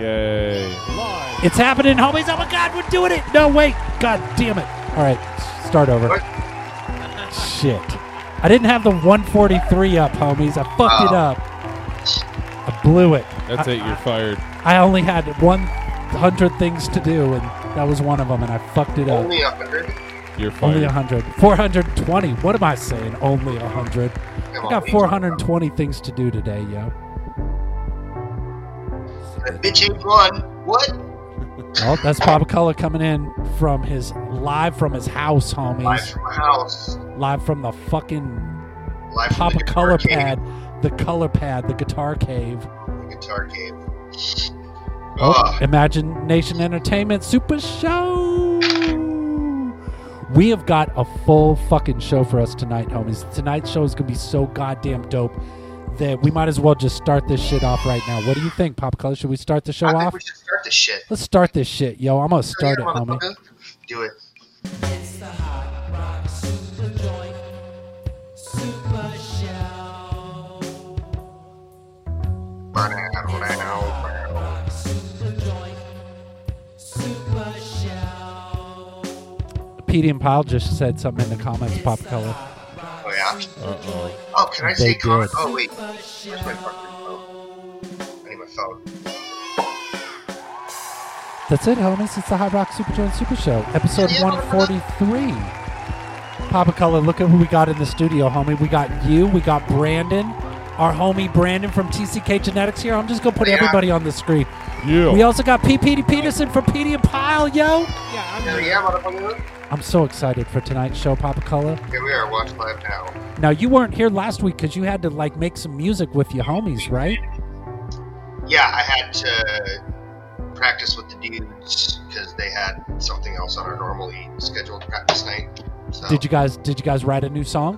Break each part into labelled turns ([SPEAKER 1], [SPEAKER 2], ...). [SPEAKER 1] Yay.
[SPEAKER 2] It's happening, homies. Oh my God, we're doing it. No, wait. God damn it. All right, start over.
[SPEAKER 3] What?
[SPEAKER 2] Shit. I didn't have the 143 up, homies. I fucked it
[SPEAKER 3] Oh.
[SPEAKER 2] up. I blew it.
[SPEAKER 1] That's
[SPEAKER 2] I-
[SPEAKER 1] it. You're fired.
[SPEAKER 2] I only had 100 things to do, and that was one of them, and I fucked it up.
[SPEAKER 3] Only a hundred.
[SPEAKER 1] You're
[SPEAKER 2] Only
[SPEAKER 1] fired.
[SPEAKER 2] 100. 420. What am I saying? Only 100. I got 420 things to do today, yo.
[SPEAKER 3] That bitch ain't one. What?
[SPEAKER 2] Well, that's Papa Color coming in from his live from his house,
[SPEAKER 3] Live
[SPEAKER 2] homies.
[SPEAKER 3] from the house.
[SPEAKER 2] Live from the fucking
[SPEAKER 3] Live from
[SPEAKER 2] Papa
[SPEAKER 3] the guitar
[SPEAKER 2] Color
[SPEAKER 3] cave.
[SPEAKER 2] pad, the color pad, the guitar cave.
[SPEAKER 3] The guitar cave.
[SPEAKER 2] Oh,
[SPEAKER 3] Ugh.
[SPEAKER 2] Imagine Nation Entertainment Super Show. We have got a full fucking show for us tonight, homies. Tonight's show is gonna be so goddamn dope that we might as well just start this shit off right now. What do you think, Pop Color? Should we start the show
[SPEAKER 3] I think
[SPEAKER 2] off?
[SPEAKER 3] we should start this shit.
[SPEAKER 2] Let's start this shit, yo. I'm gonna start it,
[SPEAKER 3] Yeah,
[SPEAKER 2] homie.
[SPEAKER 3] motherfucker. Do it.
[SPEAKER 4] It's the Hot Rock Super Joint Super Show. Rock Super Joint Super Show.
[SPEAKER 2] Petey and Pyle just said something in the comments, Pop Color.
[SPEAKER 3] Oh yeah.
[SPEAKER 1] Uh-oh.
[SPEAKER 3] Oh, can I
[SPEAKER 2] They
[SPEAKER 3] say comment?
[SPEAKER 2] did.
[SPEAKER 3] Oh wait. Where's my fucking phone? I need my phone.
[SPEAKER 2] That's it, homies. It's the Hot Rock Super Joint Super Show, episode
[SPEAKER 3] Yeah.
[SPEAKER 2] 143. Papa Color, look at who we got in the studio, homie. We got you, we got Brandon, our homie Brandon from TCK Genetics here. I'm just going to put
[SPEAKER 3] Yeah.
[SPEAKER 2] everybody on the screen. We
[SPEAKER 1] Yeah.
[SPEAKER 2] also got PPD Peterson from PD and Pile, yo.
[SPEAKER 3] Hell yeah, motherfucker.
[SPEAKER 2] I'm so excited for tonight's show, Papa Color.
[SPEAKER 3] Here we are. Watch live now.
[SPEAKER 2] Now, you weren't here last week because you had to, like, make some music with your homies, right?
[SPEAKER 3] Yeah, I had to practice with the dudes because they had something else on our normally scheduled practice night. So
[SPEAKER 2] Did you guys Did you guys write a new song?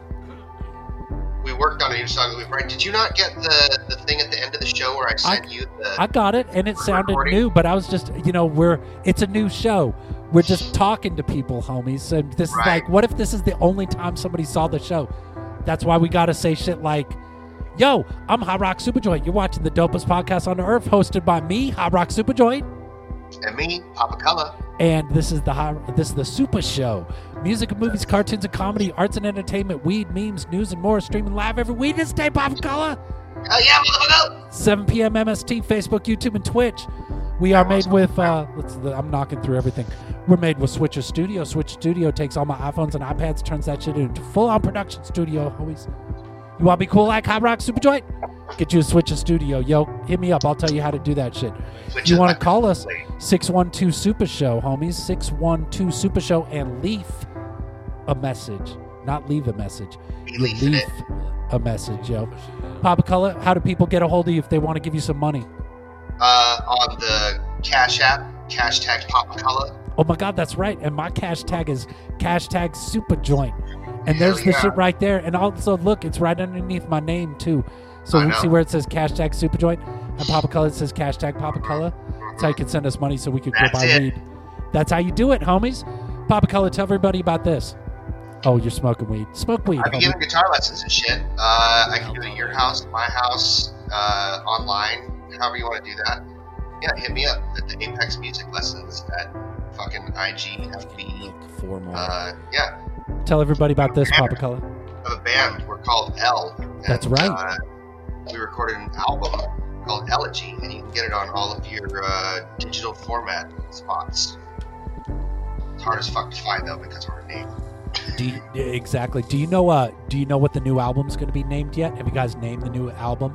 [SPEAKER 3] we worked on a new song that we write. Did you not get the the thing at the end of the show where I sent you the?
[SPEAKER 2] I got it, and it sounded
[SPEAKER 3] Recording.
[SPEAKER 2] new, but I was just, you know, we're it's a new show. We're just talking to people, homies. And this is
[SPEAKER 3] Right.
[SPEAKER 2] like, what if this is the only time somebody saw the show? That's why we gotta say shit like, "Yo, I'm Hot Rock Superjoint. You're watching the dopest podcast on the earth, hosted by me, Hot Rock Superjoint."
[SPEAKER 3] and me, Papa Color.
[SPEAKER 2] and this is the high, this is the super show music and movies cartoons and comedy arts and entertainment weed memes news and more streaming live every wednesday pop and color
[SPEAKER 3] Hell yeah, motherfucker!
[SPEAKER 2] 7 p.m mst facebook youtube and twitch we are made
[SPEAKER 3] Awesome.
[SPEAKER 2] with uh let's, i'm knocking through everything we're made with switcher studio switch studio takes all my iphones and ipads turns that shit into full-on production studio always you want to be cool like hot rock superjoint get you a switcher studio yo hit me up i'll tell you how to do that shit
[SPEAKER 3] Which
[SPEAKER 2] you
[SPEAKER 3] is
[SPEAKER 2] want
[SPEAKER 3] my
[SPEAKER 2] to call us
[SPEAKER 3] favorite
[SPEAKER 2] 612 Super Show, homies. 612 Super Show and leave a message. Not leave a message.
[SPEAKER 3] Be
[SPEAKER 2] You
[SPEAKER 3] leafing
[SPEAKER 2] leave
[SPEAKER 3] it.
[SPEAKER 2] a message, yo. Papa Color, how do people get a hold of you if they want to give you some money?
[SPEAKER 3] uh, on the Cash App, cash tag Papa Color.
[SPEAKER 2] Oh my God, that's right. And my cash tag is cash tag Super Joint. And
[SPEAKER 3] Hell
[SPEAKER 2] there's the
[SPEAKER 3] yeah.
[SPEAKER 2] shit right there. And also, look, it's right underneath my name, too. So
[SPEAKER 3] I
[SPEAKER 2] you
[SPEAKER 3] know.
[SPEAKER 2] see where it says cash tag Super Joint? And Papa Color, it says cash tag Papa Color. That's how you can send us money so we could go
[SPEAKER 3] That's
[SPEAKER 2] buy
[SPEAKER 3] it.
[SPEAKER 2] weed. That's how you do it, homies. Papa Color, tell everybody about this. Oh, you're smoking weed. Smoke weed,
[SPEAKER 3] I've been
[SPEAKER 2] homie.
[SPEAKER 3] giving guitar lessons and shit. Uh, I can do it at your house, my house, uh, online, however you want to do that. Yeah, hit me up at the Apex Music Lessons at fucking IGFB.
[SPEAKER 5] Four more.
[SPEAKER 3] Uh, yeah,
[SPEAKER 2] Tell everybody about this, Papa Color.
[SPEAKER 3] I have a band. We're called L. and,
[SPEAKER 2] That's right.
[SPEAKER 3] Uh, we recorded an album called Elegy, and you can get it on all of your uh, digital format spots. It's hard as fuck to find though because we're a name.
[SPEAKER 2] Do you, yeah, exactly. Do you know? Uh, do you know what the new album's going to be named yet? Have you guys named the new album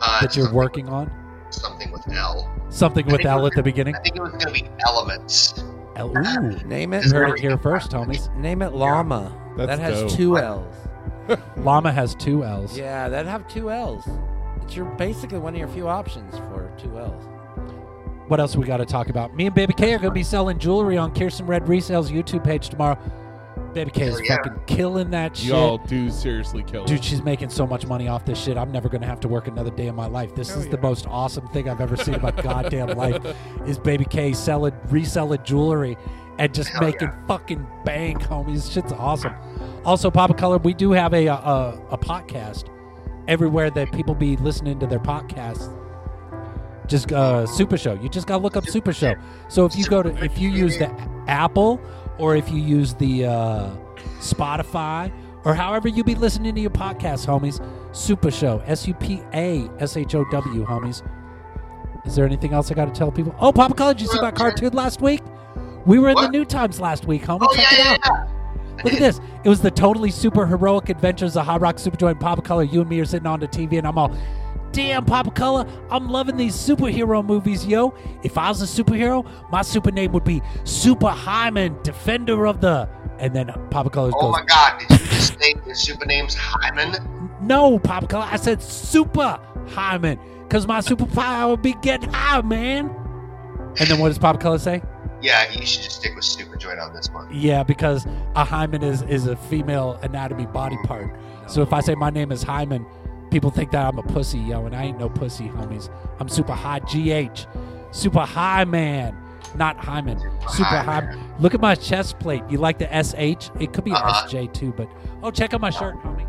[SPEAKER 3] Uh,
[SPEAKER 2] that you're
[SPEAKER 3] something-
[SPEAKER 2] working on?
[SPEAKER 3] Something with L.
[SPEAKER 2] Something with
[SPEAKER 3] think
[SPEAKER 2] L
[SPEAKER 3] we're-
[SPEAKER 2] at the beginning.
[SPEAKER 3] I think it was gonna be Elements.
[SPEAKER 2] L- Ooh,
[SPEAKER 5] name
[SPEAKER 2] you
[SPEAKER 5] it.
[SPEAKER 2] heard it here first, homies.
[SPEAKER 5] Name it llama.
[SPEAKER 1] That's
[SPEAKER 5] That has
[SPEAKER 1] dope.
[SPEAKER 5] two L's.
[SPEAKER 2] Llama has two L's.
[SPEAKER 5] Yeah, that have two L's. It's your basically one of your few options for two L's.
[SPEAKER 2] What else we got to talk about? Me and Baby K are going to be selling jewelry on Kirsten Red Resale's YouTube page tomorrow. Baby K is
[SPEAKER 3] Hell yeah.
[SPEAKER 2] fucking killing that shit.
[SPEAKER 1] Y'all do seriously kill
[SPEAKER 2] Dude,
[SPEAKER 1] us.
[SPEAKER 2] she's making so much money off this shit. I'm never gonna have to work another day in my life. This is the most awesome thing I've ever seen in my goddamn life. Is Baby K selling, reselling jewelry, and just
[SPEAKER 3] Hell
[SPEAKER 2] making fucking bank, homies. Shit's awesome. Also, Papa Color, we do have a, uh, a a podcast everywhere that people be listening to their podcasts. Just uh, Super Show. You just gotta look up Super Show. So if you go to if you use the Apple or if you use the uh, Spotify or however you be listening to your podcast, homies, Super Show. S U P A S H O W, homies. Is there anything else I gotta tell people? Oh, Papa College, you see my cartoon last week? We were in the
[SPEAKER 3] What?
[SPEAKER 2] new times last week, homie.
[SPEAKER 3] Oh,
[SPEAKER 2] Check
[SPEAKER 3] yeah,
[SPEAKER 2] it
[SPEAKER 3] yeah,
[SPEAKER 2] out. Look at this. It was the totally super heroic adventures of Hot Rock Superjoy and Papa Color. You and me are sitting on the TV, and I'm all, damn, Papa Color, I'm loving these superhero movies, yo. If I was a superhero, my super name would be Super Hyman, Defender of the. And then Papa Color
[SPEAKER 3] Oh
[SPEAKER 2] goes,
[SPEAKER 3] my god, did you just say your super name's Hyman?
[SPEAKER 2] no, Papa Color. I said Super Hyman, because my superpower would be getting high, man. And then what does Papa Color say?
[SPEAKER 3] Yeah, you should just stick with Super Joint on this one.
[SPEAKER 2] Yeah, because a hymen is, is a female anatomy body part. So if I say my name is Hymen, people think that I'm a pussy, yo, and I ain't no pussy, homies. I'm super high GH, super high man, not Hymen, super
[SPEAKER 3] high
[SPEAKER 2] high. Look at my chest plate. You like the SH? It could be
[SPEAKER 3] Uh-huh.
[SPEAKER 2] SJ too, but oh, check out my shirt, homie.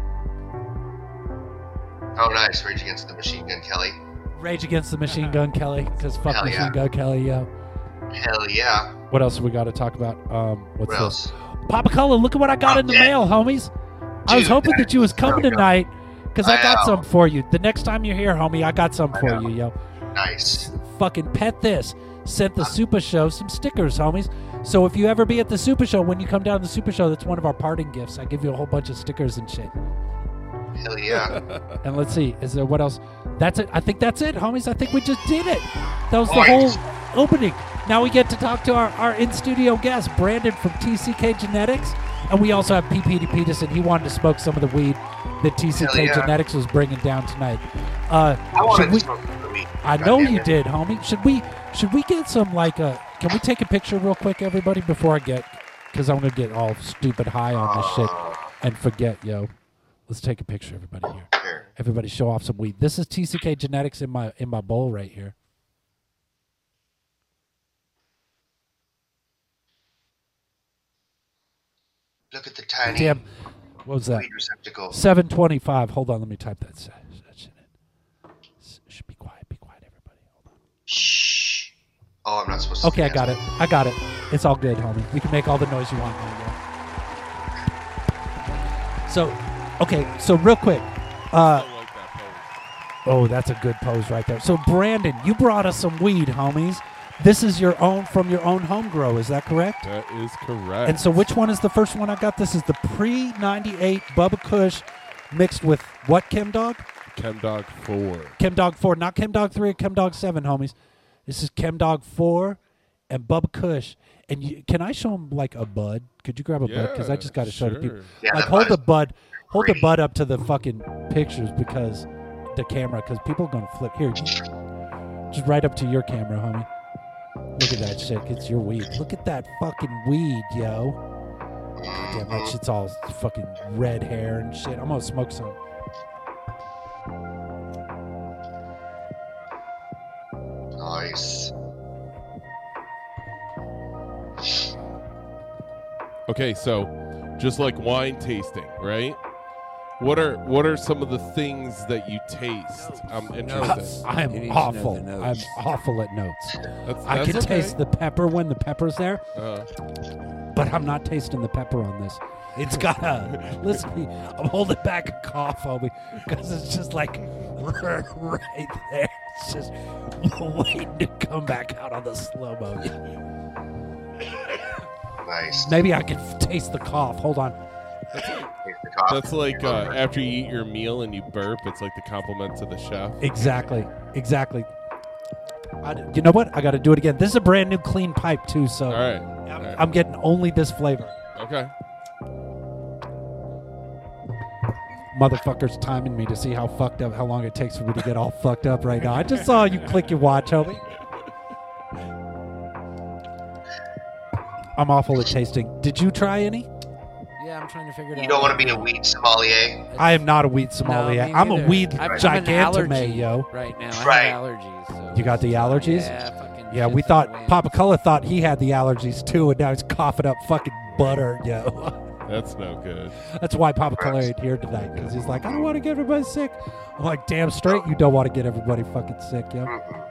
[SPEAKER 3] Oh, nice. Rage Against the Machine Gun Kelly.
[SPEAKER 2] Rage Against the Machine Gun Kelly, because fuck
[SPEAKER 3] Uh-huh. Hell
[SPEAKER 2] Machine
[SPEAKER 3] yeah.
[SPEAKER 2] Gun Kelly, yo.
[SPEAKER 3] Hell yeah.
[SPEAKER 2] What else we got to talk about? Um, what's
[SPEAKER 3] What
[SPEAKER 2] this?
[SPEAKER 3] else? Oh,
[SPEAKER 2] Papa Color, look at what I got in the
[SPEAKER 3] Yeah.
[SPEAKER 2] mail, homies. I was
[SPEAKER 3] Dude,
[SPEAKER 2] hoping that you was coming
[SPEAKER 3] so good.
[SPEAKER 2] tonight because I,
[SPEAKER 3] I
[SPEAKER 2] got
[SPEAKER 3] know.
[SPEAKER 2] some for you. The next time you're here, homie, I got some
[SPEAKER 3] I
[SPEAKER 2] for
[SPEAKER 3] know.
[SPEAKER 2] you, yo.
[SPEAKER 3] Nice. Ah.
[SPEAKER 2] Fucking pet this. Sent the Super Show some stickers, homies. So if you ever be at the Super Show, when you come down to the Super Show, that's one of our parting gifts. I give you a whole bunch of stickers and shit.
[SPEAKER 3] Hell yeah.
[SPEAKER 2] And let's see, is there what else? That's it. I think that's it, homies. I think we just did it. That was the whole
[SPEAKER 3] Nice.
[SPEAKER 2] opening. Now we get to talk to our, our in studio guest, Brandon from TCK Genetics. And we also have PPD Peterson. He wanted to smoke some of the weed that TCK
[SPEAKER 3] Hell yeah.
[SPEAKER 2] Genetics was bringing down tonight. Uh,
[SPEAKER 3] I wanted
[SPEAKER 2] should
[SPEAKER 3] to
[SPEAKER 2] we,
[SPEAKER 3] smoke the weed.
[SPEAKER 2] I
[SPEAKER 3] God
[SPEAKER 2] know
[SPEAKER 3] damn
[SPEAKER 2] you
[SPEAKER 3] it.
[SPEAKER 2] did, homie. Should we should we get some like a? Can we take a picture real quick, everybody, before I get? Because I'm gonna get all stupid high on this shit
[SPEAKER 3] Uh.
[SPEAKER 2] and forget, yo. Let's take a picture, everybody here.
[SPEAKER 3] Here.
[SPEAKER 2] Everybody show off some weed. This is TCK Genetics in my in my bowl right here.
[SPEAKER 3] Look at the tiny
[SPEAKER 2] Damn, what was that?
[SPEAKER 3] weed receptacle.
[SPEAKER 2] Seven twenty-five. Hold on, let me type that, s- that shit in. S- Should be quiet. Be quiet, everybody. Hold on.
[SPEAKER 3] Shh. Oh, I'm not supposed to.
[SPEAKER 2] Okay, I
[SPEAKER 3] say
[SPEAKER 2] got
[SPEAKER 3] that.
[SPEAKER 2] it. I got it. It's all good, homie. You can make all the noise you want. now, yo. So, okay. So real quick. Uh,
[SPEAKER 1] I like that
[SPEAKER 2] oh, that's a good pose right there. So Brandon, you brought us some weed, homies. This is your own from your own home grow. Is that correct?
[SPEAKER 1] pose. That is correct.
[SPEAKER 2] And so, which one is the first one I got? This is the pre 98 Bubba Kush mixed with what Chem Dog?
[SPEAKER 1] Chem Dog 4.
[SPEAKER 2] Chem Dog 4, not Chem Dog 3 or Chem Dog 7, homies. This is Chem Dog 4 and Bubba Kush. And you, can I show them like a bud? Could you grab a bud? Because I
[SPEAKER 1] Yeah,
[SPEAKER 2] just got to show the people.
[SPEAKER 1] sure.
[SPEAKER 3] Yeah,
[SPEAKER 2] like,
[SPEAKER 3] that
[SPEAKER 2] hold
[SPEAKER 3] bud
[SPEAKER 2] the
[SPEAKER 3] is
[SPEAKER 2] bud, hold the
[SPEAKER 3] pretty.
[SPEAKER 2] bud up to the fucking pictures because the camera, because people are going to flip. Here, just right up to your camera, homie. Look at that shit. It's your weed. Look at that fucking weed, yo. Damn, that shit's all fucking red hair and shit. I'm gonna smoke some.
[SPEAKER 3] Nice.
[SPEAKER 1] Okay, so just like wine tasting, right? What are what are some of the things that you taste? I'm interested.
[SPEAKER 2] I
[SPEAKER 5] You need
[SPEAKER 2] am
[SPEAKER 5] to know
[SPEAKER 2] awful.
[SPEAKER 5] the
[SPEAKER 2] I'm
[SPEAKER 5] notes.
[SPEAKER 2] awful at notes.
[SPEAKER 1] That's,
[SPEAKER 2] I
[SPEAKER 1] that's
[SPEAKER 2] can
[SPEAKER 1] okay.
[SPEAKER 2] taste the pepper when the pepper's there,
[SPEAKER 1] Uh,
[SPEAKER 2] but I'm not tasting the pepper on this. It's gotta listen. I'm holding back a cough, homie, because it's just like right there. It's just waiting to come back out on the slow mo.
[SPEAKER 3] Nice.
[SPEAKER 2] Maybe I can taste the cough. Hold on.
[SPEAKER 3] Here's the cough.
[SPEAKER 1] that's like uh, after you eat your meal and you burp. It's like the compliment to the chef.
[SPEAKER 2] Exactly. Exactly. I, you know what? I got to do it again. This is a brand new clean pipe too, so
[SPEAKER 1] All right.
[SPEAKER 2] I'm,
[SPEAKER 1] All right.
[SPEAKER 2] I'm getting only this flavor.
[SPEAKER 1] Okay.
[SPEAKER 2] Motherfuckers timing me to see how fucked up, how long it takes for me to get all fucked up right now. I just saw you click your watch, homie. I'm awful at tasting. Did you try any?
[SPEAKER 5] Yeah, I'm trying to figure it out.
[SPEAKER 3] You don't want to be a weed sommelier.
[SPEAKER 5] It's-
[SPEAKER 2] I am not a weed
[SPEAKER 5] No,
[SPEAKER 2] sommelier.
[SPEAKER 5] me
[SPEAKER 2] I'm a
[SPEAKER 5] neither.
[SPEAKER 2] weed
[SPEAKER 5] I'm- I'm an allergy
[SPEAKER 2] gigantame, yo.
[SPEAKER 5] Right now, I have
[SPEAKER 3] Right.
[SPEAKER 5] allergies. So
[SPEAKER 2] You got the allergies?
[SPEAKER 5] Yeah, fucking
[SPEAKER 2] Yeah, we
[SPEAKER 5] shit's
[SPEAKER 2] thought
[SPEAKER 5] in the wind.
[SPEAKER 2] Papa Color thought he had the allergies too, and now he's coughing up fucking butter, yo.
[SPEAKER 1] That's no good.
[SPEAKER 2] That's why Papa Color ain't here tonight because he's like, I don't want to get everybody sick. I'm like, damn straight, you don't want to get everybody fucking sick, yo.
[SPEAKER 3] Mm-mm.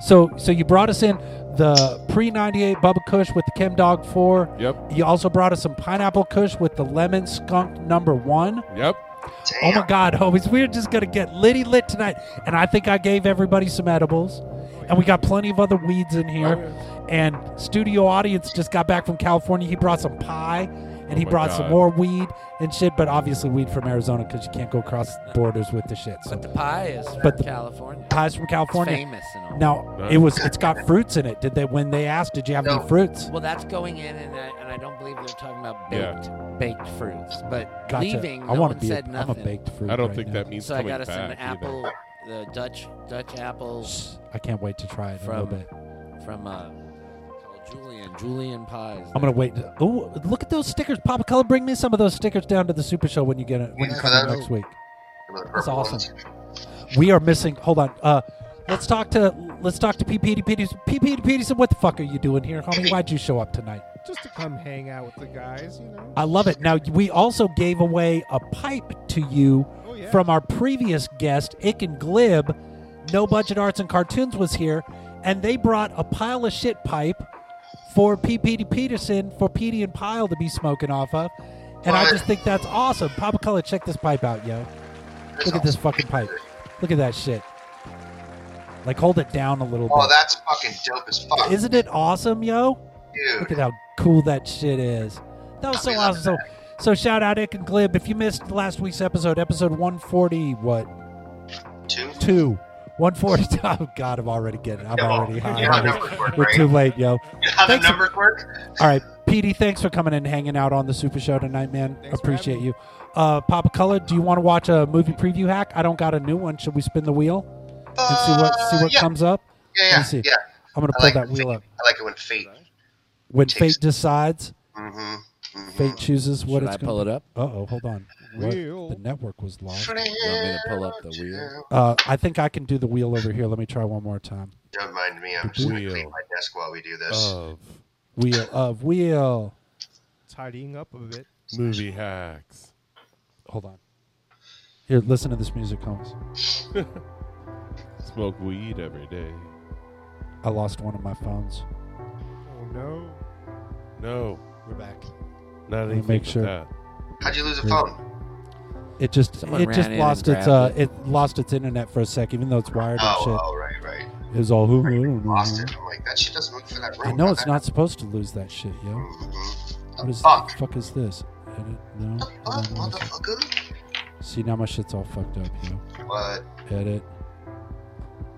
[SPEAKER 2] So so you brought us in the pre ninety eight Bubba Kush with the Chem Dog four.
[SPEAKER 1] Yep.
[SPEAKER 2] You also brought us some pineapple Kush with the lemon skunk number one.
[SPEAKER 1] Yep.
[SPEAKER 3] Damn.
[SPEAKER 2] Oh my God, homies, we're just gonna get litty lit tonight. And I think I gave everybody some edibles, and we got plenty of other weeds in here. And studio audience just got back from California. He brought some pie, and he
[SPEAKER 1] Oh my
[SPEAKER 2] brought
[SPEAKER 1] God.
[SPEAKER 2] some more weed and shit. But obviously, weed from Arizona because you can't go across borders with the shit. So
[SPEAKER 5] But the pie is from
[SPEAKER 2] But the-
[SPEAKER 5] California.
[SPEAKER 2] pies from
[SPEAKER 5] It's
[SPEAKER 2] California.
[SPEAKER 5] famous and all.
[SPEAKER 2] Now
[SPEAKER 1] Nice.
[SPEAKER 2] it was it's got fruits in it. Did they when they asked, did you have
[SPEAKER 3] No.
[SPEAKER 2] any fruits?
[SPEAKER 5] Well, that's going in, and I, and I don't believe they're talking about
[SPEAKER 1] Yeah.
[SPEAKER 5] baked baked fruits. But
[SPEAKER 2] Gotcha.
[SPEAKER 5] leaving,
[SPEAKER 2] I want
[SPEAKER 5] no one
[SPEAKER 2] to be.
[SPEAKER 5] said
[SPEAKER 2] I'm a
[SPEAKER 5] nothing.
[SPEAKER 2] baked fruit.
[SPEAKER 1] I don't
[SPEAKER 2] right
[SPEAKER 1] think
[SPEAKER 2] now.
[SPEAKER 1] that means
[SPEAKER 5] so I
[SPEAKER 1] coming
[SPEAKER 5] got us
[SPEAKER 1] back.
[SPEAKER 5] an
[SPEAKER 1] either.
[SPEAKER 5] apple, the Dutch Dutch apple
[SPEAKER 2] Shh, I can't wait to try it in a little
[SPEAKER 5] From-
[SPEAKER 2] bit.
[SPEAKER 5] from uh, called Julian Julian pies.
[SPEAKER 2] I'm gonna wait. Oh, look at those stickers, Papa Color. Bring me some of those stickers down to the Super Show when you get it. When you
[SPEAKER 3] Yeah,
[SPEAKER 2] come in
[SPEAKER 3] that'll-
[SPEAKER 2] next week,
[SPEAKER 3] Some of the
[SPEAKER 2] that's
[SPEAKER 3] purple
[SPEAKER 2] awesome.
[SPEAKER 3] ones.
[SPEAKER 2] we are missing. Hold on. Uh, let's talk to let's talk to PPD Peterson. PPD Peterson, what the fuck are you doing here, homie? Why'd you show up tonight?
[SPEAKER 6] Just to come hang out with the guys, you know.
[SPEAKER 2] I love it. Now we also gave away a pipe to you
[SPEAKER 6] Oh, yeah.
[SPEAKER 2] from our previous guest, Ick and Glib. No Budget Arts and Cartoons was here, and they brought a pile of shit pipe for PPD Peterson for PD and Pile to be smoking off of. And I
[SPEAKER 3] What?
[SPEAKER 2] just think that's awesome. Papa Color, check this pipe out, yo. Look at this fucking pipe. Look at that shit. Like hold it down a little
[SPEAKER 3] Oh,
[SPEAKER 2] bit.
[SPEAKER 3] that's fucking dope as fuck,
[SPEAKER 2] Isn't it awesome, yo? Look
[SPEAKER 3] dude.
[SPEAKER 2] at how cool that shit is. That was so awesome. So, so shout out Ick and Glib. If you missed last week's episode, episode 140, what
[SPEAKER 3] Two.
[SPEAKER 2] two, 140. Oh God, I'm already getting. I'm
[SPEAKER 3] Yeah, well,
[SPEAKER 2] already high.
[SPEAKER 3] you know how numbers work,
[SPEAKER 2] We're
[SPEAKER 3] right?
[SPEAKER 2] too late, yo.
[SPEAKER 3] You know how the
[SPEAKER 2] Thanks.
[SPEAKER 3] numbers work?
[SPEAKER 2] All right, PD, thanks for coming and hanging out on the Super Show tonight, man.
[SPEAKER 6] Thanks for
[SPEAKER 2] Appreciate
[SPEAKER 6] having
[SPEAKER 2] you. Uh, Papa Color, do you want to watch a movie preview hack? I don't got a new one. Should we spin the wheel and see what see
[SPEAKER 3] Uh,
[SPEAKER 2] what
[SPEAKER 3] yeah,
[SPEAKER 2] comes up?
[SPEAKER 3] Yeah,
[SPEAKER 2] Let me
[SPEAKER 3] yeah,
[SPEAKER 2] see.
[SPEAKER 3] yeah.
[SPEAKER 2] I'm gonna
[SPEAKER 3] I
[SPEAKER 2] pull
[SPEAKER 3] like
[SPEAKER 2] that
[SPEAKER 3] when
[SPEAKER 2] wheel
[SPEAKER 3] fate-
[SPEAKER 2] up.
[SPEAKER 3] I like it when fate.
[SPEAKER 2] When
[SPEAKER 3] Takes-
[SPEAKER 2] fate decides,
[SPEAKER 3] Mm-hmm.
[SPEAKER 2] fate chooses what
[SPEAKER 5] Should
[SPEAKER 2] it's
[SPEAKER 5] I
[SPEAKER 2] going
[SPEAKER 5] pull it up?
[SPEAKER 2] Uh oh, hold on. What?
[SPEAKER 6] Wheel.
[SPEAKER 2] The network was lost.
[SPEAKER 5] You want me to pull up the wheel?
[SPEAKER 2] Uh, I think I can do the wheel over here. Let me try one more time.
[SPEAKER 3] Don't mind me. I'm just going to
[SPEAKER 1] Wheel.
[SPEAKER 3] clean my desk while we do this.
[SPEAKER 2] Oh.
[SPEAKER 1] Of
[SPEAKER 2] Wheel of wheel.
[SPEAKER 6] Tidying up a bit. Oh,
[SPEAKER 1] movie hacks.
[SPEAKER 2] Hold on. Here, listen to this music, Holmes.
[SPEAKER 1] Smoke weed every day.
[SPEAKER 2] I lost one of my phones.
[SPEAKER 6] Oh no.
[SPEAKER 1] No,
[SPEAKER 6] We're back.
[SPEAKER 1] not
[SPEAKER 2] me
[SPEAKER 1] anything.
[SPEAKER 2] make
[SPEAKER 1] but
[SPEAKER 2] sure.
[SPEAKER 1] That.
[SPEAKER 3] How'd you lose a
[SPEAKER 2] Yeah.
[SPEAKER 3] phone?
[SPEAKER 2] It just
[SPEAKER 5] Someone
[SPEAKER 2] it
[SPEAKER 5] ran
[SPEAKER 2] just
[SPEAKER 5] in
[SPEAKER 2] lost
[SPEAKER 5] and
[SPEAKER 2] its uh
[SPEAKER 5] grabbed
[SPEAKER 2] it lost its internet for a sec, even though it's wired and
[SPEAKER 3] Oh,
[SPEAKER 2] shit.
[SPEAKER 3] oh, right, right.
[SPEAKER 2] It was all
[SPEAKER 3] Lost it. I'm like, that shit doesn't look for that room.
[SPEAKER 2] I know it's not supposed to lose that shit, yo. What
[SPEAKER 3] Mm-hmm.
[SPEAKER 2] is
[SPEAKER 3] Fuck.
[SPEAKER 2] the fuck is this? Edit? No.
[SPEAKER 3] The fuck,
[SPEAKER 2] no, no.
[SPEAKER 3] motherfucker?
[SPEAKER 2] See now my shit's all fucked up, yo.
[SPEAKER 3] What?
[SPEAKER 2] Edit.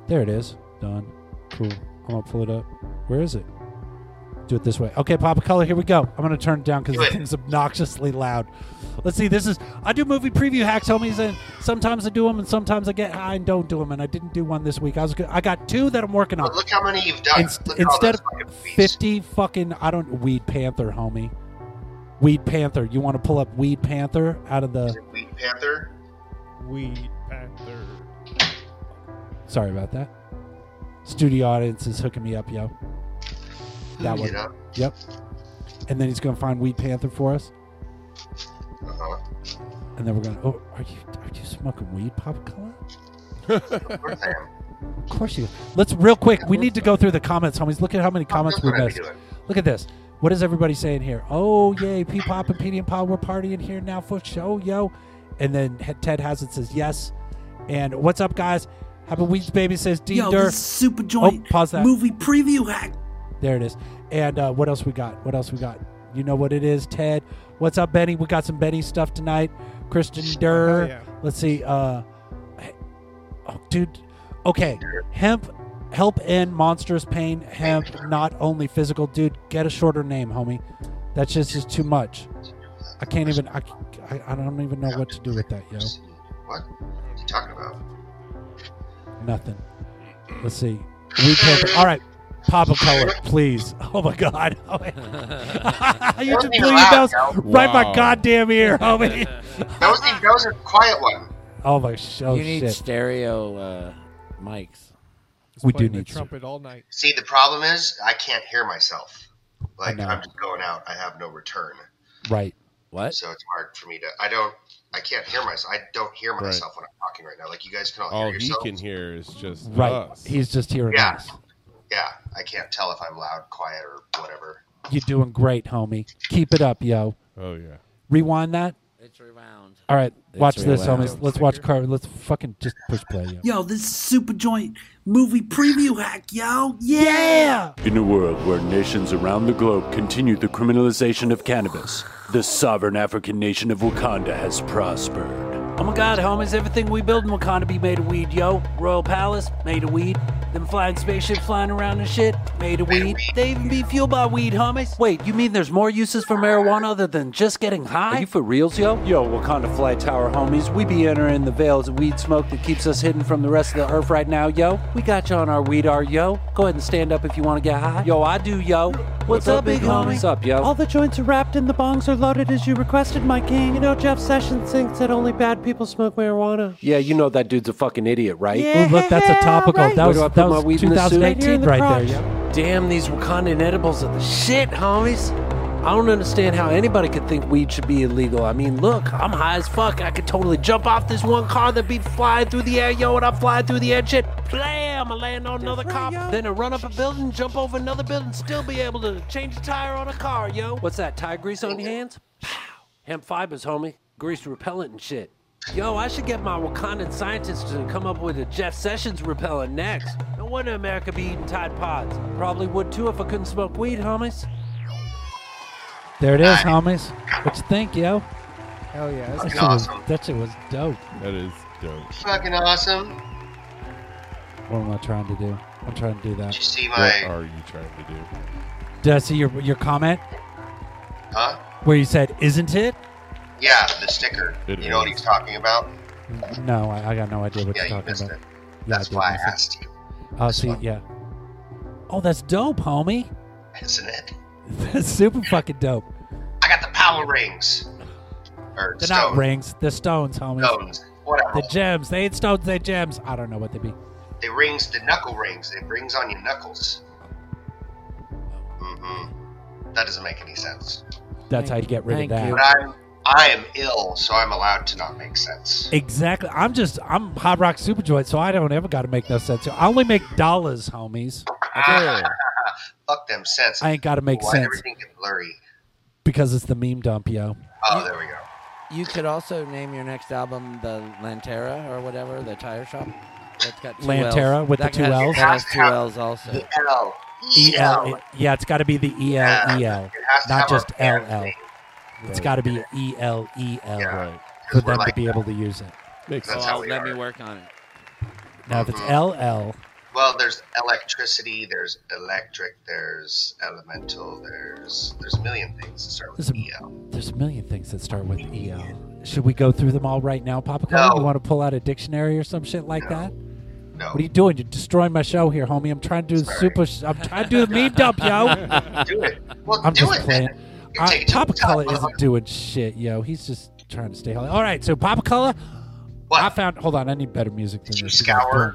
[SPEAKER 2] There it is. Done. Cool. I'm gonna pull it up. Where is it? Do it this way. Okay, Papa Color, here we go. I'm gonna turn it down because
[SPEAKER 3] Do
[SPEAKER 2] the
[SPEAKER 3] it.
[SPEAKER 2] thing's obnoxiously loud. Let's see. This is I do movie preview hacks, homies, and sometimes I do them, and sometimes I get high and don't do them. And I didn't do one this week. I was go- I got two that I'm working on.
[SPEAKER 3] But look how many you've done.
[SPEAKER 2] Inst-
[SPEAKER 3] Look at all
[SPEAKER 2] instead
[SPEAKER 3] those fucking
[SPEAKER 2] of
[SPEAKER 3] fees.
[SPEAKER 2] 50 fucking i don't weed panther homie weed panther you want to pull up weed panther out of
[SPEAKER 3] Is
[SPEAKER 2] the
[SPEAKER 3] it Wheat Panther?
[SPEAKER 6] Weed Panther.
[SPEAKER 2] sorry about that studio audience is hooking me up yo that
[SPEAKER 3] You
[SPEAKER 2] one
[SPEAKER 3] know?
[SPEAKER 2] yep and then he's gonna find weed panther for us
[SPEAKER 3] Uh-huh.
[SPEAKER 2] and then we're gonna oh are you are you smoking weed pop color
[SPEAKER 3] Of course I am.
[SPEAKER 2] of course you let's real quick we need to go through the comments homies look at how many comments
[SPEAKER 3] Oh,
[SPEAKER 2] we
[SPEAKER 3] That's what I'd be
[SPEAKER 2] missed
[SPEAKER 3] doing.
[SPEAKER 2] Look at this. What is everybody saying here? Oh, yay, P Pop and PD and Pop, we're partying here now for show, yo. And then H- Ted Hazard says yes. And what's up, guys? Happy Weeds Baby says D
[SPEAKER 4] Yo,
[SPEAKER 2] Dur.
[SPEAKER 4] this is super joint
[SPEAKER 2] Oh, pause that.
[SPEAKER 4] movie preview hack.
[SPEAKER 2] There it is. And uh, what else we got? What else we got? You know what it is, Ted. What's up, Benny? We got some Benny stuff tonight. Kristen Durr.
[SPEAKER 6] Hell yeah.
[SPEAKER 2] Let's see. Uh, hey- oh, dude. Okay. Hemp, help end monstrous pain. Hemp, not only physical. Dude, get a shorter name, homie. That's just, just too much. I can't even. I, I, I don't even know what to do with that, yo.
[SPEAKER 3] What? What are you talking about?
[SPEAKER 2] Nothing. Let's see. We can't. All right. Papa Color, please. Oh my God. you just
[SPEAKER 3] Wasn't
[SPEAKER 2] blew
[SPEAKER 3] even
[SPEAKER 2] your
[SPEAKER 3] loud,
[SPEAKER 2] nose
[SPEAKER 3] yo.
[SPEAKER 2] right
[SPEAKER 1] Wow.
[SPEAKER 2] my goddamn ear, homie.
[SPEAKER 3] That was, the, that was a quiet one.
[SPEAKER 2] oh my sh- oh,
[SPEAKER 5] you need
[SPEAKER 2] shit.
[SPEAKER 5] stereo uh, mics.
[SPEAKER 6] Just
[SPEAKER 2] We do
[SPEAKER 6] playing the
[SPEAKER 2] need to.
[SPEAKER 6] trumpet all night.
[SPEAKER 3] See, the problem is I can't hear myself. Like
[SPEAKER 2] know.
[SPEAKER 3] I'm just going out. I have no return,
[SPEAKER 2] Right.
[SPEAKER 5] What?
[SPEAKER 3] so it's hard for me to. I don't. I can't hear myself. I don't hear myself when I'm talking right now. Like you guys can all hear
[SPEAKER 1] All he
[SPEAKER 3] yourselves.
[SPEAKER 1] can hear is just
[SPEAKER 2] Right.
[SPEAKER 1] us.
[SPEAKER 2] He's just hearing
[SPEAKER 3] Yeah.
[SPEAKER 2] us.
[SPEAKER 3] yeah, I can't tell if I'm loud, quiet, or whatever.
[SPEAKER 2] You're doing great, homie. Keep it up, yo.
[SPEAKER 1] Oh yeah.
[SPEAKER 2] Rewind that.
[SPEAKER 5] It's rewound.
[SPEAKER 2] All right,
[SPEAKER 5] It's
[SPEAKER 2] watch this,
[SPEAKER 5] rewound.
[SPEAKER 2] homies. Let's watch Car. Let's fucking just push play, yo.
[SPEAKER 7] Yo, this is Super Joint movie preview hack, yo. Yeah!
[SPEAKER 8] In a world where nations around the globe continue the criminalization of cannabis, the sovereign African nation of Wakanda has prospered.
[SPEAKER 7] Oh my god, homies, everything we build in Wakanda be made of weed, yo. Royal Palace, made of weed. Them flying spaceship flying around and shit, made of weed. They even be fueled by weed, homies. Wait, you mean there's more uses for marijuana other than just getting high?
[SPEAKER 5] Are you for reals, yo?
[SPEAKER 7] Yo, Wakanda Flight Tower homies, we be entering the veils of weed smoke that keeps us hidden from the rest of the earth right now, yo. We got you on our weed R, yo. Go ahead and stand up if you want to get high. Yo, I do, yo. What's, up, big homie?
[SPEAKER 5] What's up, yo?
[SPEAKER 7] All the joints are wrapped and the bongs are loaded as you requested, my king. You know, Jeff Sessions thinks that only bad people smoke marijuana.
[SPEAKER 5] Yeah, you know that dude's a fucking idiot, right?
[SPEAKER 2] Ooh, look, that's a topical. oh, That
[SPEAKER 5] Where
[SPEAKER 2] was
[SPEAKER 5] do I
[SPEAKER 2] that
[SPEAKER 5] put my
[SPEAKER 2] was
[SPEAKER 5] weed in the suit? Right
[SPEAKER 2] 2018
[SPEAKER 5] here in the
[SPEAKER 2] right
[SPEAKER 5] crotch.
[SPEAKER 2] there, yo.
[SPEAKER 7] Damn, these Wakandan edibles are the shit, homies. I don't understand how anybody could think weed should be illegal. I mean, look, I'm high as fuck. I could totally jump off this one car that be flying through the air, yo, and I'm flying through the air, shit. Blam! I land on another cop. Then I run up a building, jump over another building, still be able to change a tire on a car, yo. What's that, tire grease on your hands? Hemp fibers, homie. Grease repellent and shit. Yo, I should get my Wakandan scientists to come up with a Jeff Sessions repellent next. No wonder America be eating Tide Pods. Probably would too if I couldn't smoke weed, homies.
[SPEAKER 2] There it is, homies. What you think, yo?
[SPEAKER 6] Hell yeah.
[SPEAKER 2] That
[SPEAKER 6] that's-
[SPEAKER 2] shit was,
[SPEAKER 3] awesome.
[SPEAKER 2] that shit was dope.
[SPEAKER 1] That is dope.
[SPEAKER 3] Fucking awesome.
[SPEAKER 2] What am I trying to do? I'm trying to do
[SPEAKER 3] Did you
[SPEAKER 2] that.
[SPEAKER 3] see
[SPEAKER 1] What
[SPEAKER 3] my?
[SPEAKER 1] are you trying to do?
[SPEAKER 2] Did I see your your comment
[SPEAKER 3] Huh?
[SPEAKER 2] where you said, "Isn't it?"
[SPEAKER 3] Yeah, the sticker.
[SPEAKER 1] It
[SPEAKER 3] you know what
[SPEAKER 1] is.
[SPEAKER 3] he's talking about?
[SPEAKER 2] No, I, I got no idea what
[SPEAKER 3] Mm-hmm. Yeah,
[SPEAKER 2] you're
[SPEAKER 3] you
[SPEAKER 2] talking
[SPEAKER 3] missed
[SPEAKER 2] about.
[SPEAKER 3] it.
[SPEAKER 2] Yeah,
[SPEAKER 3] That's
[SPEAKER 2] did
[SPEAKER 3] why I
[SPEAKER 2] miss it.
[SPEAKER 3] asked you,
[SPEAKER 2] Oh, see, yeah. Oh, that's dope, homie.
[SPEAKER 3] isn't it?
[SPEAKER 2] That's super fucking dope.
[SPEAKER 3] I got the power rings. Or
[SPEAKER 2] They're
[SPEAKER 3] stones.
[SPEAKER 2] not rings. They're stones, homie.
[SPEAKER 3] Stones. Whatever.
[SPEAKER 2] They're gems. They ain't stones. They're gems. I don't know what they be.
[SPEAKER 3] They rings the knuckle rings. They rings on your knuckles. Mm-hmm. That doesn't make any sense.
[SPEAKER 2] That's how you get rid
[SPEAKER 5] Thank
[SPEAKER 2] of that.
[SPEAKER 5] you.
[SPEAKER 3] But I'm I am ill, so I'm allowed to not make sense.
[SPEAKER 2] Exactly. I'm just I'm Hot Rock Superjoint, so I don't ever got to make no sense. I only make dollars, homies.
[SPEAKER 3] Fuck them sense.
[SPEAKER 2] I ain't got to make
[SPEAKER 3] Why
[SPEAKER 2] sense
[SPEAKER 3] everything get blurry?
[SPEAKER 2] because it's the meme dump, yo.
[SPEAKER 3] Oh, there we go.
[SPEAKER 5] You could also name your next album the Lantera or whatever, the tire shop. That's got two
[SPEAKER 2] Lantera
[SPEAKER 5] L's.
[SPEAKER 2] with
[SPEAKER 5] That
[SPEAKER 2] the two
[SPEAKER 5] has-
[SPEAKER 2] Ls?
[SPEAKER 5] That has two L's also.
[SPEAKER 3] The L.
[SPEAKER 2] E L. Yeah, it's got to be the E L E L,
[SPEAKER 3] It has to
[SPEAKER 2] not
[SPEAKER 3] have our
[SPEAKER 2] just L
[SPEAKER 3] band
[SPEAKER 2] L.
[SPEAKER 3] name,
[SPEAKER 2] It's got to be E L E
[SPEAKER 3] Yeah.
[SPEAKER 2] L
[SPEAKER 1] Right.
[SPEAKER 2] for
[SPEAKER 3] 'cause we're
[SPEAKER 2] them to
[SPEAKER 3] like-
[SPEAKER 2] be able to use it.
[SPEAKER 1] Makes
[SPEAKER 3] That's
[SPEAKER 1] sense.
[SPEAKER 5] Oh,
[SPEAKER 3] how we
[SPEAKER 5] let
[SPEAKER 3] are.
[SPEAKER 5] me work on it.
[SPEAKER 2] Now, if it's
[SPEAKER 3] Mhm.
[SPEAKER 2] L L,
[SPEAKER 3] Well, there's electricity, there's electric, there's elemental, there's there's a million things to start with
[SPEAKER 2] There's a-
[SPEAKER 3] E L.
[SPEAKER 2] there's a million things that start with E L. Should we go through them all right now, Papa?
[SPEAKER 3] No.
[SPEAKER 2] You want to pull out a dictionary or some shit like
[SPEAKER 3] No.
[SPEAKER 2] that?
[SPEAKER 3] No,
[SPEAKER 2] What are you doing? You're destroying my show here, homie. I'm trying to do the
[SPEAKER 3] Sorry.
[SPEAKER 2] super. Sh- I'm trying to do the meme dump, yo.
[SPEAKER 3] do it. Well,
[SPEAKER 2] I'm
[SPEAKER 3] do
[SPEAKER 2] just
[SPEAKER 3] it
[SPEAKER 2] playing.
[SPEAKER 3] then. You
[SPEAKER 2] Uh,
[SPEAKER 3] take it to the
[SPEAKER 2] Papa
[SPEAKER 3] top,
[SPEAKER 2] Color
[SPEAKER 3] motherfucker.
[SPEAKER 2] isn't doing shit, yo. He's just trying to stay healthy. All right, so Papa Color,
[SPEAKER 3] What?
[SPEAKER 2] I found. Hold on, I need better music than
[SPEAKER 3] Did you
[SPEAKER 2] this.
[SPEAKER 3] scour?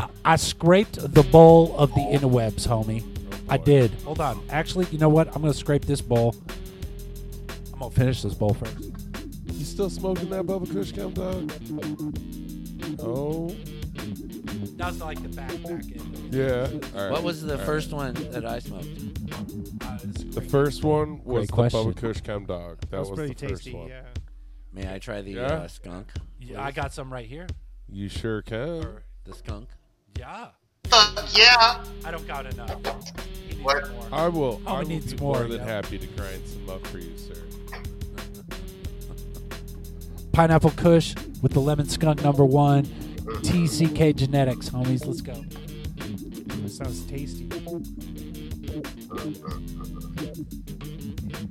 [SPEAKER 2] I, I scraped the bowl of the interwebs, homie. I did. Hold on. Actually, you know what? I'm gonna scrape this bowl. I'm gonna finish this bowl first.
[SPEAKER 1] You still smoking that Bubba Kush Cam dog? Oh
[SPEAKER 2] That's like the back back end.
[SPEAKER 1] yeah. All right.
[SPEAKER 5] What was the
[SPEAKER 1] All right.
[SPEAKER 5] first one that I smoked?
[SPEAKER 1] The first one was the
[SPEAKER 2] question.
[SPEAKER 1] Bubba Kush Cam dog. That
[SPEAKER 6] That was
[SPEAKER 1] was
[SPEAKER 6] pretty
[SPEAKER 1] the first
[SPEAKER 6] tasty.
[SPEAKER 1] one.
[SPEAKER 6] Yeah.
[SPEAKER 5] May I try the
[SPEAKER 1] Yeah.
[SPEAKER 5] uh, skunk?
[SPEAKER 2] I got some right here.
[SPEAKER 1] You sure can.
[SPEAKER 5] The skunk?
[SPEAKER 2] Yeah.
[SPEAKER 3] Fuck yeah.
[SPEAKER 2] I don't got enough. He needs
[SPEAKER 3] What?
[SPEAKER 2] more.
[SPEAKER 1] I will.
[SPEAKER 2] Oh,
[SPEAKER 1] I
[SPEAKER 2] we
[SPEAKER 1] will
[SPEAKER 2] need
[SPEAKER 1] be
[SPEAKER 2] some more,
[SPEAKER 1] more than
[SPEAKER 2] yeah.
[SPEAKER 1] happy to grind some up for you, sir.
[SPEAKER 2] Pineapple Kush with the Lemon Skunk number one.
[SPEAKER 3] Mm.
[SPEAKER 2] TCK Genetics, homies. Let's go.
[SPEAKER 6] That sounds tasty.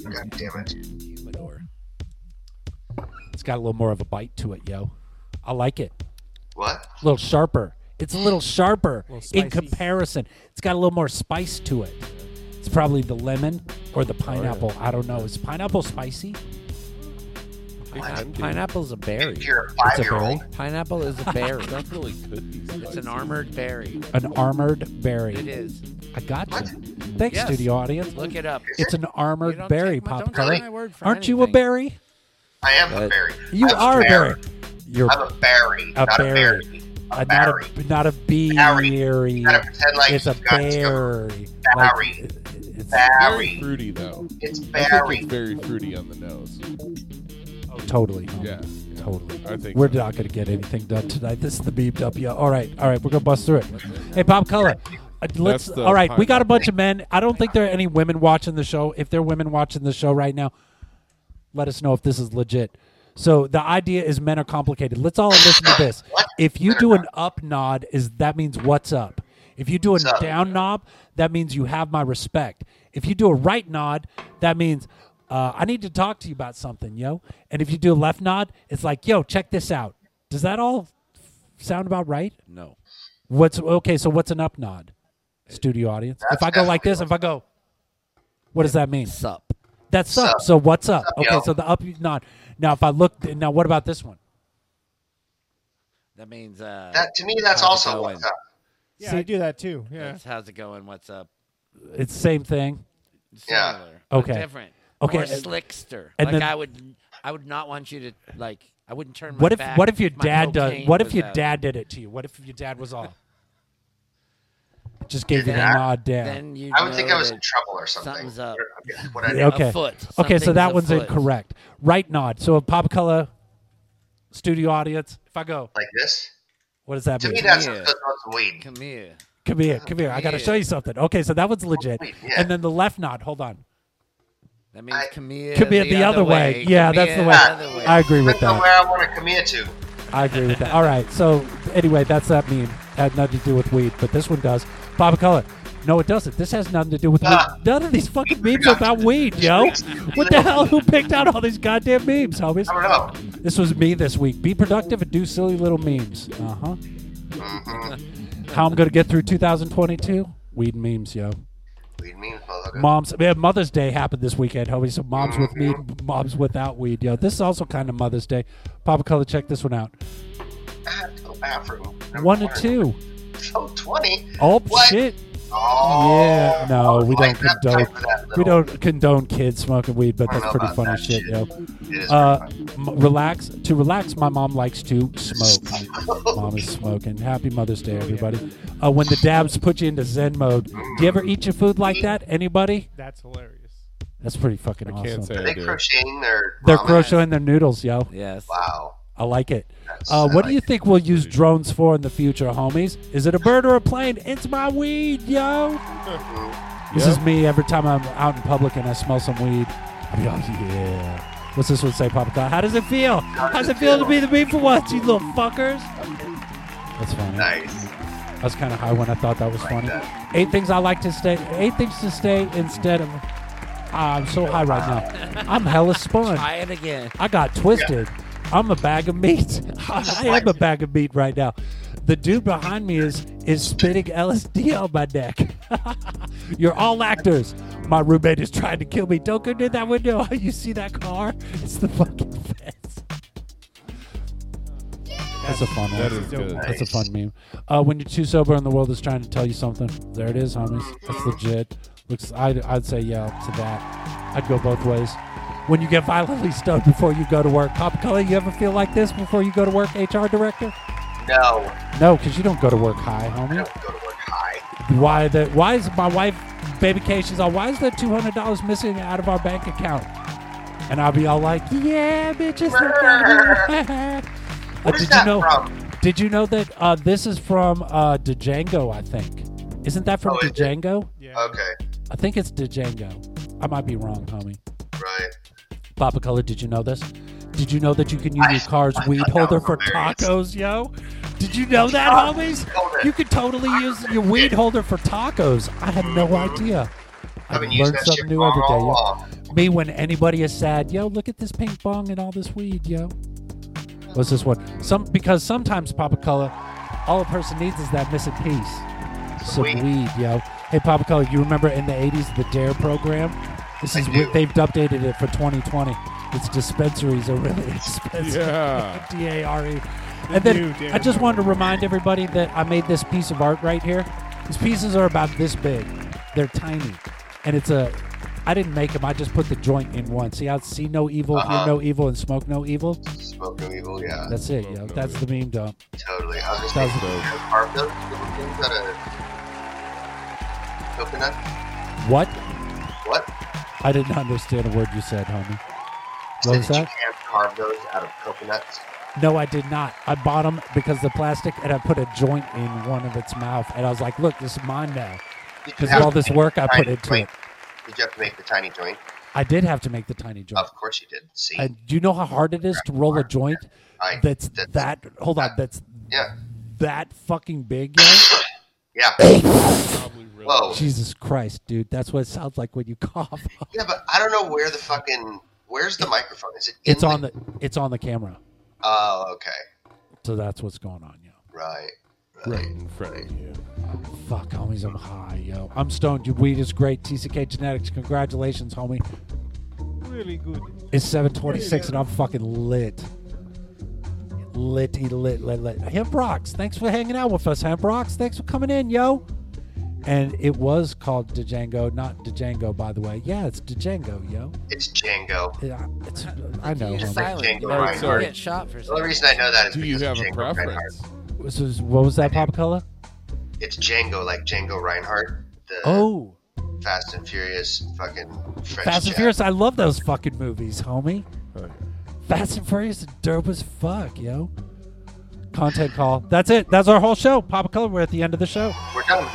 [SPEAKER 3] God damn it.
[SPEAKER 5] Humidor.
[SPEAKER 2] It's got a little more of a bite to it, yo. I like it.
[SPEAKER 3] What?
[SPEAKER 2] A little sharper. It's a little sharper in
[SPEAKER 6] spicy.
[SPEAKER 2] comparison. It's got a little more spice to it. It's probably the lemon or the
[SPEAKER 1] Oh,
[SPEAKER 2] pineapple. I don't know. Is pineapple spicy?
[SPEAKER 1] It can be.
[SPEAKER 5] Pineapple's a berry.
[SPEAKER 3] If you're a five year old,
[SPEAKER 5] Pineapple is a berry.
[SPEAKER 1] Definitely could be.
[SPEAKER 5] it's an armored berry.
[SPEAKER 2] An armored berry.
[SPEAKER 5] It is.
[SPEAKER 2] I got
[SPEAKER 3] What?
[SPEAKER 2] you. Thanks,
[SPEAKER 5] Yes.
[SPEAKER 2] studio audience.
[SPEAKER 5] Look it up.
[SPEAKER 2] It's an
[SPEAKER 5] You
[SPEAKER 2] armored
[SPEAKER 5] don't
[SPEAKER 2] berry,
[SPEAKER 5] take my-
[SPEAKER 2] Pop
[SPEAKER 5] don't
[SPEAKER 2] Color.
[SPEAKER 5] take my word for
[SPEAKER 2] Aren't you a
[SPEAKER 5] anything.
[SPEAKER 2] berry?
[SPEAKER 3] I am a
[SPEAKER 5] That-
[SPEAKER 3] berry.
[SPEAKER 2] You
[SPEAKER 3] I'm
[SPEAKER 2] are a
[SPEAKER 3] bear.
[SPEAKER 2] berry. You're
[SPEAKER 3] I'm a berry,
[SPEAKER 2] A
[SPEAKER 3] not
[SPEAKER 2] berry.
[SPEAKER 3] a berry.
[SPEAKER 2] a, not
[SPEAKER 3] Barry.
[SPEAKER 2] a not a berry.
[SPEAKER 3] You gotta pretend like
[SPEAKER 2] it's a
[SPEAKER 3] you've got to
[SPEAKER 2] berry.
[SPEAKER 3] Barry.
[SPEAKER 2] Like, it's
[SPEAKER 1] Very
[SPEAKER 3] Barry.
[SPEAKER 1] fruity though.
[SPEAKER 3] It's
[SPEAKER 1] I think
[SPEAKER 3] Barry.
[SPEAKER 1] it's very fruity on the nose.
[SPEAKER 2] oh, totally. homie.
[SPEAKER 1] Yeah, yeah,
[SPEAKER 2] Totally.
[SPEAKER 1] I think
[SPEAKER 2] We're
[SPEAKER 1] so.
[SPEAKER 2] not going to get anything done tonight. This is the BMW. All right. All right. We're going to bust through it. Hey, Bob Color. uh, Let's,
[SPEAKER 1] the
[SPEAKER 2] all right. We got a
[SPEAKER 1] highlight.
[SPEAKER 2] bunch of men. I don't think there are any women watching the show. If there are women watching the show right now, let us know if this is legit. So the idea is men are complicated. Let's all listen to this. If you do an up nod, is that means what's up? If you do a
[SPEAKER 3] up?
[SPEAKER 2] down knob, that means you have my respect. If you do a right nod, that means uh, I need to talk to you about something, yo. And if you do a left nod, it's like, yo, check this out. Does that all sound about right?
[SPEAKER 5] No.
[SPEAKER 2] What's okay? So what's an up nod? Studio audience. If I go like this, if I go, what does that mean?
[SPEAKER 5] Sup.
[SPEAKER 2] That's up.
[SPEAKER 3] Sup.
[SPEAKER 2] So what's up?
[SPEAKER 3] Sup,
[SPEAKER 2] okay,
[SPEAKER 3] yo.
[SPEAKER 2] so the up nod. Now if I look, now what about this one?
[SPEAKER 5] That means uh
[SPEAKER 3] That to me, that's
[SPEAKER 5] How's it
[SPEAKER 3] also
[SPEAKER 5] going?
[SPEAKER 3] what's up.
[SPEAKER 6] Yeah, I do that too. Yeah.
[SPEAKER 5] that's how's it going? What's up?
[SPEAKER 2] It's same thing.
[SPEAKER 3] Yeah.
[SPEAKER 5] Similar, but
[SPEAKER 2] Okay.
[SPEAKER 5] Different.
[SPEAKER 2] Okay,
[SPEAKER 5] More
[SPEAKER 2] and-
[SPEAKER 5] slickster.
[SPEAKER 2] and
[SPEAKER 5] like
[SPEAKER 2] then-
[SPEAKER 5] I would I would not want you to like I wouldn't turn my
[SPEAKER 2] What if
[SPEAKER 5] back
[SPEAKER 2] what if your
[SPEAKER 5] my
[SPEAKER 2] dad does?
[SPEAKER 5] cocaine
[SPEAKER 2] What if
[SPEAKER 5] was
[SPEAKER 2] your
[SPEAKER 5] out.
[SPEAKER 2] dad did it to you? What if your dad was all? Just gave you the
[SPEAKER 3] Yeah.
[SPEAKER 2] nod down.
[SPEAKER 5] then you
[SPEAKER 3] I would think
[SPEAKER 5] know
[SPEAKER 3] I was
[SPEAKER 5] that
[SPEAKER 3] in trouble or something.
[SPEAKER 5] something's up.
[SPEAKER 3] Yeah, what I
[SPEAKER 2] Yeah,
[SPEAKER 3] know.
[SPEAKER 2] okay.
[SPEAKER 5] afoot.
[SPEAKER 2] Okay, so
[SPEAKER 5] Something's
[SPEAKER 2] that one's
[SPEAKER 5] afoot.
[SPEAKER 2] incorrect. Right nod. So a pop color studio audience. If I go,
[SPEAKER 3] Like this.
[SPEAKER 2] what does that
[SPEAKER 3] To
[SPEAKER 2] mean?
[SPEAKER 3] me, that's
[SPEAKER 5] Yeah.
[SPEAKER 3] that's what's weed.
[SPEAKER 5] Come here.
[SPEAKER 2] Come here, come here. I got to show you something. Okay, so that one's legit.
[SPEAKER 3] Oh, wait, yeah.
[SPEAKER 2] And then the left nod. Hold on.
[SPEAKER 5] That means
[SPEAKER 3] I-
[SPEAKER 5] come here.
[SPEAKER 2] Could be it the other way. Yeah, that's the way. I agree with
[SPEAKER 3] That's not
[SPEAKER 2] that.
[SPEAKER 3] where I want to commit to.
[SPEAKER 2] I agree with that. All right. So anyway, that's that meme. Had nothing to do with weed, but this one does. Bob Color. No, it doesn't. This has nothing to do with
[SPEAKER 3] Ah.
[SPEAKER 2] weed. None of these fucking memes are about weed, yo. What the hell? Who picked out all these goddamn memes, homies?
[SPEAKER 3] I don't know.
[SPEAKER 2] This was me this week. Be productive and do silly little memes. Uh huh.
[SPEAKER 3] Mm-hmm.
[SPEAKER 2] How I'm gonna get through 2022? Weed memes, yo.
[SPEAKER 3] Weed means motherfucker.
[SPEAKER 2] Moms. Yeah, Mother's Day happened this weekend, homie. So moms with me, moms without weed, yo. This is also kind of Mother's Day. Papa Color, check this one out.
[SPEAKER 3] I have to go bathroom. Number
[SPEAKER 2] One to two.
[SPEAKER 3] Oh, 20?
[SPEAKER 2] Oh
[SPEAKER 3] What?
[SPEAKER 2] shit.
[SPEAKER 3] Oh.
[SPEAKER 2] Yeah, no, we don't
[SPEAKER 3] like that
[SPEAKER 2] condone.
[SPEAKER 3] type of that
[SPEAKER 2] We
[SPEAKER 3] little-
[SPEAKER 2] don't condone kids smoking weed, but
[SPEAKER 3] I don't
[SPEAKER 2] that's
[SPEAKER 3] know
[SPEAKER 2] pretty
[SPEAKER 3] about
[SPEAKER 2] funny
[SPEAKER 3] that
[SPEAKER 2] shit,
[SPEAKER 3] shit.
[SPEAKER 2] yo.
[SPEAKER 3] It is
[SPEAKER 2] Uh, m- relax. To relax, my mom likes to smoke. mom is smoking. Happy Mother's
[SPEAKER 3] Oh,
[SPEAKER 2] Day, everybody. Uh, when the dabs put you into Zen mode, do you ever
[SPEAKER 3] Mm.
[SPEAKER 2] eat your food like that? Anybody?
[SPEAKER 6] That's hilarious.
[SPEAKER 2] That's pretty fucking
[SPEAKER 1] I
[SPEAKER 2] awesome.
[SPEAKER 1] can't say
[SPEAKER 3] Are
[SPEAKER 1] I
[SPEAKER 3] they
[SPEAKER 1] do.
[SPEAKER 3] crocheting their
[SPEAKER 2] They're
[SPEAKER 3] ramen?
[SPEAKER 2] crocheting their noodles, yo.
[SPEAKER 5] Yes.
[SPEAKER 3] Wow.
[SPEAKER 2] I like it.
[SPEAKER 3] That's-
[SPEAKER 2] Uh,
[SPEAKER 3] I
[SPEAKER 2] what do
[SPEAKER 3] like
[SPEAKER 2] you
[SPEAKER 3] it.
[SPEAKER 2] think we'll use drones for in the future, homies? Is it a bird or a plane? It's my weed, yo. This is me every time I'm out in public and I smell some weed. I'm like, oh, yeah. What's this one say, Papa? Cloud? How does it feel? How does it feel to be the beat for once, you little fuckers? That's funny.
[SPEAKER 3] Nice.
[SPEAKER 2] I was kind of high when I thought that was funny.
[SPEAKER 3] that.
[SPEAKER 2] Eight things I like to stay. Eight things to stay instead of. Ah, I'm so high right now. I'm hella spun.
[SPEAKER 5] Try it again.
[SPEAKER 2] I got twisted. I'm a bag of meat. I am a bag of meat right now. The dude behind me is is spitting LSD on my neck. You're all actors. My roommate is trying to kill me. Don't go near that window. You see that car? It's the fucking fence. That's a fun one.
[SPEAKER 1] That is good.
[SPEAKER 2] That's a fun meme. Uh, when you're too sober and the world is trying to tell you something, there it is, homies. That's legit. Looks, I'd, I'd say yeah to that. I'd go both ways. When you get violently stoned before you go to work, Pop Color, you ever feel like this before you go to work, HR director?
[SPEAKER 3] No.
[SPEAKER 2] No, because you don't go to work high,
[SPEAKER 3] I
[SPEAKER 2] homie.
[SPEAKER 3] don't go to work high.
[SPEAKER 2] Why the? Why is my wife, baby K, she's all, why is there two hundred dollars missing out of our bank account? And I'll be all like, yeah, bitches. uh,
[SPEAKER 3] Where's
[SPEAKER 2] did you
[SPEAKER 3] that
[SPEAKER 2] know?
[SPEAKER 3] from?
[SPEAKER 2] Did you know that uh, this is from uh, Django? I think. Isn't that from
[SPEAKER 3] Oh, is it?
[SPEAKER 2] Django?
[SPEAKER 6] Yeah.
[SPEAKER 3] Okay.
[SPEAKER 2] I think it's Django. I might be wrong, homie.
[SPEAKER 3] Right.
[SPEAKER 2] Papa Color, did you know this? Did you know that you can use
[SPEAKER 3] I-
[SPEAKER 2] your car's
[SPEAKER 3] I
[SPEAKER 2] weed
[SPEAKER 3] thought that
[SPEAKER 2] holder
[SPEAKER 3] was
[SPEAKER 2] for
[SPEAKER 3] hilarious.
[SPEAKER 2] tacos, yo? Did you know that,
[SPEAKER 3] Oh,
[SPEAKER 2] homies?
[SPEAKER 3] hold it.
[SPEAKER 2] You could totally use your weed holder for tacos. I had no idea. I
[SPEAKER 3] I've been using
[SPEAKER 2] learned
[SPEAKER 3] Mm-hmm. that
[SPEAKER 2] something
[SPEAKER 3] shit
[SPEAKER 2] new
[SPEAKER 3] all
[SPEAKER 2] every day. Yo.
[SPEAKER 3] along.
[SPEAKER 2] Me, when anybody is sad, yo, look at this ping pong and all this weed, yo. What's this one? Some because sometimes Papa Color, all a person needs is that missing piece, some
[SPEAKER 3] Weed.
[SPEAKER 2] weed, yo. Hey, Papa Color, you remember in the '80s the Dare program? This
[SPEAKER 3] I
[SPEAKER 2] is wi-
[SPEAKER 3] do.
[SPEAKER 2] they've updated it for 2020. Its dispensaries are really expensive.
[SPEAKER 1] Yeah.
[SPEAKER 2] D A R E. And then
[SPEAKER 6] new Dare
[SPEAKER 2] I just wanted to remind everybody that I made this piece of art right here. These pieces are about this big. They're tiny, and it's a. I I didn't make him. I just put the joint in one. See, I see no evil,
[SPEAKER 3] Uh-huh.
[SPEAKER 2] hear no evil, and smoke no evil.
[SPEAKER 3] Smoke no evil, yeah,
[SPEAKER 2] That's it. Yo. That's the meme dump.
[SPEAKER 3] totally. I was just
[SPEAKER 2] That's
[SPEAKER 3] thinking, are those little things that are coconut?
[SPEAKER 2] What?
[SPEAKER 3] What?
[SPEAKER 2] I didn't understand a word you said, homie. What
[SPEAKER 3] Said
[SPEAKER 2] was
[SPEAKER 3] You
[SPEAKER 2] that?
[SPEAKER 3] can't carve those out of coconuts.
[SPEAKER 2] No, I did not. I bought them because they're plastic, and I put a joint in one of its mouth, and I was like, "Look, this is mine now."
[SPEAKER 3] Did you
[SPEAKER 2] Because
[SPEAKER 3] have
[SPEAKER 2] all
[SPEAKER 3] to
[SPEAKER 2] this
[SPEAKER 3] make
[SPEAKER 2] work
[SPEAKER 3] the
[SPEAKER 2] I
[SPEAKER 3] tiny
[SPEAKER 2] put into
[SPEAKER 3] joint?
[SPEAKER 2] it,
[SPEAKER 3] Did you have to make the tiny joint?
[SPEAKER 2] I did have to make the tiny joint.
[SPEAKER 3] Of course you did. See,
[SPEAKER 2] And do you know how hard it is to roll a joint
[SPEAKER 3] I-
[SPEAKER 2] that's
[SPEAKER 3] that's-
[SPEAKER 2] that? Hold on, that's
[SPEAKER 3] yeah,
[SPEAKER 2] that fucking big. Yo?
[SPEAKER 3] yeah.
[SPEAKER 1] Probably really.
[SPEAKER 3] Whoa.
[SPEAKER 2] Jesus Christ, dude, that's what it sounds like when you cough.
[SPEAKER 3] Yeah, but I don't know where the fucking where's the microphone? Is it? In
[SPEAKER 2] It's on the it's on the camera,
[SPEAKER 3] Oh, okay.
[SPEAKER 2] so that's what's going on, yo.
[SPEAKER 3] Right.
[SPEAKER 1] Right in front of you.
[SPEAKER 2] Fuck, homies, I'm high, yo. I'm stoned. Your weed is great. TCK Genetics, congratulations, homie.
[SPEAKER 6] Really good.
[SPEAKER 2] It's 726 and I'm fucking lit. Litty lit lit lit. Hemp Rocks, thanks for hanging out with us, Hemp Rocks. Thanks for coming in, yo. And it was called Django, not Django, by the way. Yeah, it's Django, yo.
[SPEAKER 3] It's Django.
[SPEAKER 2] Yeah, it's, uh, I know.
[SPEAKER 5] You're
[SPEAKER 2] homie.
[SPEAKER 5] silent. You
[SPEAKER 3] All right,
[SPEAKER 5] might
[SPEAKER 1] sorry.
[SPEAKER 5] get shot for
[SPEAKER 3] The only
[SPEAKER 5] something.
[SPEAKER 3] reason I know that is
[SPEAKER 1] Do you
[SPEAKER 3] because
[SPEAKER 1] have
[SPEAKER 3] of
[SPEAKER 1] a
[SPEAKER 3] Django Reinhardt.
[SPEAKER 1] preference?
[SPEAKER 2] This is- what was that pop color?
[SPEAKER 3] It's Django, like Django Reinhardt, the
[SPEAKER 2] Oh,
[SPEAKER 3] Fast and Furious fucking French
[SPEAKER 2] Fast and
[SPEAKER 3] chap.
[SPEAKER 2] Furious. I love those fucking movies, homie.
[SPEAKER 1] Oh, yeah.
[SPEAKER 2] Fast and Furious is dope as fuck, yo. Content call. That's it. That's our whole show. Pop color. We're at the end of the show.
[SPEAKER 3] We're done.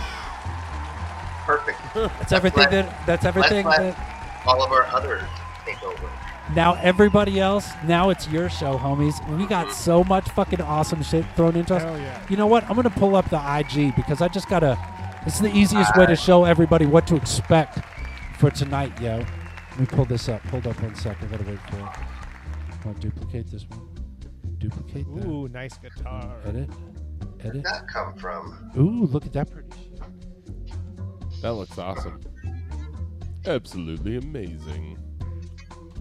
[SPEAKER 3] Perfect.
[SPEAKER 2] That's everything
[SPEAKER 3] let-
[SPEAKER 2] that. That's everything
[SPEAKER 3] let-
[SPEAKER 2] that.
[SPEAKER 3] All of our other takeover.
[SPEAKER 2] Now everybody else, now it's your show, homies. We got so much fucking awesome shit thrown into us.
[SPEAKER 6] Hell yeah.
[SPEAKER 2] You know what? I'm gonna pull up the IG because I just gotta. This is the easiest way to show everybody what to expect for tonight, yo. Let me pull this up. Hold up one second. I gotta wait for it. i to duplicate this one. Duplicate that.
[SPEAKER 6] Ooh, nice guitar.
[SPEAKER 2] Edit.
[SPEAKER 3] Where'd
[SPEAKER 2] Edit.
[SPEAKER 3] that um, come from?
[SPEAKER 2] Ooh, look at that pretty. shit.
[SPEAKER 1] Ah, That looks awesome. Absolutely amazing.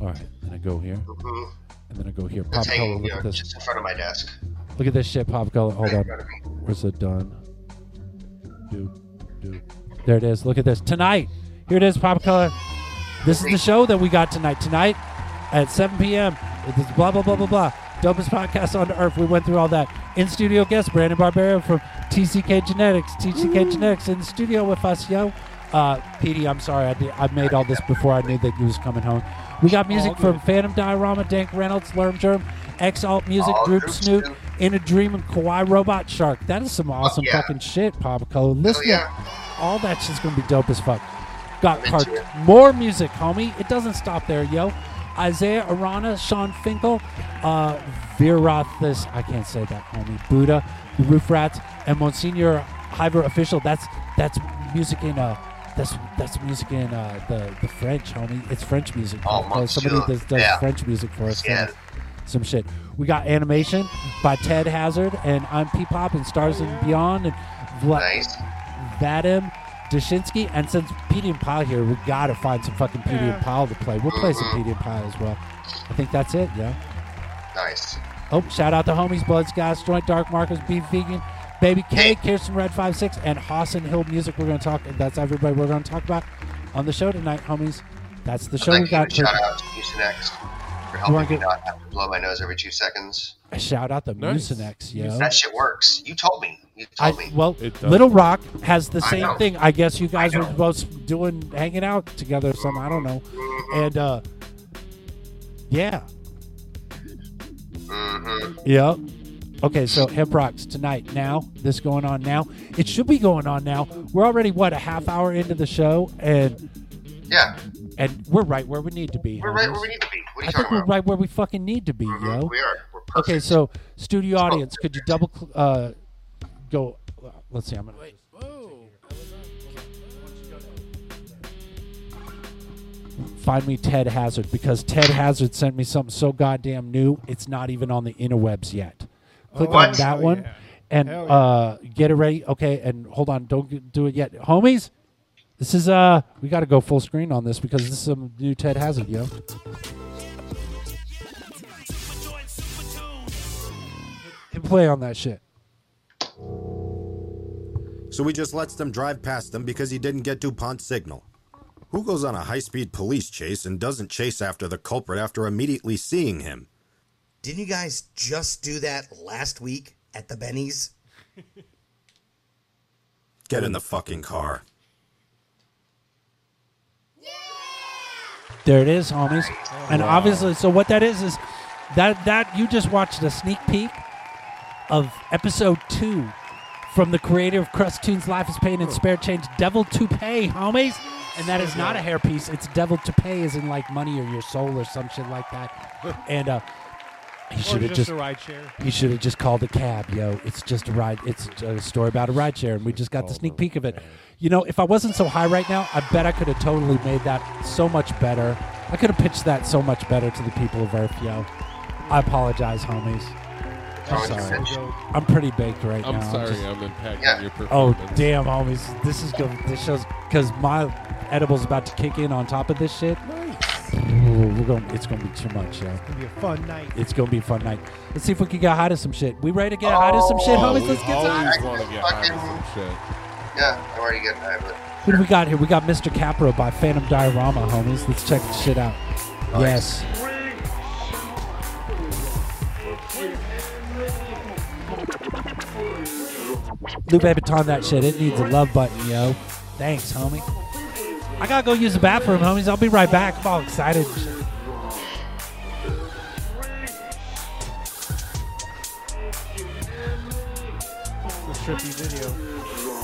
[SPEAKER 2] All right. Then I go here,
[SPEAKER 3] Mhm.
[SPEAKER 2] and then I go here. Pop
[SPEAKER 3] It's
[SPEAKER 2] color.
[SPEAKER 3] hanging
[SPEAKER 2] Look
[SPEAKER 3] you know,
[SPEAKER 2] at this.
[SPEAKER 3] just in front of my desk.
[SPEAKER 2] Look at this shit. Pop color. Hold
[SPEAKER 3] right in
[SPEAKER 2] up.
[SPEAKER 3] front of me.
[SPEAKER 2] Where's it done? Doop, doop. There it is. Look at this. Tonight. Here it is, Pop Color. This is the show that we got tonight. Tonight at 7 p.m. It is blah, blah, blah, blah, blah. Dopest podcast on earth. We went through all that. In studio guest, Brandon Barbero from TCK Genetics. TCK Genetics in the studio with us, yo. Uh, Petey, I'm sorry. I, did, I made all this before I knew that you was coming home. We got music from Phantom Diorama, Dank Reynolds, Lerm Germ, X Alt Music,
[SPEAKER 3] All
[SPEAKER 2] Group
[SPEAKER 3] Group
[SPEAKER 2] Snoop,
[SPEAKER 3] Snoop. Oh,
[SPEAKER 2] in a Dream and Kawhi Robot Shark. That is some awesome
[SPEAKER 3] yeah. Oh,
[SPEAKER 2] fucking shit, Papa Colo. Listen,
[SPEAKER 3] yeah.
[SPEAKER 2] to all that shit's gonna be dope as fuck. Got
[SPEAKER 3] I'm into
[SPEAKER 2] cart-
[SPEAKER 3] it.
[SPEAKER 2] more music, homie. It doesn't stop there, yo. Isaiah Arana, Sean Finkel, uh, Virathis, I can't say that, homie. Buddha, the Roof Rats, and Monsignor Hiver Official. That's that's music in uh that's that's music in uh the, the French, homie. It's French music.
[SPEAKER 3] Oh,
[SPEAKER 2] Uh, somebody
[SPEAKER 3] Monsieur.
[SPEAKER 2] that does
[SPEAKER 3] Yeah.
[SPEAKER 2] French music for us.
[SPEAKER 3] Yeah.
[SPEAKER 2] does some shit. We got animation by Ted Hazard and I'm P Pop and Stars and Beyond and Vla-
[SPEAKER 3] Nice.
[SPEAKER 2] Vadim Dashinsky. And since Petey and Pyle here, we gotta find some fucking Petey
[SPEAKER 6] Yeah.
[SPEAKER 2] and Pyle to play. We'll play
[SPEAKER 3] Mm-hmm.
[SPEAKER 2] some Petey and Pyle as well. I think that's it, yeah.
[SPEAKER 3] Nice.
[SPEAKER 2] Oh, shout out to homies, Bloods, Guys, Joint, Dark Markers, Be Vegan, Baby K, Kirsten Red 56, and Hassan Hill Music. We're gonna talk that's everybody we're gonna talk about on the show tonight, homies. That's the show
[SPEAKER 3] I'd
[SPEAKER 2] we
[SPEAKER 3] like to
[SPEAKER 2] got.
[SPEAKER 3] give a shout out to Mucinex for
[SPEAKER 2] wanna
[SPEAKER 3] helping me
[SPEAKER 2] get-
[SPEAKER 3] not have to blow my nose every two seconds.
[SPEAKER 2] Shout out to
[SPEAKER 1] Nice.
[SPEAKER 2] Mucinex, yo.
[SPEAKER 3] That shit works. You told me. You
[SPEAKER 2] I,
[SPEAKER 3] told me.
[SPEAKER 2] well,
[SPEAKER 1] It does.
[SPEAKER 2] Little Rock has the
[SPEAKER 3] I
[SPEAKER 2] same
[SPEAKER 3] know.
[SPEAKER 2] thing. I guess you guys
[SPEAKER 3] I
[SPEAKER 2] were
[SPEAKER 3] know.
[SPEAKER 2] both doing hanging out together or something. I don't know. And uh yeah.
[SPEAKER 3] hmm
[SPEAKER 2] Yep. Okay, so Hemp Rocks tonight, now, this going on now. It should be going on now. We're already what, a half hour into the show and
[SPEAKER 3] Yeah,
[SPEAKER 2] and we're right where we need to be.
[SPEAKER 3] we're right where
[SPEAKER 2] homies.
[SPEAKER 3] we need to be. What are you
[SPEAKER 2] I
[SPEAKER 3] talking
[SPEAKER 2] think we're
[SPEAKER 3] about?
[SPEAKER 2] right where we fucking need to be,
[SPEAKER 3] Mhm,
[SPEAKER 2] yo.
[SPEAKER 3] We are. We're perfect.
[SPEAKER 2] Okay, so studio audience, could you double cl- uh go uh, let's see, I'm gonna find me Ted Hazard because Ted Hazard sent me something so goddamn new. It's not even on the interwebs yet. Click
[SPEAKER 3] What?
[SPEAKER 2] on that
[SPEAKER 6] Hell
[SPEAKER 2] one
[SPEAKER 6] yeah.
[SPEAKER 2] and
[SPEAKER 6] Hell
[SPEAKER 2] uh, get it ready. Okay, and hold on, don't g- do it yet, homies. This is uh, we got to go full screen on this because this is some new Ted Hazard, yo. And play on that shit.
[SPEAKER 9] so he just lets them drive past him because he didn't get DuPont's signal. Who goes on a high speed police chase and doesn't chase after the culprit after immediately seeing him?
[SPEAKER 10] Didn't you guys just do that last week at the Benny's?
[SPEAKER 9] Get in the fucking car.
[SPEAKER 2] There it is, homies. And obviously, so what that is is that that you just watched a sneak peek of episode two from the creator of Crust Tunes, Life is Pain, and Spare Change, Devil Toupee, homies. And that is not a hairpiece. It's Devil Toupee, is in like money or your soul or some shit like that. And uh, he
[SPEAKER 6] Or
[SPEAKER 2] should have
[SPEAKER 6] just
[SPEAKER 2] just
[SPEAKER 6] a ride share.
[SPEAKER 2] He should have just called a cab, yo. It's just a ride. It's a story about a ride share, and we just got the sneak peek of it. You know, if I wasn't so high right now, I bet I could have totally made that so much better. I could have pitched that so much better to the people of Earth, yo. I apologize, homies. I'm sorry. I'm pretty baked right
[SPEAKER 1] I'm
[SPEAKER 2] now.
[SPEAKER 1] sorry,
[SPEAKER 2] just-
[SPEAKER 1] I'm impacting Yeah. your
[SPEAKER 2] Oh
[SPEAKER 1] performance.
[SPEAKER 2] damn, homies! This is good. This shows because my edible's about to kick in on top of this shit. Nice. we're going. It's going to be too much, yo.
[SPEAKER 6] It's gonna be a fun night.
[SPEAKER 2] It's gonna be a fun night. Let's see if we can get high to some shit. We ready to get high to some
[SPEAKER 6] Oh.
[SPEAKER 2] shit, homies? Let's get high.
[SPEAKER 1] Oh, always want to get high to some shit.
[SPEAKER 3] Yeah, I'm already getting high, but
[SPEAKER 2] Who do we got here? We got Mr. Capro by Phantom Diorama, homies. Let's check the shit out. Yes. Lou Babaton, that shit. It needs a love button, yo. Thanks, homie. I gotta go use the bathroom, homies. I'll be right back. I'm all excited. and shit.
[SPEAKER 6] It's a trippy video.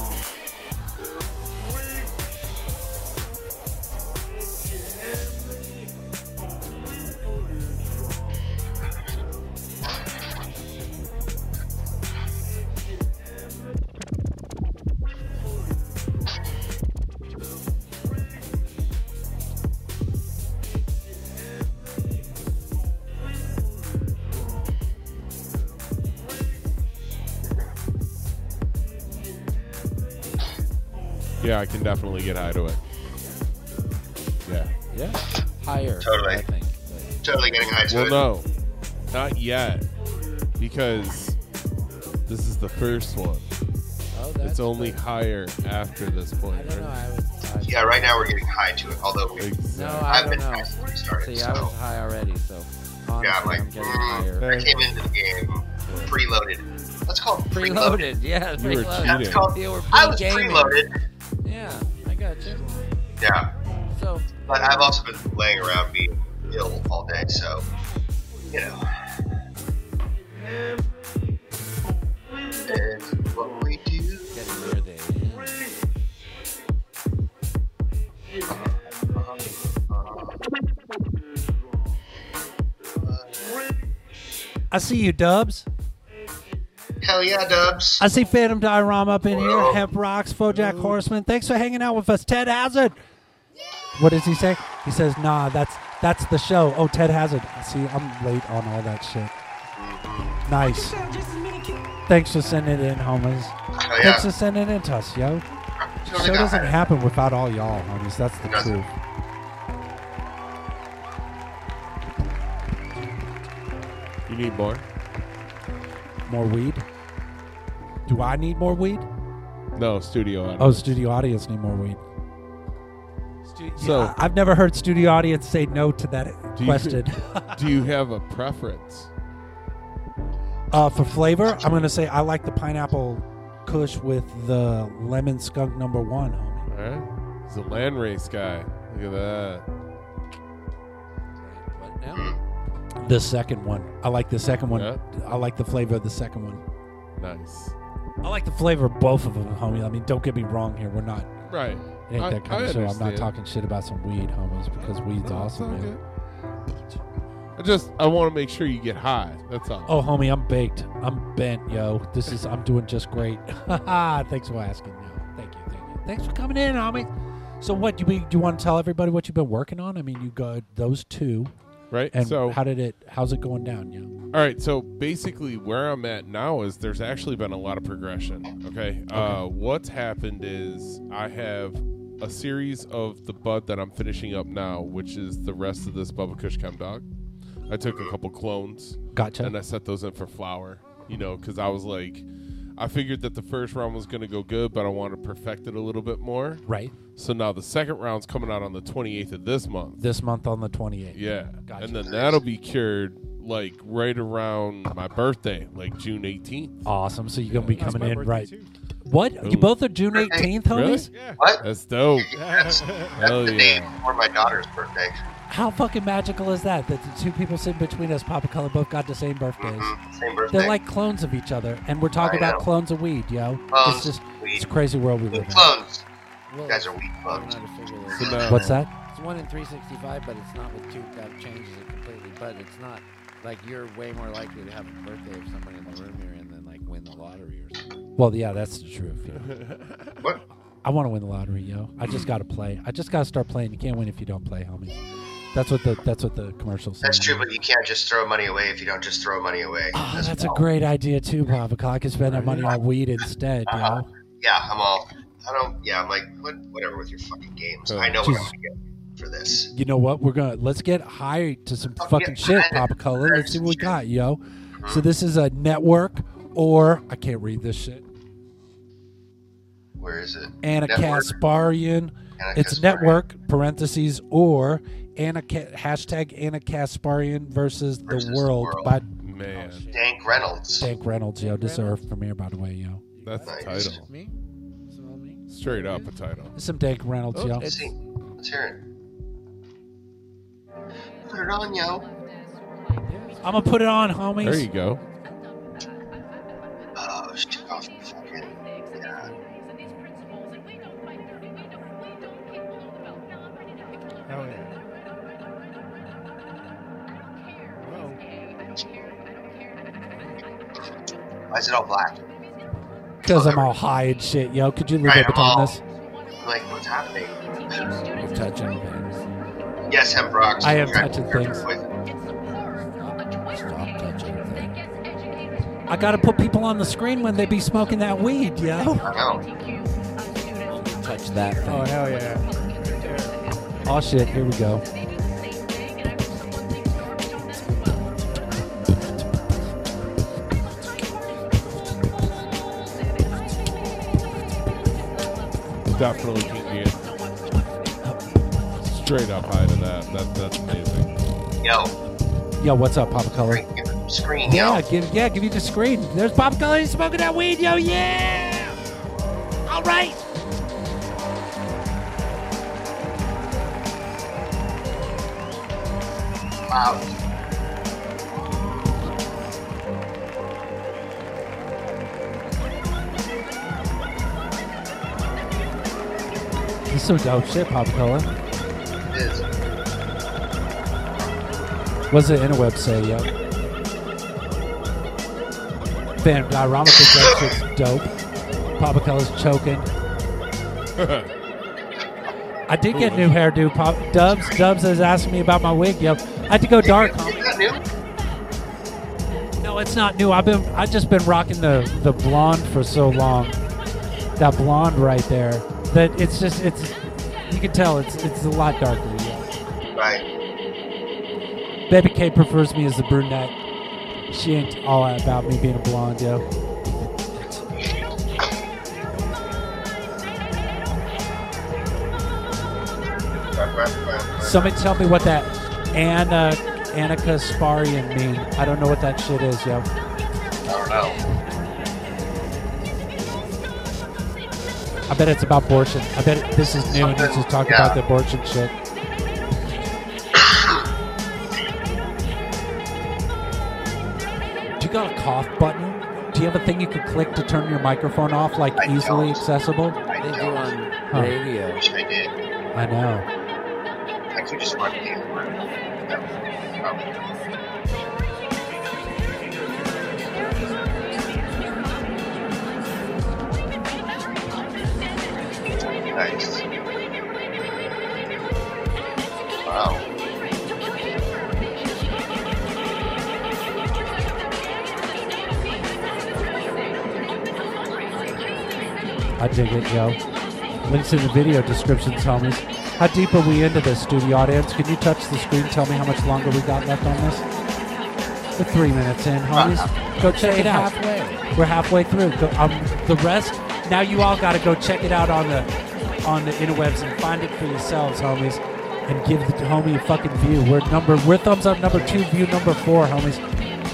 [SPEAKER 1] Yeah, I can definitely get high to it. Yeah.
[SPEAKER 5] Yeah. Higher.
[SPEAKER 3] Totally.
[SPEAKER 5] I think.
[SPEAKER 3] totally getting high to
[SPEAKER 1] Well,
[SPEAKER 3] it.
[SPEAKER 1] no, not yet, because this is the first one.
[SPEAKER 5] Oh,
[SPEAKER 1] it's
[SPEAKER 5] that's
[SPEAKER 1] only higher after this point.
[SPEAKER 5] No,
[SPEAKER 1] right?
[SPEAKER 5] I would. I,
[SPEAKER 3] Yeah, right now we're getting high to it, although we,
[SPEAKER 5] no,
[SPEAKER 1] Exactly.
[SPEAKER 5] I
[SPEAKER 3] I've
[SPEAKER 5] don't
[SPEAKER 3] been
[SPEAKER 5] know.
[SPEAKER 3] high since we started,
[SPEAKER 5] See,
[SPEAKER 3] so
[SPEAKER 5] I was high already, so honestly,
[SPEAKER 3] yeah, I'm like,
[SPEAKER 5] I'm getting
[SPEAKER 3] mm,
[SPEAKER 5] higher.
[SPEAKER 3] I came into the game preloaded. That's called preloaded.
[SPEAKER 5] Preloaded, yeah.
[SPEAKER 1] You were
[SPEAKER 5] preloaded.
[SPEAKER 1] cheating.
[SPEAKER 3] That's called.
[SPEAKER 5] You were
[SPEAKER 3] I was
[SPEAKER 5] pre-gaming.
[SPEAKER 3] preloaded.
[SPEAKER 5] Yeah, I got you.
[SPEAKER 3] Yeah,
[SPEAKER 5] So,
[SPEAKER 3] but I've also been laying around being ill all day, so you know. It's what we do.
[SPEAKER 5] getting near the
[SPEAKER 3] Uh-huh.
[SPEAKER 2] I see you, Dubs.
[SPEAKER 3] Hell yeah, Dubs.
[SPEAKER 2] I see Phantom Diorama up in here. Hemp Rocks, Fojack Horseman. Thanks for hanging out with us, Ted Hazard. What does he say? He says, "Nah, that's that's the show." Oh, Ted Hazard. See, I'm late on all that shit. Nice. Thanks for sending it in, homies.
[SPEAKER 3] Hell Oh, yeah.
[SPEAKER 2] Thanks for sending it in to us, yo.
[SPEAKER 3] Totally
[SPEAKER 2] show
[SPEAKER 3] got
[SPEAKER 2] doesn't
[SPEAKER 3] high.
[SPEAKER 2] happen without all y'all, homies. That's the
[SPEAKER 3] Doesn't.
[SPEAKER 2] truth.
[SPEAKER 1] You need more?
[SPEAKER 2] More weed. Do I need more weed?
[SPEAKER 1] No, studio
[SPEAKER 2] Oh,
[SPEAKER 1] audience.
[SPEAKER 2] studio audience need more weed.
[SPEAKER 1] So-
[SPEAKER 2] I- I've never heard studio audience say no to that
[SPEAKER 1] Do you-
[SPEAKER 2] question.
[SPEAKER 1] Do you have a preference?
[SPEAKER 2] Uh, for flavor, I'm gonna say I like the pineapple Kush with the lemon skunk number one, homie.
[SPEAKER 1] All right. He's a land race guy. Look at that.
[SPEAKER 5] what now?
[SPEAKER 2] The second one, I like the second one.
[SPEAKER 1] Yeah.
[SPEAKER 2] I like the flavor of the second one.
[SPEAKER 1] Nice.
[SPEAKER 2] I like the flavor of both of them, homie. I mean, don't get me wrong here. We're not
[SPEAKER 1] Right.
[SPEAKER 2] it ain't
[SPEAKER 1] I-
[SPEAKER 2] that kind
[SPEAKER 1] I
[SPEAKER 2] of show. I'm not
[SPEAKER 1] understand.
[SPEAKER 2] talking shit about some weed, homies, because weed's
[SPEAKER 1] No, it's all
[SPEAKER 2] awesome, man.
[SPEAKER 1] good. I just I want to make sure you get high. That's all.
[SPEAKER 2] Oh, homie, I'm baked. I'm bent, yo. This is I'm doing just great. Thanks for asking, yo. Thank you, thank you. Thanks for coming in, homie. So, what do we do? You want to tell everybody what you've been working on? I mean, you got those two.
[SPEAKER 1] right.
[SPEAKER 2] And
[SPEAKER 1] so
[SPEAKER 2] how did it? How's it going down? Yeah.
[SPEAKER 1] All right, so basically, where I'm at now is there's actually been a lot of progression. Okay, Uh, what's happened is I have a series of the bud that I'm finishing up now, which is the rest of this Bubba Kush Chem Dog. I took a couple clones
[SPEAKER 2] Gotcha.
[SPEAKER 1] and I set those in for flower, you know, because I was like, I figured that the first round was going to go good, but I want to perfect it a little bit more.
[SPEAKER 2] Right.
[SPEAKER 1] So now the second round's coming out on the 28th of this month.
[SPEAKER 2] This month on the 28th.
[SPEAKER 1] Yeah. And then that'll be cured like right around my birthday, like June 18th.
[SPEAKER 2] Awesome. So you're gonna be
[SPEAKER 1] That's
[SPEAKER 2] coming
[SPEAKER 1] my
[SPEAKER 2] in
[SPEAKER 1] birthday,
[SPEAKER 2] right.
[SPEAKER 1] too.
[SPEAKER 2] What?
[SPEAKER 1] Ooh.
[SPEAKER 2] You both are June 18th, homies?
[SPEAKER 1] Really? What? That's dope.
[SPEAKER 3] That's, that's
[SPEAKER 1] Oh. Hell
[SPEAKER 3] the
[SPEAKER 1] yeah.
[SPEAKER 3] day before my daughter's birthday.
[SPEAKER 2] How fucking magical is that? That the two people sitting between us, Papa Color, both got the same birthdays.
[SPEAKER 3] Same birthday.
[SPEAKER 2] They're like clones of each other, and we're talking
[SPEAKER 3] I
[SPEAKER 2] about
[SPEAKER 3] know.
[SPEAKER 2] clones of weed, yo.
[SPEAKER 3] Clones
[SPEAKER 2] it's just
[SPEAKER 3] of weed.
[SPEAKER 2] it's a crazy world we
[SPEAKER 3] Weak
[SPEAKER 2] live in.
[SPEAKER 3] clones. You guys are weak clones.
[SPEAKER 1] So now-
[SPEAKER 2] What's that?
[SPEAKER 5] It's one in 365, but it's not with two. That changes it completely. But it's not like you're way more likely to have a birthday if somebody in the room you're in than like win the lottery or something.
[SPEAKER 2] Well, yeah, that's the truth.
[SPEAKER 3] What?
[SPEAKER 2] I want to win the lottery, yo. I just gotta play. I just gotta start playing. You can't win if you don't play, homies. That's what the that's what the commercials. say.
[SPEAKER 3] That's true, but you can't just throw money away if you don't just throw money away.
[SPEAKER 2] Oh, that's a great idea too, Papa. Color. I could spend that money on weed instead, yo.
[SPEAKER 3] Yeah, I'm all. I don't. Yeah, I'm like, what, whatever with your fucking
[SPEAKER 2] Oh,
[SPEAKER 3] games. I know what I'm gonna get for this.
[SPEAKER 2] You know what? We're gonna let's get high to some fucking shit, Papa Color. Let's see what we got, yo. So this is a network, or I can't read this shit.
[SPEAKER 3] Where is it?
[SPEAKER 2] Anna
[SPEAKER 3] Network?
[SPEAKER 2] Kasparian.
[SPEAKER 3] Anna
[SPEAKER 2] It's network parentheses or Anna Ca- hashtag Anna Kasparian versus, the world, by
[SPEAKER 1] Man.
[SPEAKER 3] Dank Reynolds.
[SPEAKER 2] Dank Reynolds, yo. This is our premiere, by the way, yo.
[SPEAKER 1] That's the
[SPEAKER 3] Nice.
[SPEAKER 1] title. Straight up a title.
[SPEAKER 2] Some Dank
[SPEAKER 1] Oh,
[SPEAKER 2] Reynolds, yo.
[SPEAKER 3] Oh, Let's see. Let's hear it. Put it on, yo.
[SPEAKER 2] I'm gonna put it on, homies.
[SPEAKER 1] There you go.
[SPEAKER 3] Oh, shit off the fucking. Yeah.
[SPEAKER 5] Oh,
[SPEAKER 6] Hell yeah.
[SPEAKER 3] Why is it all black?
[SPEAKER 2] Because I'm all high and shit, yo. Could you leave
[SPEAKER 3] Right,
[SPEAKER 2] up on
[SPEAKER 3] I'm
[SPEAKER 2] this?
[SPEAKER 3] I'm like, what's happening?
[SPEAKER 2] You're touching things.
[SPEAKER 3] Yes, Hemp Rocks.
[SPEAKER 2] I am
[SPEAKER 3] You're-
[SPEAKER 2] touching
[SPEAKER 3] you're-
[SPEAKER 2] things.
[SPEAKER 5] Stop touching things.
[SPEAKER 2] I gotta put people on the screen when they be smoking that weed, yo.
[SPEAKER 3] I know.
[SPEAKER 5] Touch that thing.
[SPEAKER 6] Oh hell yeah.
[SPEAKER 2] Oh shit, here we go.
[SPEAKER 1] Definitely can get straight up high to that. that that's amazing.
[SPEAKER 3] Yo,
[SPEAKER 2] Yo, what's up, Papa Color?
[SPEAKER 3] give him the screen, yo.
[SPEAKER 2] Yeah, give yeah, give you the screen. There's Papa Color he's smoking that weed, yo. Yeah. All right.
[SPEAKER 3] Wow.
[SPEAKER 2] This is some dope shit, Papa Color.
[SPEAKER 3] It is.
[SPEAKER 2] What's the interweb say, yo? Fan diorama thinks that shit's dope. Papa Color's choking. I did get new hairdo. Pop Dubs Dubs is asking me about my wig. Yo, I had to go dark.
[SPEAKER 3] Is that new?
[SPEAKER 2] No, it's not new. I've been I've just been rocking the the blonde for so long. That blonde right there. That it's just it's you can tell it's it's a lot darker. Yeah.
[SPEAKER 3] Right.
[SPEAKER 2] Baby K prefers me as the brunette. She ain't all that about me being a blonde, yo. Somebody tell me what that Anna Annika Sparian mean. I don't know what that shit is, yo.
[SPEAKER 3] I don't know.
[SPEAKER 2] I bet it's about abortion. I bet it, this is new and this is talking
[SPEAKER 3] Yeah.
[SPEAKER 2] about the abortion shit. Do you got a cough button? Do you have a thing you could click to turn your microphone off, like
[SPEAKER 3] I
[SPEAKER 2] easily
[SPEAKER 3] don't.
[SPEAKER 2] accessible?
[SPEAKER 3] I
[SPEAKER 5] They do
[SPEAKER 3] don't.
[SPEAKER 5] on
[SPEAKER 2] Huh.
[SPEAKER 3] I
[SPEAKER 5] radio.
[SPEAKER 3] wish I did.
[SPEAKER 2] I know.
[SPEAKER 3] I could just run the word. That would probably- Nice. Wow.
[SPEAKER 2] I dig it, yo. Links in the video description, homies. How deep are we into this, studio audience? Can you touch the screen? Tell me how much longer we got left on this. We're three minutes in, homies. Go check
[SPEAKER 5] Say
[SPEAKER 2] it out.
[SPEAKER 5] halfway.
[SPEAKER 2] We're halfway through. Go, um, the rest, now you all got to go check it out on the on the interwebs and find it for yourselves, homies. And give the homie a fucking view. We're number, we're thumbs up number two, view number four, homies.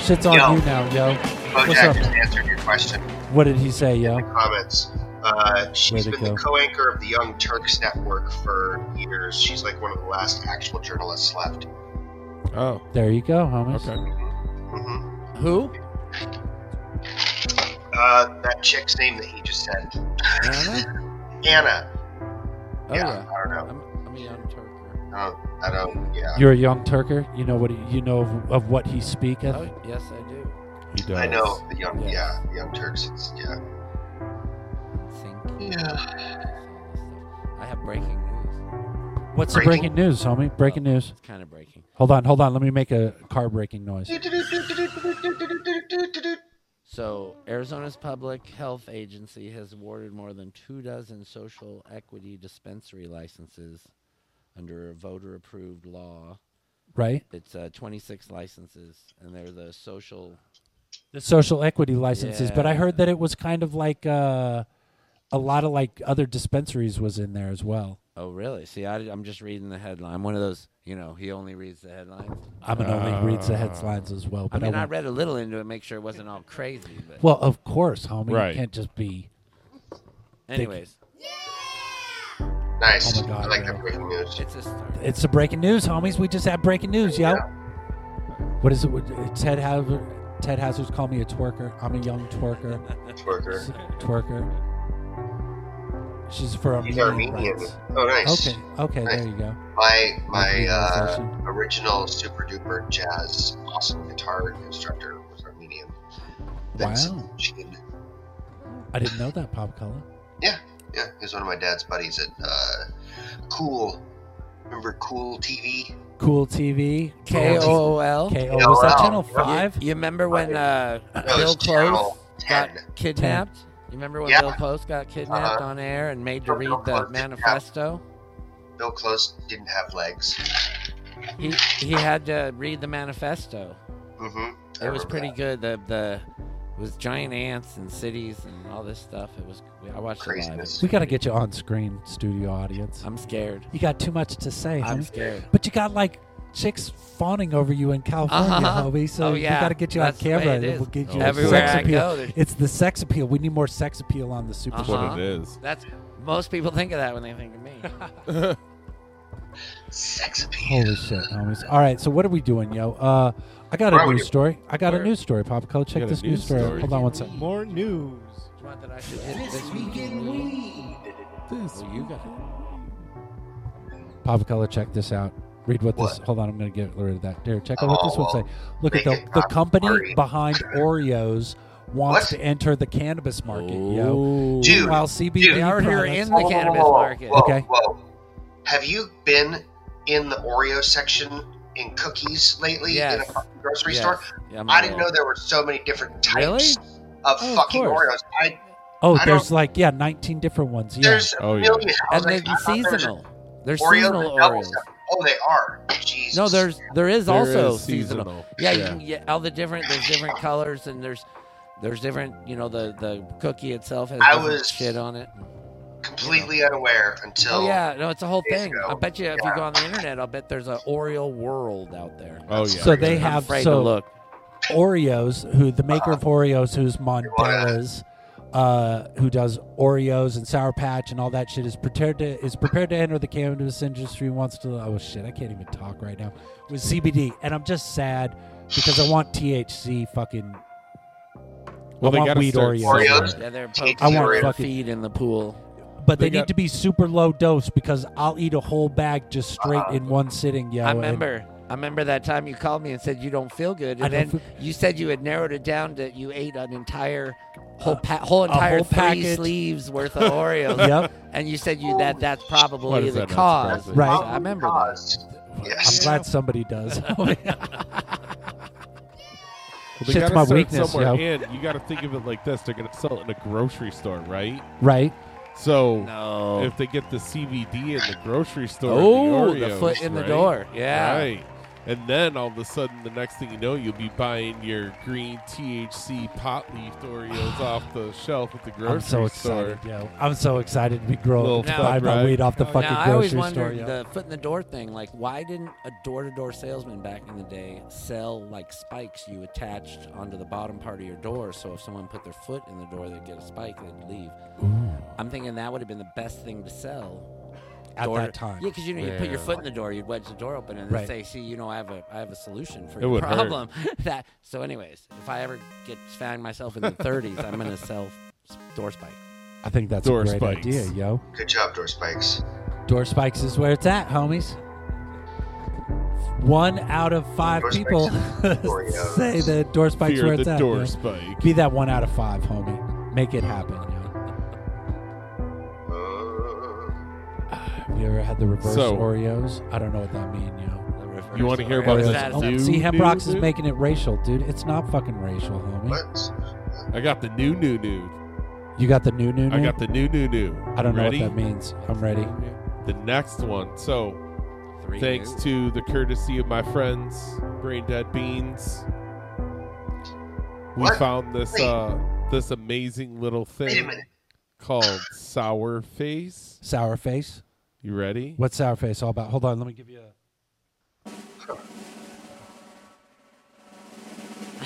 [SPEAKER 2] Shit's on
[SPEAKER 3] Yo.
[SPEAKER 2] you now, yo. What's
[SPEAKER 3] Bojack
[SPEAKER 2] up?
[SPEAKER 3] just answered your question.
[SPEAKER 2] What did he say, yo?
[SPEAKER 3] Comments. Uh, she's
[SPEAKER 2] Way to
[SPEAKER 3] been
[SPEAKER 2] go.
[SPEAKER 3] the co-anchor of the Young Turks Network for years. She's like one of the last actual journalists left.
[SPEAKER 1] Oh,
[SPEAKER 2] There you go, homies.
[SPEAKER 1] Okay.
[SPEAKER 5] Who?
[SPEAKER 3] Uh, that chick's name that he just said,
[SPEAKER 5] Anna?
[SPEAKER 3] Anna.
[SPEAKER 5] Oh,
[SPEAKER 3] yeah,
[SPEAKER 5] yeah.
[SPEAKER 3] I don't know.
[SPEAKER 5] I'm, I'm a young Turk.
[SPEAKER 3] I don't, I don't yeah.
[SPEAKER 2] You're a young Turker. You know what he, you know of, of what he speaketh.
[SPEAKER 5] Oh, yes, I do.
[SPEAKER 1] He does.
[SPEAKER 3] I know the young,
[SPEAKER 5] Yes.
[SPEAKER 3] yeah, the Young Turks. It's, yeah.
[SPEAKER 5] Thank you.
[SPEAKER 3] Yeah.
[SPEAKER 5] I have breaking news.
[SPEAKER 2] What's the
[SPEAKER 3] Breaking-
[SPEAKER 2] breaking news, homie? Breaking news.
[SPEAKER 5] It's kind of breaking.
[SPEAKER 2] Hold on, hold on. Let me make a car breaking noise.
[SPEAKER 5] So, Arizona's Public Health Agency has awarded more than two dozen social equity dispensary licenses under a voter approved law.
[SPEAKER 2] Right.
[SPEAKER 5] It's uh, 26 licenses, and they're the social.
[SPEAKER 2] the social equity licenses, but I heard
[SPEAKER 5] Yeah.
[SPEAKER 2] that it was kind of like uh, a lot of like other dispensaries was in there as well.
[SPEAKER 5] Oh, really? See, I, am just reading the headline. I'm one of those, you know, he only reads the headlines.
[SPEAKER 2] I'm an only reads the headlines as well,
[SPEAKER 5] I
[SPEAKER 2] but I,
[SPEAKER 5] mean, I
[SPEAKER 2] won't-
[SPEAKER 5] read a little into it, make sure it wasn't all crazy. But
[SPEAKER 2] well, of course, homie,
[SPEAKER 1] Right.
[SPEAKER 2] you can't just be.
[SPEAKER 5] anyways,
[SPEAKER 3] Nice.
[SPEAKER 2] Oh my God,
[SPEAKER 3] I like
[SPEAKER 2] yeah.
[SPEAKER 3] that breaking news.
[SPEAKER 5] it's a start.
[SPEAKER 2] It's the breaking news, homies. We just had breaking news, yo. What is it? What- Ted Hazard. Ted Hazard's called me a twerker. I'm a young twerker.
[SPEAKER 3] Twerker.
[SPEAKER 2] twerker. She's for
[SPEAKER 3] He's
[SPEAKER 2] Armenian.
[SPEAKER 3] Armenian.
[SPEAKER 2] rights.
[SPEAKER 3] Oh, nice.
[SPEAKER 2] Okay. Okay. There you go.
[SPEAKER 3] My my
[SPEAKER 2] Armenian
[SPEAKER 3] uh,
[SPEAKER 2] session.
[SPEAKER 3] original super duper jazz awesome guitar instructor was Armenian. That's
[SPEAKER 2] Wow.
[SPEAKER 3] Sheen.
[SPEAKER 2] I didn't know that pop color.
[SPEAKER 3] Yeah, yeah. He was one of my dad's buddies at uh, Cool. Remember Cool TV?
[SPEAKER 2] Cool TV.
[SPEAKER 5] K O O L.
[SPEAKER 2] K O. Was that
[SPEAKER 3] Wow.
[SPEAKER 2] channel
[SPEAKER 3] Yeah.
[SPEAKER 2] five?
[SPEAKER 5] You remember when uh,
[SPEAKER 3] was
[SPEAKER 5] Bill Close
[SPEAKER 3] Channel 10.
[SPEAKER 5] got kidnapped? You remember when
[SPEAKER 3] Yeah.
[SPEAKER 5] Bill Close got kidnapped
[SPEAKER 3] Uh-huh.
[SPEAKER 5] on air and made to
[SPEAKER 3] Bill
[SPEAKER 5] read
[SPEAKER 3] Close,
[SPEAKER 5] the
[SPEAKER 3] yeah.
[SPEAKER 5] manifesto?
[SPEAKER 3] Bill Close didn't have legs.
[SPEAKER 5] He he had to read the manifesto.
[SPEAKER 3] Mm-hmm.
[SPEAKER 5] It was pretty good. The the it was giant ants and cities and all this stuff. It was I watched it live.
[SPEAKER 3] Craziness.
[SPEAKER 2] We got to get you on screen, studio audience.
[SPEAKER 5] I'm scared.
[SPEAKER 2] You got too much to say,
[SPEAKER 5] I'm
[SPEAKER 2] homie.
[SPEAKER 5] scared.
[SPEAKER 2] But you got like chicks fawning over you in California,
[SPEAKER 5] Uh-huh.
[SPEAKER 2] homie. So
[SPEAKER 5] Oh,
[SPEAKER 2] we
[SPEAKER 5] yeah.
[SPEAKER 2] got to get you
[SPEAKER 5] That's
[SPEAKER 2] on
[SPEAKER 5] the way
[SPEAKER 2] camera.
[SPEAKER 5] it
[SPEAKER 2] and
[SPEAKER 5] is.
[SPEAKER 2] We'll get you
[SPEAKER 5] Everywhere
[SPEAKER 2] sex
[SPEAKER 5] I
[SPEAKER 2] appeal.
[SPEAKER 5] go, there's-
[SPEAKER 2] It's the sex appeal. We need more sex appeal on the Super
[SPEAKER 1] That's
[SPEAKER 2] Show.
[SPEAKER 5] Uh-huh.
[SPEAKER 1] what it is.
[SPEAKER 5] That's most people think of that when they think of me.
[SPEAKER 3] Sex appeal.
[SPEAKER 2] Holy shit, homies! All right, so what are we doing, yo? Uh, I got
[SPEAKER 3] Where
[SPEAKER 2] a
[SPEAKER 3] are we
[SPEAKER 2] news
[SPEAKER 3] doing?
[SPEAKER 2] story. I got a
[SPEAKER 1] Where?
[SPEAKER 2] news story, Papa Cole. Check
[SPEAKER 1] got a
[SPEAKER 2] this news
[SPEAKER 1] news
[SPEAKER 2] story.
[SPEAKER 1] story?
[SPEAKER 2] Hold on one second.
[SPEAKER 6] More news.
[SPEAKER 5] Do you want that I should hit this weekend?
[SPEAKER 1] This
[SPEAKER 5] Well, you got it.
[SPEAKER 2] Papa Color, check this out. Read what this.
[SPEAKER 3] What?
[SPEAKER 2] Hold on, I'm going to get rid of that. There, check out what this
[SPEAKER 3] Oh,
[SPEAKER 2] would say. Look at
[SPEAKER 3] make
[SPEAKER 2] the
[SPEAKER 3] it
[SPEAKER 2] the
[SPEAKER 3] not
[SPEAKER 2] company
[SPEAKER 3] worry.
[SPEAKER 2] behind Oreos wants
[SPEAKER 3] What?
[SPEAKER 2] to enter the cannabis market. Yo,
[SPEAKER 3] Dude,
[SPEAKER 2] while CBD
[SPEAKER 3] dude. They
[SPEAKER 5] already are
[SPEAKER 2] products-
[SPEAKER 5] in the cannabis market.
[SPEAKER 3] Whoa,
[SPEAKER 2] Okay.
[SPEAKER 3] whoa. Have you been in the Oreo section in cookies lately in
[SPEAKER 5] Yes.
[SPEAKER 3] a fucking grocery
[SPEAKER 5] Yes.
[SPEAKER 3] store?
[SPEAKER 5] Yeah, I'm
[SPEAKER 3] I didn't
[SPEAKER 5] aware.
[SPEAKER 3] know there were so many different
[SPEAKER 5] Really?
[SPEAKER 3] types of
[SPEAKER 5] Oh, of
[SPEAKER 3] fucking
[SPEAKER 5] course.
[SPEAKER 3] Oreos. I,
[SPEAKER 2] oh,
[SPEAKER 3] I
[SPEAKER 2] there's like yeah, 19 different ones. Yeah,
[SPEAKER 3] There's a
[SPEAKER 1] Oh, yeah.
[SPEAKER 3] million. I was
[SPEAKER 5] And they're
[SPEAKER 3] like, I thought there was
[SPEAKER 5] seasonal. They're
[SPEAKER 3] Oreos
[SPEAKER 5] seasonal
[SPEAKER 3] and double
[SPEAKER 5] Oreos.
[SPEAKER 3] stuff. Oh, they are. Jesus.
[SPEAKER 5] No, there's there is
[SPEAKER 1] There
[SPEAKER 5] also
[SPEAKER 1] is
[SPEAKER 5] seasonal.
[SPEAKER 1] seasonal.
[SPEAKER 5] Yeah, you
[SPEAKER 1] Yeah.
[SPEAKER 5] can get all the different. There's different colors and there's there's different. You know, the the cookie itself has
[SPEAKER 3] I
[SPEAKER 5] different
[SPEAKER 3] was-
[SPEAKER 5] shit on it.
[SPEAKER 3] completely unaware until.
[SPEAKER 5] Oh yeah, no, it's a whole
[SPEAKER 3] Days
[SPEAKER 5] thing.
[SPEAKER 3] ago.
[SPEAKER 5] I bet you if you go on the internet, I'll bet there's an Oreo world out there.
[SPEAKER 1] Oh yeah.
[SPEAKER 2] so they
[SPEAKER 5] I'm
[SPEAKER 2] have
[SPEAKER 5] afraid
[SPEAKER 2] so
[SPEAKER 5] to look.
[SPEAKER 2] Oreos, who the maker
[SPEAKER 1] Ah.
[SPEAKER 2] of Oreos, who's Mandela's, uh, who does Oreos and Sour Patch and all that shit, is prepared to is prepared to enter the cannabis industry. Wants to oh shit, I can't even talk right now with CBD, and I'm just sad because I want THC fucking.
[SPEAKER 1] well, they
[SPEAKER 2] I want
[SPEAKER 1] gotta
[SPEAKER 2] weed
[SPEAKER 1] start
[SPEAKER 2] Oreos.
[SPEAKER 1] somewhere.
[SPEAKER 3] Oreos?
[SPEAKER 5] Yeah, they're
[SPEAKER 3] Take
[SPEAKER 5] poking
[SPEAKER 3] I want
[SPEAKER 5] their
[SPEAKER 2] fucking-
[SPEAKER 5] feet in the pool.
[SPEAKER 2] But they,
[SPEAKER 1] They
[SPEAKER 2] need
[SPEAKER 1] got-
[SPEAKER 2] to be super low dose because I'll eat a whole bag just straight
[SPEAKER 1] Ah.
[SPEAKER 2] in one sitting, yo.
[SPEAKER 5] I
[SPEAKER 2] and-
[SPEAKER 5] remember. I remember that time you called me and said you don't feel good,
[SPEAKER 2] I
[SPEAKER 5] and then
[SPEAKER 2] don't
[SPEAKER 5] you said you had narrowed it down to you ate an entire whole pa- whole entire
[SPEAKER 2] Uh, whole
[SPEAKER 5] three
[SPEAKER 2] package.
[SPEAKER 5] sleeves worth of Oreos.
[SPEAKER 2] Yep.
[SPEAKER 5] And you said you that that's
[SPEAKER 1] Why
[SPEAKER 5] probably
[SPEAKER 1] does
[SPEAKER 5] the
[SPEAKER 1] that not
[SPEAKER 5] cause.
[SPEAKER 1] surprise me?
[SPEAKER 2] Right.
[SPEAKER 5] I remember that.
[SPEAKER 2] I'm
[SPEAKER 3] Yes.
[SPEAKER 2] glad somebody does.
[SPEAKER 5] Oh,
[SPEAKER 1] Well, they
[SPEAKER 2] Shit's
[SPEAKER 1] gotta
[SPEAKER 2] my
[SPEAKER 1] start
[SPEAKER 2] weakness,
[SPEAKER 1] somewhere,
[SPEAKER 2] yo.
[SPEAKER 1] and you got to think of it like this: they're going to sell it in a grocery store, right?
[SPEAKER 2] right?
[SPEAKER 1] So
[SPEAKER 5] No.
[SPEAKER 1] if they get the CBD in the grocery store,
[SPEAKER 5] oh,
[SPEAKER 1] and
[SPEAKER 5] the
[SPEAKER 1] Oreos,
[SPEAKER 5] foot in the
[SPEAKER 1] right?
[SPEAKER 5] door. Yeah.
[SPEAKER 1] right. And then all of a sudden, the next thing you know, you'll be buying your green THC pot leaf Oreos off the shelf at the grocery
[SPEAKER 2] I'm so
[SPEAKER 1] store.
[SPEAKER 2] excited, yo. I'm so excited to be growing
[SPEAKER 1] Little
[SPEAKER 2] up to
[SPEAKER 1] fuck,
[SPEAKER 2] buy my
[SPEAKER 1] right?
[SPEAKER 2] weed off the
[SPEAKER 1] Oh,
[SPEAKER 2] fucking
[SPEAKER 5] now, I always
[SPEAKER 2] grocery store,
[SPEAKER 5] wondered
[SPEAKER 2] yo.
[SPEAKER 5] the foot in the door thing. Like, why didn't a door-to-door salesman back in the day sell like spikes you attached onto the bottom part of your door? So if someone put their foot in the door, they'd get a spike, they'd leave. I'm thinking that would have been the best thing to sell
[SPEAKER 2] At
[SPEAKER 5] Door-
[SPEAKER 2] that time.
[SPEAKER 5] Yeah, because you know you put your
[SPEAKER 2] Yeah.
[SPEAKER 5] foot in the door, you'd wedge the door open, and then
[SPEAKER 2] Right.
[SPEAKER 5] say, "See, you know, I have a I have a solution for
[SPEAKER 1] It
[SPEAKER 5] your
[SPEAKER 1] would hurt.
[SPEAKER 5] problem." that so, anyways, if I ever get find myself in the 30s, I'm gonna sell s- door spike.
[SPEAKER 2] I think that's
[SPEAKER 1] Door
[SPEAKER 2] a great
[SPEAKER 1] spikes.
[SPEAKER 2] idea, yo.
[SPEAKER 3] Good job, Door Spikes.
[SPEAKER 2] Door spikes is where it's at, homies. One out of five
[SPEAKER 3] Door spikes
[SPEAKER 2] people
[SPEAKER 3] and Oreos.
[SPEAKER 2] say that door spikes
[SPEAKER 1] Fear
[SPEAKER 2] where it's
[SPEAKER 1] the
[SPEAKER 2] at.
[SPEAKER 1] door
[SPEAKER 2] yo.
[SPEAKER 1] spike.
[SPEAKER 2] Be that one out of five, homie. Make it happen, yo. Have you ever had the reverse
[SPEAKER 1] So-
[SPEAKER 2] Oreos? I don't know what that means, yo.
[SPEAKER 1] You want to hear about
[SPEAKER 2] Oreos.
[SPEAKER 1] this
[SPEAKER 2] Oh,
[SPEAKER 1] new
[SPEAKER 2] see, Hemp
[SPEAKER 1] new
[SPEAKER 2] Rocks is
[SPEAKER 1] new?
[SPEAKER 2] making it racial, dude. It's not fucking racial, homie.
[SPEAKER 3] What?
[SPEAKER 1] I got the new new new.
[SPEAKER 2] You got the new, new, new?
[SPEAKER 1] I got the new new new.
[SPEAKER 2] Mm-hmm. I don't
[SPEAKER 1] Ready?
[SPEAKER 2] know what that means. I'm ready.
[SPEAKER 1] The next one. So,
[SPEAKER 5] Three
[SPEAKER 1] thanks to the courtesy of my friends, Brain Dead Beans, we
[SPEAKER 3] What?
[SPEAKER 1] found this
[SPEAKER 3] Wait.
[SPEAKER 1] uh this amazing little
[SPEAKER 3] Wait a
[SPEAKER 1] thing
[SPEAKER 3] minute.
[SPEAKER 1] called Sour Face.
[SPEAKER 2] Sour face.
[SPEAKER 1] You ready?
[SPEAKER 2] What's sour face all about? Hold on, let me give you a.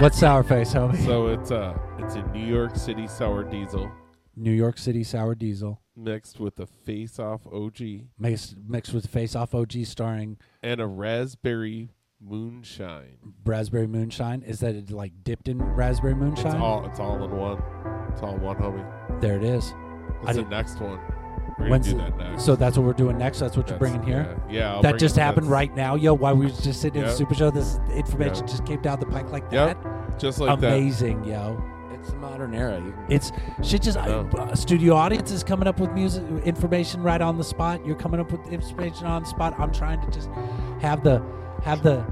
[SPEAKER 2] What's sour face, homie?
[SPEAKER 1] So it's uh it's a New York City sour diesel
[SPEAKER 2] New York City sour diesel
[SPEAKER 1] mixed with a Face Off OG
[SPEAKER 2] mixed mixed with Face Off OG starring
[SPEAKER 1] and a raspberry moonshine.
[SPEAKER 2] raspberry moonshine. Is that it like dipped in raspberry
[SPEAKER 1] It's
[SPEAKER 2] moonshine?
[SPEAKER 1] all it's all in one. It's all in one, homie.
[SPEAKER 2] there it is. I
[SPEAKER 1] That's the
[SPEAKER 2] didn't-
[SPEAKER 1] next one. We're gonna
[SPEAKER 2] When's
[SPEAKER 1] do
[SPEAKER 2] it-
[SPEAKER 1] that next.
[SPEAKER 2] So that's what we're doing next. That's what you're
[SPEAKER 1] That's-
[SPEAKER 2] bringing here.
[SPEAKER 1] Yeah, yeah, I'll
[SPEAKER 2] that
[SPEAKER 1] bring
[SPEAKER 2] just
[SPEAKER 1] it-
[SPEAKER 2] happened
[SPEAKER 1] that's-
[SPEAKER 2] right now, yo. While we were just sitting in
[SPEAKER 1] Yep.
[SPEAKER 2] the super show, this information
[SPEAKER 1] Yep.
[SPEAKER 2] just came down the pike like
[SPEAKER 1] Yep,
[SPEAKER 2] that.
[SPEAKER 1] just like that.
[SPEAKER 2] Amazing, yo.
[SPEAKER 5] It's the modern era. You can
[SPEAKER 2] It's shit. Just
[SPEAKER 1] I know.
[SPEAKER 2] uh, studio audience is coming up with music information right on the spot. You're coming up with information on the spot. I'm trying to just have the have the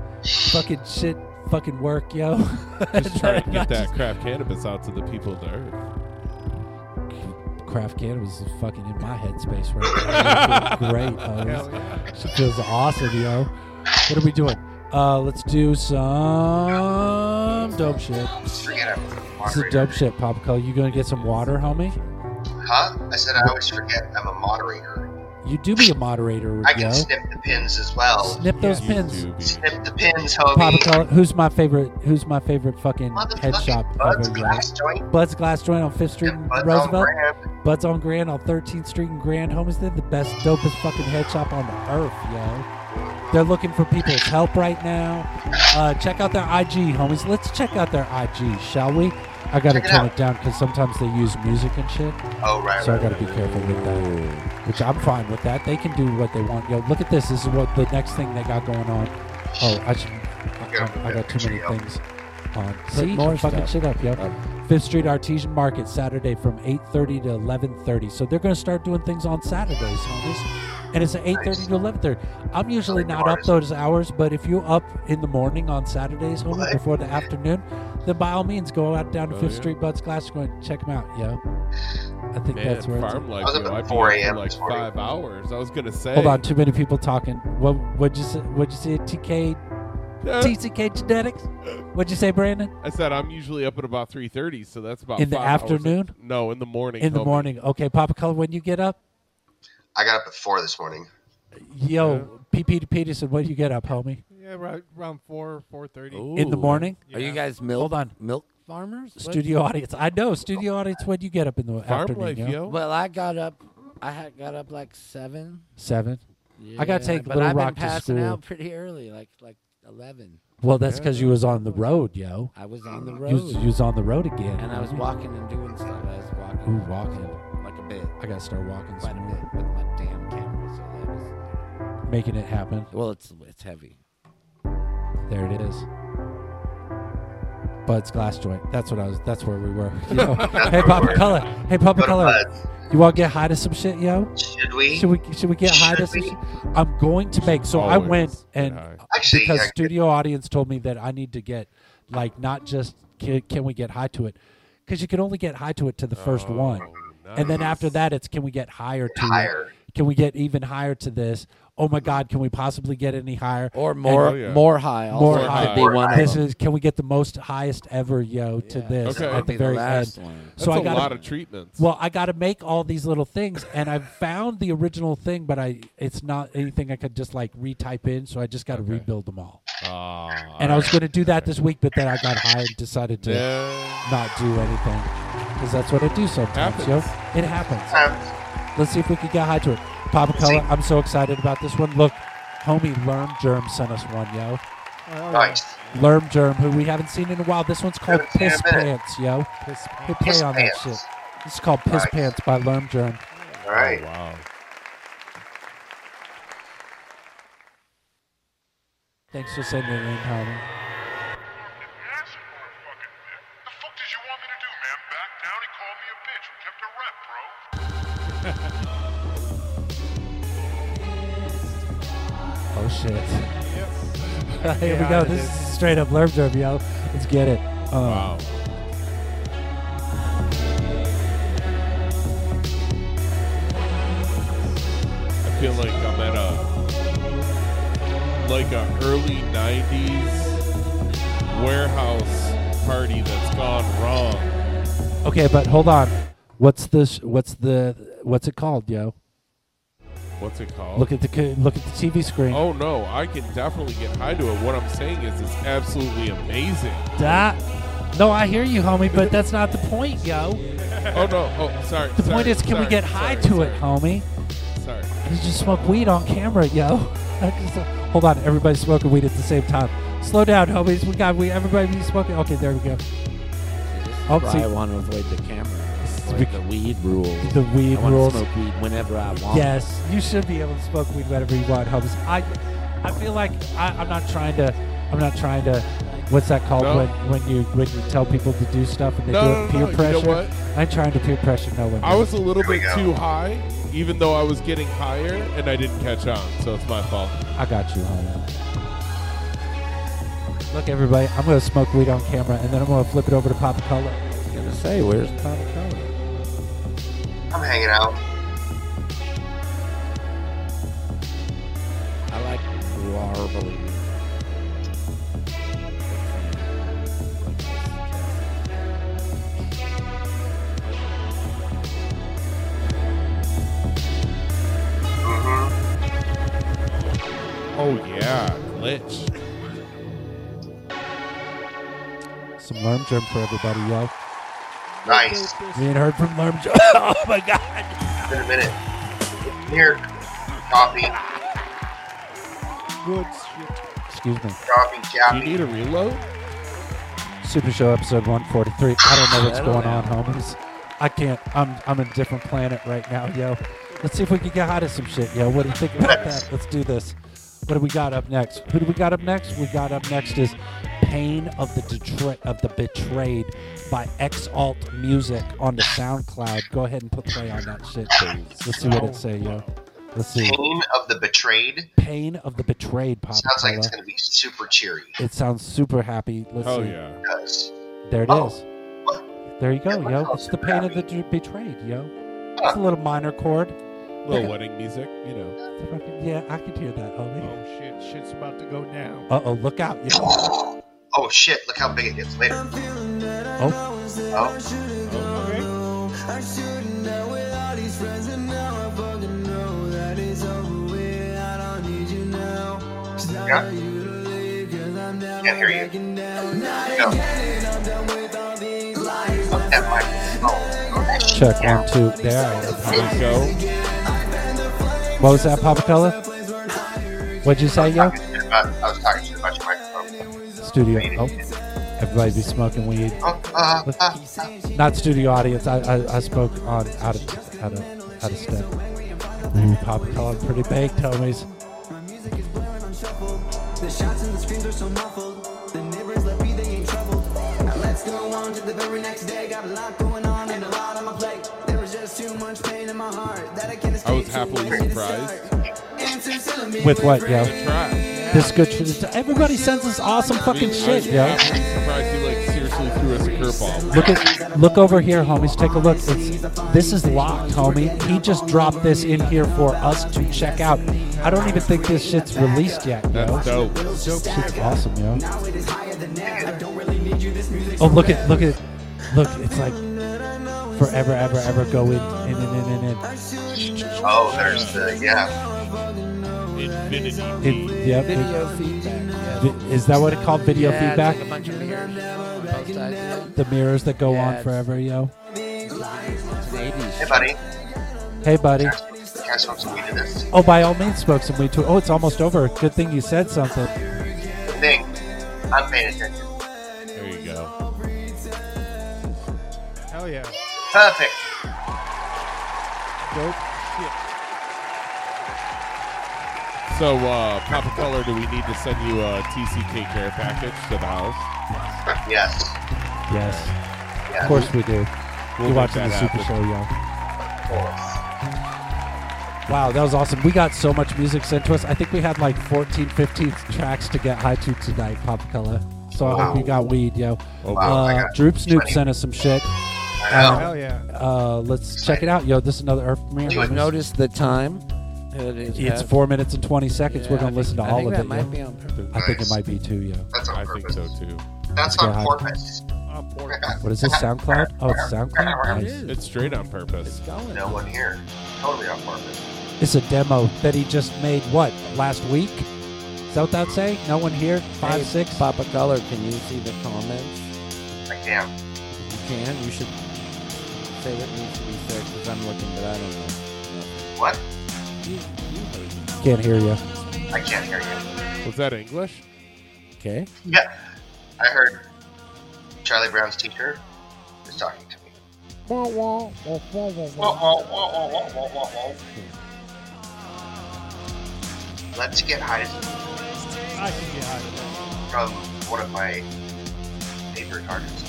[SPEAKER 2] fucking shit fucking work, yo.
[SPEAKER 1] Just trying to get that craft cannabis out to the people there.
[SPEAKER 2] craft cannabis is fucking in my headspace right now. Great, hoes. She feels awesome, yo. What are we doing? Uh, let's do some dope shit.
[SPEAKER 3] Forget I'm a
[SPEAKER 2] This is
[SPEAKER 3] moderator.
[SPEAKER 2] dope shit, Pop Color. You gonna get some water, homie?
[SPEAKER 3] Huh? I said I always forget I'm a moderator.
[SPEAKER 2] You do be a moderator,
[SPEAKER 3] I can
[SPEAKER 2] yo.
[SPEAKER 3] snip the pins as well.
[SPEAKER 2] Snip those
[SPEAKER 1] You
[SPEAKER 2] pins.
[SPEAKER 1] do be-
[SPEAKER 3] Snip the pins,
[SPEAKER 2] Papa
[SPEAKER 3] homie.
[SPEAKER 2] Color, who's my favorite? Who's my favorite fucking head shop?
[SPEAKER 3] Motherfucking Bud's
[SPEAKER 2] ever, yo?
[SPEAKER 3] Glass Joint.
[SPEAKER 2] Bud's Glass Joint on Fifth Street,
[SPEAKER 3] and
[SPEAKER 2] in
[SPEAKER 3] Bud's on
[SPEAKER 2] Roosevelt.
[SPEAKER 3] brand.
[SPEAKER 2] Bud's on Grand on 13th Street in Grand. Homies, they're the best, dopest fucking head shop on the earth, yo. They're looking for people's help right now. Uh, check out their IG, homies. Let's check out their IG, shall we? I gotta
[SPEAKER 3] Check it
[SPEAKER 2] turn
[SPEAKER 3] out.
[SPEAKER 2] it down because sometimes they use music and shit,
[SPEAKER 3] Oh, right,
[SPEAKER 2] so I
[SPEAKER 3] right.
[SPEAKER 2] gotta be careful with that. Which I'm fine with that. They can do what they want, yo. Look at this. This is what the next thing they got going on. Oh, I should. I, I, I got too many things on. Put
[SPEAKER 5] See?
[SPEAKER 2] more
[SPEAKER 5] Stuff.
[SPEAKER 2] fucking shit up, yo. Fifth Street Artesian Market Saturday from 8:30 to 11:30. So they're going to start doing things on Saturdays, homies. And it's at 8:30 to 11:30. I'm usually not up those hours, but if you're up in the morning on Saturdays, homie,
[SPEAKER 3] What?
[SPEAKER 2] before the afternoon, then by all means go out down to
[SPEAKER 1] Oh,
[SPEAKER 2] Fifth
[SPEAKER 1] yeah.
[SPEAKER 2] Street Bud's Glass go and check them out, yo. I think
[SPEAKER 1] Man,
[SPEAKER 2] that's where it's.
[SPEAKER 1] farm life.
[SPEAKER 3] I was up
[SPEAKER 1] yo,
[SPEAKER 3] at
[SPEAKER 1] I'd be
[SPEAKER 3] 4
[SPEAKER 1] up for
[SPEAKER 3] a.m.
[SPEAKER 1] like
[SPEAKER 3] this morning.
[SPEAKER 1] five hours. I was gonna say.
[SPEAKER 2] Hold on, too many people talking. What what'd you say? What'd you say? TK
[SPEAKER 1] Yeah.
[SPEAKER 2] TCK Genetics? What'd you say, Brandon?
[SPEAKER 1] I said I'm usually up at about three thirty, so that's about
[SPEAKER 2] In the
[SPEAKER 1] five hours.
[SPEAKER 2] afternoon?
[SPEAKER 1] No, in the morning.
[SPEAKER 2] In the
[SPEAKER 1] homie.
[SPEAKER 2] morning. Okay, Papa Color, when you get up,
[SPEAKER 3] I got up at 4 this morning.
[SPEAKER 2] Yo, PP to Peterson, what do you get up, homie?
[SPEAKER 11] Yeah, right around four, four thirty.
[SPEAKER 2] In the morning?
[SPEAKER 5] Are you guys milk?
[SPEAKER 2] Hold on.
[SPEAKER 5] milk farmers? What-
[SPEAKER 2] Studio audience. I know. Studio audience, what do you get up in the
[SPEAKER 1] Farm
[SPEAKER 2] afternoon?
[SPEAKER 1] life,
[SPEAKER 2] yo?
[SPEAKER 1] yo.
[SPEAKER 5] Well, I got up. I had got up like seven.
[SPEAKER 2] Seven. I gotta take
[SPEAKER 5] but
[SPEAKER 2] Little
[SPEAKER 5] I've
[SPEAKER 2] Rock
[SPEAKER 5] been
[SPEAKER 2] to
[SPEAKER 5] passing
[SPEAKER 2] school.
[SPEAKER 5] out pretty early, like like eleven.
[SPEAKER 2] Well, that's because you was on the road, yo.
[SPEAKER 5] I was on the
[SPEAKER 2] You was,
[SPEAKER 5] road,
[SPEAKER 2] you was on the road again.
[SPEAKER 5] and I was
[SPEAKER 2] homie.
[SPEAKER 5] walking and doing stuff. I was walking,
[SPEAKER 2] Ooh, walking.
[SPEAKER 5] like a bit,
[SPEAKER 2] I gotta start walking
[SPEAKER 5] quite
[SPEAKER 2] some
[SPEAKER 5] a
[SPEAKER 2] more.
[SPEAKER 5] bit with my damn camera. So that was
[SPEAKER 2] Making it happen.
[SPEAKER 5] well, it's it's heavy.
[SPEAKER 2] There it is. Bud's glass joint. That's what I was that's where we were. yo. hey Papa Color. Hey Papa
[SPEAKER 3] Go to
[SPEAKER 2] Color. You wanna get high to some shit, yo?
[SPEAKER 3] Should we?
[SPEAKER 2] Should we should we get high to
[SPEAKER 3] Should
[SPEAKER 2] some
[SPEAKER 3] we?
[SPEAKER 2] shit? I'm going to make so I
[SPEAKER 1] Always
[SPEAKER 2] went
[SPEAKER 1] get
[SPEAKER 2] and
[SPEAKER 1] high.
[SPEAKER 3] Actually,
[SPEAKER 2] because
[SPEAKER 3] I-
[SPEAKER 2] studio audience told me that I need to get like not just can, can we get high to it because you can only get high to it to the first one,
[SPEAKER 1] Oh,
[SPEAKER 2] and then after
[SPEAKER 1] nice.
[SPEAKER 2] that it's can we get higher to
[SPEAKER 3] Higher.
[SPEAKER 2] it Can we get even higher to this? Oh my God, can we possibly get any higher?
[SPEAKER 5] Or more- Oh, yeah. more high also
[SPEAKER 2] More
[SPEAKER 5] could
[SPEAKER 2] high.
[SPEAKER 5] be one of
[SPEAKER 2] This
[SPEAKER 5] them.
[SPEAKER 2] is. Can we get the most highest ever, yo, to this
[SPEAKER 1] Okay.
[SPEAKER 2] at
[SPEAKER 1] That'd be
[SPEAKER 2] the
[SPEAKER 1] the
[SPEAKER 2] very
[SPEAKER 1] last
[SPEAKER 2] end?
[SPEAKER 1] one.
[SPEAKER 2] So
[SPEAKER 1] That's
[SPEAKER 2] I
[SPEAKER 1] a
[SPEAKER 2] gotta-
[SPEAKER 1] lot of treatments.
[SPEAKER 2] Well, I got to make all these little things, and I found the original thing, but I it's not anything I could just like retype in. So I just got to rebuild them all. and I was
[SPEAKER 1] Ah, alright.
[SPEAKER 2] going to do that this week, but then I got high and decided to not do anything because that's what I do sometimes. Yo,
[SPEAKER 1] Happens.
[SPEAKER 2] it happens. Let's see if we can get high to it. Papa Color, I'm so excited about this one. Look, homie Lerm Germ sent us one, yo.
[SPEAKER 3] Nice.
[SPEAKER 2] Lerm Germ, who we haven't seen in a while. This one's called
[SPEAKER 3] Haven't seen in
[SPEAKER 2] Piss
[SPEAKER 3] a minute.
[SPEAKER 2] Pants, yo.
[SPEAKER 3] Piss
[SPEAKER 2] Hit
[SPEAKER 3] Pants.
[SPEAKER 2] play on that
[SPEAKER 3] Piss
[SPEAKER 2] shit.
[SPEAKER 3] Pants.
[SPEAKER 2] This is called Piss
[SPEAKER 3] Nice.
[SPEAKER 2] Pants by Lerm Germ.
[SPEAKER 3] All right.
[SPEAKER 1] wow.
[SPEAKER 2] Thanks for sending it in, homie. Oh shit. Here we
[SPEAKER 4] Yeah,
[SPEAKER 2] go.
[SPEAKER 4] it
[SPEAKER 2] This
[SPEAKER 4] is.
[SPEAKER 2] is straight up Lerm Germ, yo. Let's get it. Um,
[SPEAKER 1] wow. I feel like I'm at a like a early '90s warehouse party that's gone wrong.
[SPEAKER 2] Okay, but hold on. What's this? What's the? What's it called, yo?
[SPEAKER 1] What's it called?
[SPEAKER 2] Look at the co- look at the TV screen.
[SPEAKER 1] Oh no, I can definitely get high to it. What I'm saying is, it's absolutely amazing.
[SPEAKER 2] Da- No, I hear you, homie, but that's not the point, yo.
[SPEAKER 1] oh no! Oh, sorry.
[SPEAKER 2] The point is, can we get high to it, homie?
[SPEAKER 1] Sorry.
[SPEAKER 2] You just smoke weed on camera, yo. uh, Hold on, everybody's smoking weed at the same time. Slow down, homies. We got we everybody be smoking. Okay, there we go. Oh,
[SPEAKER 5] That's
[SPEAKER 2] see-
[SPEAKER 5] why I want to avoid the camera. Like the weed rule.
[SPEAKER 2] The weed
[SPEAKER 5] I wanna
[SPEAKER 2] rules.
[SPEAKER 5] smoke weed whenever I want.
[SPEAKER 2] Yes, you should be able to smoke weed whenever you want, homies. I, I feel like I, I'm not trying to, I'm not trying to. What's that called
[SPEAKER 1] No.
[SPEAKER 2] when, when you when you tell people to do stuff and they
[SPEAKER 1] No,
[SPEAKER 2] do it
[SPEAKER 1] no, no,
[SPEAKER 2] peer
[SPEAKER 1] no, you know
[SPEAKER 2] pressure?
[SPEAKER 1] what?
[SPEAKER 2] I'm trying to peer pressure no one.
[SPEAKER 1] I was a little bit too high, even though I was getting higher, and I didn't catch on. So it's my fault.
[SPEAKER 2] I got you, homie. Look, everybody, I'm gonna smoke weed on camera and then I'm gonna flip it over to Papa Color.
[SPEAKER 5] gonna say, where's
[SPEAKER 2] Papa Color?
[SPEAKER 3] I'm hanging out.
[SPEAKER 5] I like warbly.
[SPEAKER 1] Oh yeah, glitch.
[SPEAKER 2] Some lerm germ for everybody, yo.
[SPEAKER 3] Nice.
[SPEAKER 2] We ain't heard from lerm germ. oh my god.
[SPEAKER 3] It's been a minute. Here, coffee,
[SPEAKER 11] Good shit.
[SPEAKER 2] Excuse me.
[SPEAKER 3] coffee,
[SPEAKER 1] Do
[SPEAKER 3] jappy.
[SPEAKER 1] you need a reload?
[SPEAKER 2] Super Show episode 143. I don't know what's
[SPEAKER 1] I don't
[SPEAKER 2] going on, homies. I can't. I'm I'm in a different planet right now, yo. Let's see if we can get out of some shit, yo. What do you think about that? Let's do this. What do we got up next? Who do we got up next? We got up next is Pain of the Detroit of the Betrayed by Exalt Music on the SoundCloud. Go ahead and put play on that shit, please. Let's see what it say, yo. Let's see.
[SPEAKER 3] Pain of the betrayed.
[SPEAKER 2] Pain of the Betrayed, Papa.
[SPEAKER 3] Sounds like it's
[SPEAKER 2] Cola.
[SPEAKER 3] going to be super cheery.
[SPEAKER 2] It sounds super happy. Let's
[SPEAKER 1] Hell
[SPEAKER 2] see.
[SPEAKER 1] yeah.
[SPEAKER 3] Yes.
[SPEAKER 2] There it is.
[SPEAKER 3] Oh.
[SPEAKER 2] There you go, yo. It's the pain of the d- betrayed, yo. It's a little minor chord.
[SPEAKER 1] Little wedding music, you know.
[SPEAKER 2] Yeah, I could hear that, homie.
[SPEAKER 11] Oh shit, shit's about to go down.
[SPEAKER 2] Uh oh, look out, yo.
[SPEAKER 3] Oh shit! Look how big it gets later.
[SPEAKER 2] Oh,
[SPEAKER 3] Oh, yeah. Can't hear you. No. Look at my
[SPEAKER 1] Oh.
[SPEAKER 3] phone.
[SPEAKER 2] check one, two. There I am.
[SPEAKER 1] There you go.
[SPEAKER 2] What was that, Papa Cola? What'd you say, yo?
[SPEAKER 3] I was talking too much microphone.
[SPEAKER 2] Studio. Oh, everybody be smoking weed.
[SPEAKER 3] Oh, uh,
[SPEAKER 2] Look-
[SPEAKER 3] uh,
[SPEAKER 2] Not studio audience. I, I, I spoke on out of out of out of step. Ooh, Papa Cola, pretty baked, homies.
[SPEAKER 4] The shots and the screams are so muffled. The neighbors let me, they ain't troubled. Now let's go on to the very next day. Got a lot going on and a lot on my plate. There was just too much pain in my heart that I can't
[SPEAKER 1] I
[SPEAKER 4] escape.
[SPEAKER 1] was happily surprised.
[SPEAKER 2] With what, yo?
[SPEAKER 1] Try.
[SPEAKER 2] This good shit. is- Everybody sends us awesome
[SPEAKER 1] I mean,
[SPEAKER 2] fucking
[SPEAKER 1] I
[SPEAKER 2] shit,
[SPEAKER 1] was
[SPEAKER 2] yo.
[SPEAKER 1] happily surprised you like seriously threw us a curveball.
[SPEAKER 2] Look at, look over here, homies. Take a look. It's, this is locked, homie. He just dropped this in here for us to check out. I don't even think this shit's released yet, yo.
[SPEAKER 1] That's dope.
[SPEAKER 2] Shit's awesome, yo. Oh, look at, look at, look. It's like forever, ever, ever go in, in, in, in, in, in.
[SPEAKER 3] Oh, there's the yeah.
[SPEAKER 2] It, yep, it-
[SPEAKER 5] Video feedback. yeah.
[SPEAKER 2] vi- is that what it called? Video
[SPEAKER 5] Yeah, it's
[SPEAKER 2] feedback?
[SPEAKER 5] like a bunch of mirrors on both sides.
[SPEAKER 2] the mirrors that go
[SPEAKER 5] Yeah,
[SPEAKER 2] on
[SPEAKER 5] it's-
[SPEAKER 2] forever, yo.
[SPEAKER 5] It's an 80s.
[SPEAKER 3] Hey, buddy.
[SPEAKER 2] Hey, buddy.
[SPEAKER 3] Can I smoke some weed in this?
[SPEAKER 2] Oh, by all means, smoke some weed too. Oh, it's almost over. Good thing you said something.
[SPEAKER 3] Good thing. I'm paying attention.
[SPEAKER 1] There you go.
[SPEAKER 11] Hell yeah.
[SPEAKER 3] Perfect.
[SPEAKER 11] Dope shit.
[SPEAKER 1] So, uh, Papa Color, do we need to send you a TCK care package to the house?
[SPEAKER 3] Yes.
[SPEAKER 2] Yes.
[SPEAKER 3] Yeah.
[SPEAKER 2] Of course we do.
[SPEAKER 1] We'll
[SPEAKER 2] You're
[SPEAKER 1] make
[SPEAKER 2] watching the
[SPEAKER 1] that
[SPEAKER 2] Super
[SPEAKER 1] happen.
[SPEAKER 2] Show, yo. Wow, that was awesome. We got so much music sent to us. I think we had like 14, 15 tracks to get high to tonight, Papa Color. So I hope
[SPEAKER 3] Wow.
[SPEAKER 2] you got weed, yo.
[SPEAKER 1] Oh,
[SPEAKER 3] wow, I
[SPEAKER 2] uh,
[SPEAKER 3] got
[SPEAKER 2] Droop Snoop
[SPEAKER 3] plenty.
[SPEAKER 2] sent us some shit.
[SPEAKER 3] know.
[SPEAKER 2] Um,
[SPEAKER 11] Hell yeah.
[SPEAKER 2] Uh, let's check it out, yo. This is another Earth premiere.
[SPEAKER 5] You've
[SPEAKER 2] homies.
[SPEAKER 5] noticed the time. It is
[SPEAKER 2] It's four minutes and 20 seconds. We're going to listen to all of
[SPEAKER 5] that
[SPEAKER 2] it,
[SPEAKER 5] Might
[SPEAKER 2] yo.
[SPEAKER 5] be on purpose.
[SPEAKER 2] I think it
[SPEAKER 3] Nice.
[SPEAKER 2] might be too, yo.
[SPEAKER 3] That's on
[SPEAKER 1] I think
[SPEAKER 3] purpose.
[SPEAKER 1] so too.
[SPEAKER 3] That's
[SPEAKER 2] Let's
[SPEAKER 3] on
[SPEAKER 2] go hide.
[SPEAKER 3] purpose.
[SPEAKER 11] I'm poor.
[SPEAKER 2] What is this, SoundCloud? Oh, it's SoundCloud?
[SPEAKER 3] It
[SPEAKER 2] Nice.
[SPEAKER 1] It's straight on purpose.
[SPEAKER 5] Going.
[SPEAKER 3] No one here. Totally on purpose.
[SPEAKER 2] It's a demo that he just made, what, last week? Is that what that say? No one here? Five,
[SPEAKER 5] Hey,
[SPEAKER 2] six?
[SPEAKER 5] Papa Color, can you see the comments?
[SPEAKER 3] Like damn.
[SPEAKER 5] You can. You should say what needs to be said because I'm looking, but I don't know.
[SPEAKER 3] What?
[SPEAKER 5] You,
[SPEAKER 2] Oh,
[SPEAKER 5] you heard me.
[SPEAKER 2] Can't hear you.
[SPEAKER 3] I can't hear you.
[SPEAKER 1] Was that English?
[SPEAKER 5] Okay.
[SPEAKER 3] Yeah. I heard Charlie Brown's teacher is talking to me. Wah, wah, wah, wah, wah, wah, wah. Let's get high
[SPEAKER 11] I can get high.
[SPEAKER 3] from one of my favorite artists.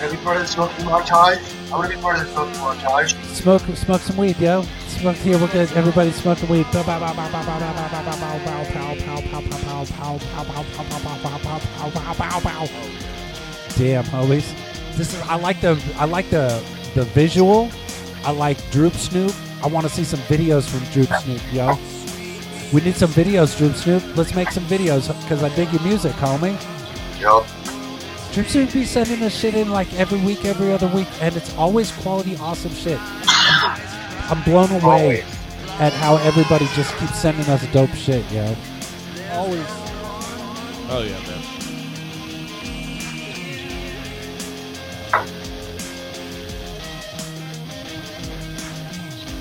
[SPEAKER 3] I'm gonna be part of the smoking montage. I'm gonna be part of the smoking montage.
[SPEAKER 2] Smoke, smoke some weed, yo. Smoke here, we're good. Everybody's smoking weed. Bow, bow, bow, bow, bow, bow, bow, bow, bow, bow, bow, pow, pow, pow, pow, pow, pow, pow, pow, pow, pow, pow, pow, pow, pow, pow, pow, pow. Damn, homies. This is. I like the. I like the. The visual. I like Droop Snoop. I want to see some videos from Droop Snoop, yo. We need some videos, Droop Snoop. Let's make some videos because I dig your music, homie.
[SPEAKER 3] Yup.
[SPEAKER 2] Trip Suit be sending us shit in like every week, every other week, and it's always quality, awesome shit. I'm blown away
[SPEAKER 3] Always.
[SPEAKER 2] at how everybody just keeps sending us dope shit, yo.
[SPEAKER 11] Always.
[SPEAKER 1] Oh yeah, man.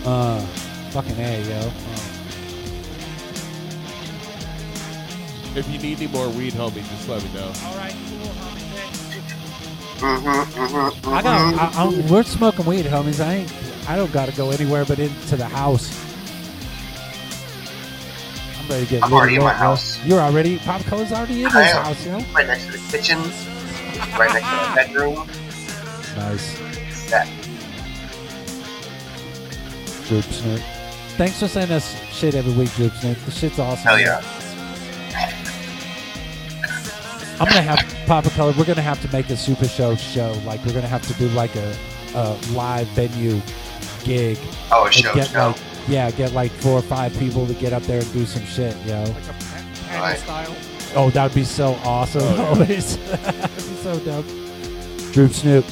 [SPEAKER 2] Uh, fucking A, yo.
[SPEAKER 1] If you need any more weed, homie, just let me know.
[SPEAKER 2] I got,
[SPEAKER 3] Um,
[SPEAKER 2] I, I, we're smoking weed, homies. I ain't, I don't gotta go anywhere but into the house. I'm ready to get
[SPEAKER 3] I'm
[SPEAKER 2] lit
[SPEAKER 3] already in
[SPEAKER 2] up,
[SPEAKER 3] my
[SPEAKER 2] yo.
[SPEAKER 3] house.
[SPEAKER 2] You're already, Pop Co's already in his
[SPEAKER 3] I am.
[SPEAKER 2] house, yo.
[SPEAKER 3] Right next to the kitchen. Right next to the bedroom.
[SPEAKER 2] Nice.
[SPEAKER 3] Yeah.
[SPEAKER 2] Droop Snoop. Thanks for sending us shit every week, Droop Snoop. The shit's awesome.
[SPEAKER 3] Hell yeah.
[SPEAKER 2] I'm gonna have Papa Color. We're gonna have to make a super show show. Like we're gonna have to do like a, a live venue gig.
[SPEAKER 3] Oh, a
[SPEAKER 2] and
[SPEAKER 3] show.
[SPEAKER 2] get
[SPEAKER 3] show.
[SPEAKER 2] like yeah, get like four or five people to get up there and do some shit, yo.
[SPEAKER 11] Like a pan- panel
[SPEAKER 3] Alright.
[SPEAKER 11] style.
[SPEAKER 2] Oh, that'd be so awesome.
[SPEAKER 1] Oh,
[SPEAKER 2] Always, that'd be so dope. Droop Snoop.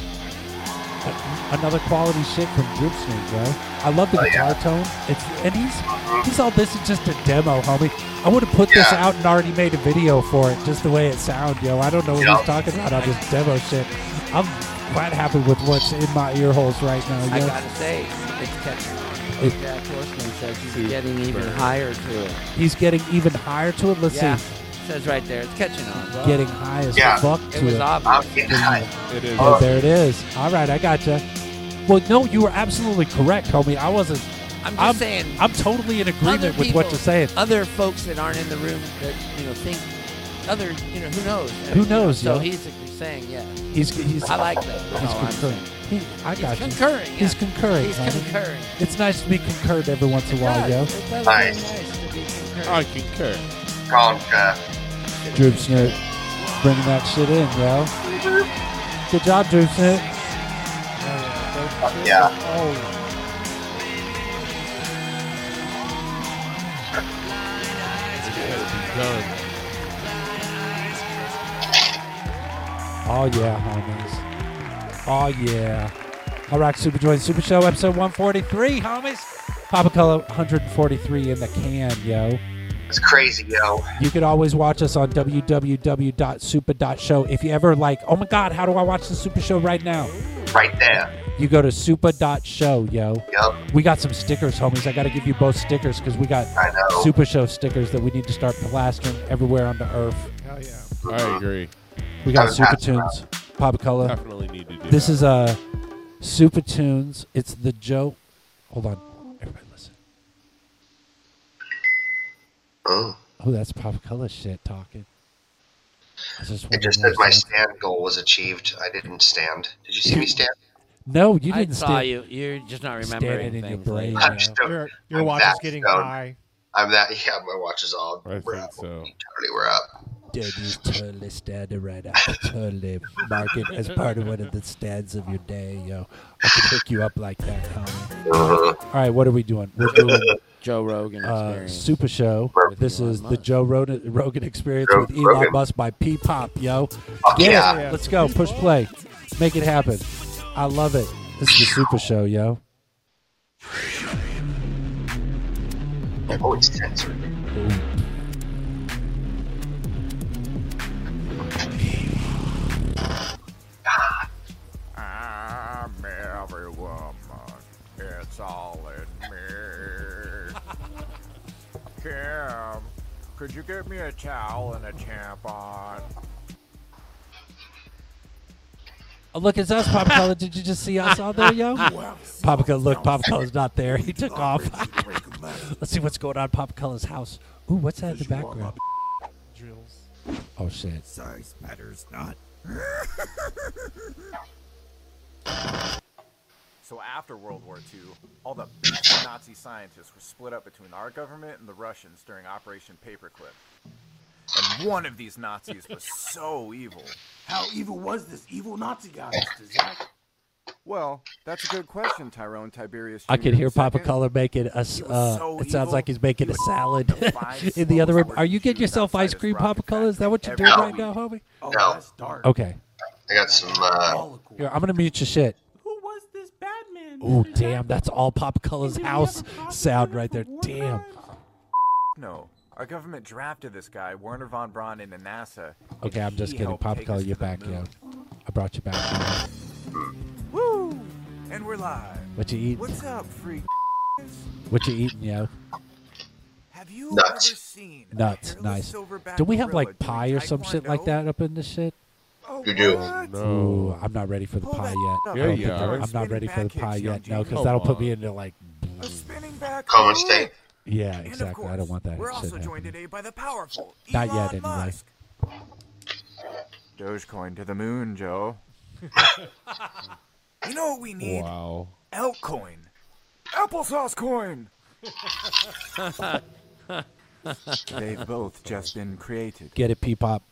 [SPEAKER 2] Another quality shit from Droop Snoop, yo. I love the
[SPEAKER 3] Oh,
[SPEAKER 2] guitar
[SPEAKER 3] yeah.
[SPEAKER 2] tone. It's and he's he's all this is just a demo, homie. I would have put this
[SPEAKER 3] Yeah.
[SPEAKER 2] out and already made a video for it, just the way it sound, yo. I don't know what
[SPEAKER 3] Yeah.
[SPEAKER 2] he's talking about on this demo shit. I'm quite happy with what's in my ear holes right now,
[SPEAKER 5] I
[SPEAKER 2] yo.
[SPEAKER 5] gotta say, it's catching.
[SPEAKER 2] It-
[SPEAKER 5] Jack Horseman says he's
[SPEAKER 1] Super.
[SPEAKER 5] getting even higher to it.
[SPEAKER 2] He's getting even higher to it. Let's
[SPEAKER 5] yeah,
[SPEAKER 2] see,
[SPEAKER 5] says right there, it's catching on. Well,
[SPEAKER 2] getting high as
[SPEAKER 3] Yeah.
[SPEAKER 2] fuck
[SPEAKER 5] it
[SPEAKER 2] to
[SPEAKER 5] was
[SPEAKER 2] it.
[SPEAKER 3] I'm
[SPEAKER 5] obvious.
[SPEAKER 3] getting high.
[SPEAKER 1] It
[SPEAKER 2] Yeah,
[SPEAKER 1] is.
[SPEAKER 3] Oh.
[SPEAKER 2] there it is. All right, I gotcha. Well, no, you were absolutely correct, homie. I wasn't.
[SPEAKER 5] I'm just
[SPEAKER 2] I'm-
[SPEAKER 5] saying,
[SPEAKER 2] I'm totally in
[SPEAKER 5] Other
[SPEAKER 2] agreement with what
[SPEAKER 5] people-
[SPEAKER 2] you're saying.
[SPEAKER 5] other folks that aren't in the room that you know think other you know who knows
[SPEAKER 2] Who knows,
[SPEAKER 5] So
[SPEAKER 2] yo?
[SPEAKER 5] he's saying yeah,
[SPEAKER 2] He's he's.
[SPEAKER 5] I like that.
[SPEAKER 2] He's
[SPEAKER 5] That's all I'm
[SPEAKER 2] concurrent.
[SPEAKER 5] saying.
[SPEAKER 2] He, I
[SPEAKER 12] He's
[SPEAKER 2] got you.
[SPEAKER 12] concurring,
[SPEAKER 2] He's
[SPEAKER 12] yeah.
[SPEAKER 2] concurring.
[SPEAKER 12] He's
[SPEAKER 2] man.
[SPEAKER 12] concurring.
[SPEAKER 2] It's nice to be concurred every once in a while, yo.
[SPEAKER 12] It does feel nice to be concurred.
[SPEAKER 1] I concur.
[SPEAKER 3] Colin uh, Kraft.
[SPEAKER 2] Droop Snoot, bringing that shit in, yo. Good job, Droop Snoot.
[SPEAKER 3] Yeah.
[SPEAKER 2] Oh yeah, homies. Oh yeah. All right, Super Joy Super Show, episode 143, homies. Papa Color 143 in the can, yo.
[SPEAKER 3] It's crazy, yo.
[SPEAKER 2] You could always watch us on www.supa.show. If you ever like, oh my God, how do I watch the Super Show right now?
[SPEAKER 3] Right there.
[SPEAKER 2] You go to supa.show, yo.
[SPEAKER 3] Yup.
[SPEAKER 2] We got some stickers, homies. I got to give you both stickers because we got
[SPEAKER 3] I know.
[SPEAKER 2] Super Show stickers that we need to start plastering everywhere on the earth.
[SPEAKER 13] Hell yeah.
[SPEAKER 3] Uh-huh.
[SPEAKER 1] I agree.
[SPEAKER 2] We got
[SPEAKER 1] Haven't
[SPEAKER 2] Super
[SPEAKER 1] passed
[SPEAKER 2] Tunes, Pop Color.
[SPEAKER 1] Definitely need to do
[SPEAKER 2] This
[SPEAKER 1] that.
[SPEAKER 2] is uh, Super Tunes. It's the Joe. Hold on. Everybody listen.
[SPEAKER 3] Oh.
[SPEAKER 2] Oh, that's Pop Color shit talking. I just
[SPEAKER 3] It
[SPEAKER 2] wanted
[SPEAKER 3] just
[SPEAKER 2] to
[SPEAKER 3] said my
[SPEAKER 2] understand.
[SPEAKER 3] stand goal was achieved. I didn't stand. Did you see me stand?
[SPEAKER 2] No, you didn't
[SPEAKER 5] I saw
[SPEAKER 2] stand-
[SPEAKER 5] you. You're just not
[SPEAKER 2] stand
[SPEAKER 5] remembering
[SPEAKER 2] it in your
[SPEAKER 5] things.
[SPEAKER 2] brain.
[SPEAKER 5] like-
[SPEAKER 2] I'm just
[SPEAKER 3] Don't-
[SPEAKER 13] Your, your
[SPEAKER 3] I'm
[SPEAKER 13] watch is
[SPEAKER 3] that
[SPEAKER 13] getting
[SPEAKER 3] stoned.
[SPEAKER 13] high.
[SPEAKER 3] I'm that. Yeah, my watch is all.
[SPEAKER 1] I
[SPEAKER 3] we're
[SPEAKER 1] think
[SPEAKER 3] up.
[SPEAKER 1] so.
[SPEAKER 3] Totally, we're up.
[SPEAKER 2] Dude, you totally stand around. I could totally mark it as part of one of the stands of your day, yo. I could hook you up like that, homie.
[SPEAKER 3] Uh-huh.
[SPEAKER 2] All right, what are we doing? We're doing
[SPEAKER 5] Joe Rogan
[SPEAKER 2] uh,
[SPEAKER 5] experience.
[SPEAKER 2] Super Show. This is the Joe Rogan, Rogan Experience
[SPEAKER 5] Joe
[SPEAKER 2] with Elon
[SPEAKER 5] Rogan.
[SPEAKER 2] Musk by P Pop, yo.
[SPEAKER 5] Fuck
[SPEAKER 2] Get
[SPEAKER 5] yeah.
[SPEAKER 2] it. Let's go. Push play. Make it happen. I love it. This is the Super Show, yo.
[SPEAKER 3] Oh, it's censored.
[SPEAKER 14] Oh, I'm every woman. It's all in me. Kim, could you get me a towel and a tampon?
[SPEAKER 2] Oh, look, it's us, Papa Color. Did you just see us on there, yo? Papa Color, look, Papa Color's not there. He took off. Let's see what's going on, at Papa Color's house. Ooh, what's that in the background?
[SPEAKER 13] Drills.
[SPEAKER 2] Oh shit.
[SPEAKER 13] Size matters not.
[SPEAKER 14] So after World War II, all the best Nazi scientists were split up between our government and the Russians during Operation Paperclip. And one of these Nazis was so evil.
[SPEAKER 15] How evil was this evil Nazi guy, Mr. Zach?
[SPEAKER 14] Well, that's a good question, Tyrone Tiberius.
[SPEAKER 2] I could
[SPEAKER 14] Jr.
[SPEAKER 2] hear Papa
[SPEAKER 14] Second,
[SPEAKER 2] Color making a. s-
[SPEAKER 14] He was
[SPEAKER 2] Uh,
[SPEAKER 14] so
[SPEAKER 2] it sounds
[SPEAKER 14] evil,
[SPEAKER 2] like he's making
[SPEAKER 14] he
[SPEAKER 2] a
[SPEAKER 14] would
[SPEAKER 2] salad
[SPEAKER 14] offer five
[SPEAKER 2] in the other room.
[SPEAKER 14] smokes
[SPEAKER 2] Are you getting yourself ice cream, Papa Color? Is that what you're doing
[SPEAKER 3] No.
[SPEAKER 2] right now, homie?
[SPEAKER 3] No.
[SPEAKER 2] Okay.
[SPEAKER 3] I got some. Uh,
[SPEAKER 2] Here, I'm gonna mute your shit. Who was this Batman? Oh damn, that's all Pop Color's house sound right there. Damn.
[SPEAKER 14] No, our government drafted this guy, Werner von Braun, into NASA. and
[SPEAKER 2] Okay, I'm just
[SPEAKER 14] he
[SPEAKER 2] kidding.
[SPEAKER 14] helped
[SPEAKER 2] Pop
[SPEAKER 14] take
[SPEAKER 2] Color,
[SPEAKER 14] us to
[SPEAKER 2] you're
[SPEAKER 14] the
[SPEAKER 2] back,
[SPEAKER 14] moon.
[SPEAKER 2] yo. I brought you back.
[SPEAKER 14] Woo! And we're live.
[SPEAKER 2] What you eating?
[SPEAKER 14] What's up, freak?
[SPEAKER 2] What you eating, yo?
[SPEAKER 14] Have you
[SPEAKER 2] Nuts.
[SPEAKER 14] ever seen a
[SPEAKER 2] Nuts,
[SPEAKER 14] hairless
[SPEAKER 2] nice.
[SPEAKER 14] silverback
[SPEAKER 2] Do we have
[SPEAKER 14] gorilla Oh,
[SPEAKER 2] like pie or some shit like that up in this shit?
[SPEAKER 3] You do.
[SPEAKER 2] Ooh, I'm not ready for the pie yet.
[SPEAKER 1] Yeah,
[SPEAKER 2] I don't
[SPEAKER 1] you
[SPEAKER 2] think
[SPEAKER 1] are.
[SPEAKER 2] I'm, I'm not ready for the pie yet. No, because
[SPEAKER 1] Come
[SPEAKER 2] that'll put
[SPEAKER 1] on.
[SPEAKER 2] me into like.
[SPEAKER 3] Common state.
[SPEAKER 2] Yeah, exactly. I don't want that.
[SPEAKER 14] We're
[SPEAKER 2] shit
[SPEAKER 14] also
[SPEAKER 2] happening.
[SPEAKER 14] joined today by the powerful
[SPEAKER 2] Not yet,
[SPEAKER 14] Elon
[SPEAKER 2] anyway.
[SPEAKER 14] Musk. Dogecoin to the moon, Joe. you know what we need?
[SPEAKER 1] Wow.
[SPEAKER 14] Elk coin. Applesauce coin. They've both just been created.
[SPEAKER 2] Get it, P-pop.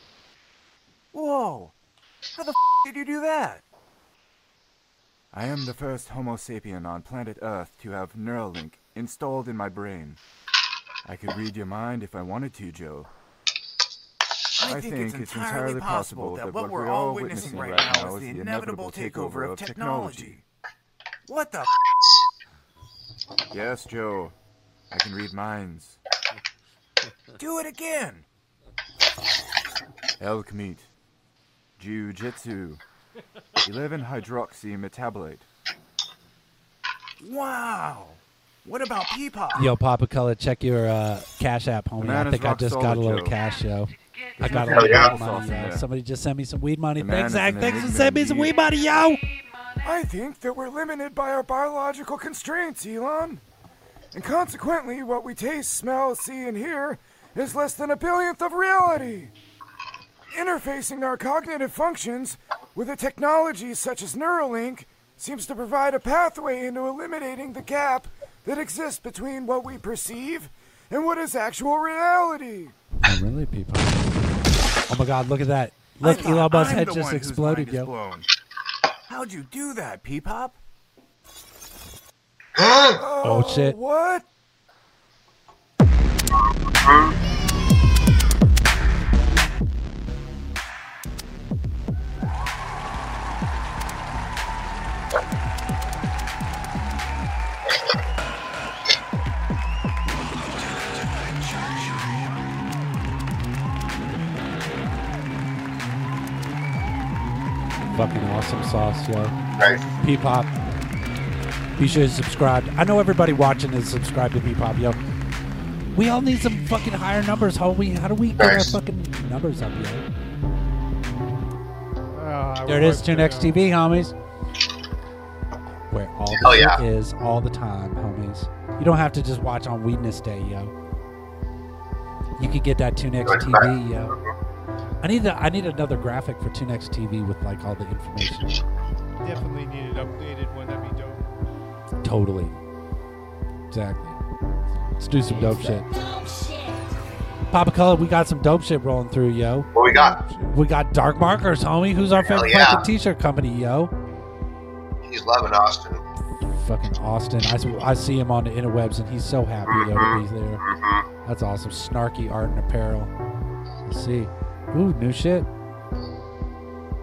[SPEAKER 14] Whoa! How the f did you do that? I am the first Homo sapien on planet Earth to have Neuralink installed in my brain. I could read your mind if I wanted to, Joe.
[SPEAKER 15] I think it's entirely possible that what we're all witnessing right now is the inevitable takeover of
[SPEAKER 14] What the f? Yes, Joe. I can read minds. Do it again! Elk meat. Jiu-jitsu. 11 hydroxy metabolate. Wow! What about Peapod?
[SPEAKER 2] Yo, Papa Color, check your uh, cash app, homie.
[SPEAKER 14] man
[SPEAKER 2] I
[SPEAKER 14] is
[SPEAKER 2] think I
[SPEAKER 14] rock
[SPEAKER 2] just
[SPEAKER 14] solid,
[SPEAKER 2] got a little
[SPEAKER 14] Joe.
[SPEAKER 2] cash, yo. I
[SPEAKER 14] There's
[SPEAKER 2] got a
[SPEAKER 14] nothing
[SPEAKER 2] little
[SPEAKER 14] else off
[SPEAKER 2] money,
[SPEAKER 14] in
[SPEAKER 2] yo.
[SPEAKER 14] there.
[SPEAKER 2] Somebody just sent me some weed money.
[SPEAKER 14] The man
[SPEAKER 2] Thanks,
[SPEAKER 14] is
[SPEAKER 2] Zach.
[SPEAKER 14] an
[SPEAKER 2] Thanks for
[SPEAKER 14] enigma
[SPEAKER 2] sending me some weed
[SPEAKER 14] indeed.
[SPEAKER 2] money, yo.
[SPEAKER 14] I think that we're limited by our biological constraints, Elon. And consequently, what we taste, smell, see, and hear is less than a billionth of reality. Interfacing our cognitive functions
[SPEAKER 15] with a technology such as Neuralink, seems to provide a pathway into eliminating the gap that exists between what we perceive and what is actual reality.
[SPEAKER 2] Oh, really, people? Oh my God! Look at that! Look,
[SPEAKER 14] thought
[SPEAKER 2] Elon Musk's
[SPEAKER 14] I'm
[SPEAKER 2] head
[SPEAKER 14] the
[SPEAKER 2] just
[SPEAKER 14] one whose
[SPEAKER 2] exploded,
[SPEAKER 14] mind is
[SPEAKER 2] yo.
[SPEAKER 14] blown. How'd you do that, Peepop?
[SPEAKER 2] Oh shit!
[SPEAKER 15] What?
[SPEAKER 2] Fucking awesome sauce, yo.
[SPEAKER 3] Right.
[SPEAKER 2] Peepop. Be sure to subscribe. I know everybody watching is subscribed to Peepop, yo. We all need some fucking higher numbers. How we? How do we get our
[SPEAKER 3] Nice.
[SPEAKER 2] fucking numbers up, yo?
[SPEAKER 14] Ah,
[SPEAKER 3] I
[SPEAKER 2] there it is. Tune X TV, homies. Where all the
[SPEAKER 3] Hell
[SPEAKER 2] shit
[SPEAKER 3] yeah.
[SPEAKER 2] is all the time, homies. You don't have to just watch on Weedness Day, yo. You could get that Tune X TV, yo. I need the, I need another graphic for Tune X TV with like all the information.
[SPEAKER 12] Definitely needed updated one. That'd be dope.
[SPEAKER 2] Totally. Exactly. Let's do some dope shit. Papa Color, we got some dope shit rolling through, yo.
[SPEAKER 3] What we got?
[SPEAKER 2] We got Dark Markers, homie. Who's our favorite
[SPEAKER 3] yeah.
[SPEAKER 2] fucking t-shirt company, yo?
[SPEAKER 3] He's loving Austin.
[SPEAKER 2] Fucking Austin. I, s- I see him on the interwebs and he's so happy, yo, to be
[SPEAKER 3] Mm-hmm.
[SPEAKER 2] there. That's awesome. Snarky art and apparel. Let's see. Ooh, new shit.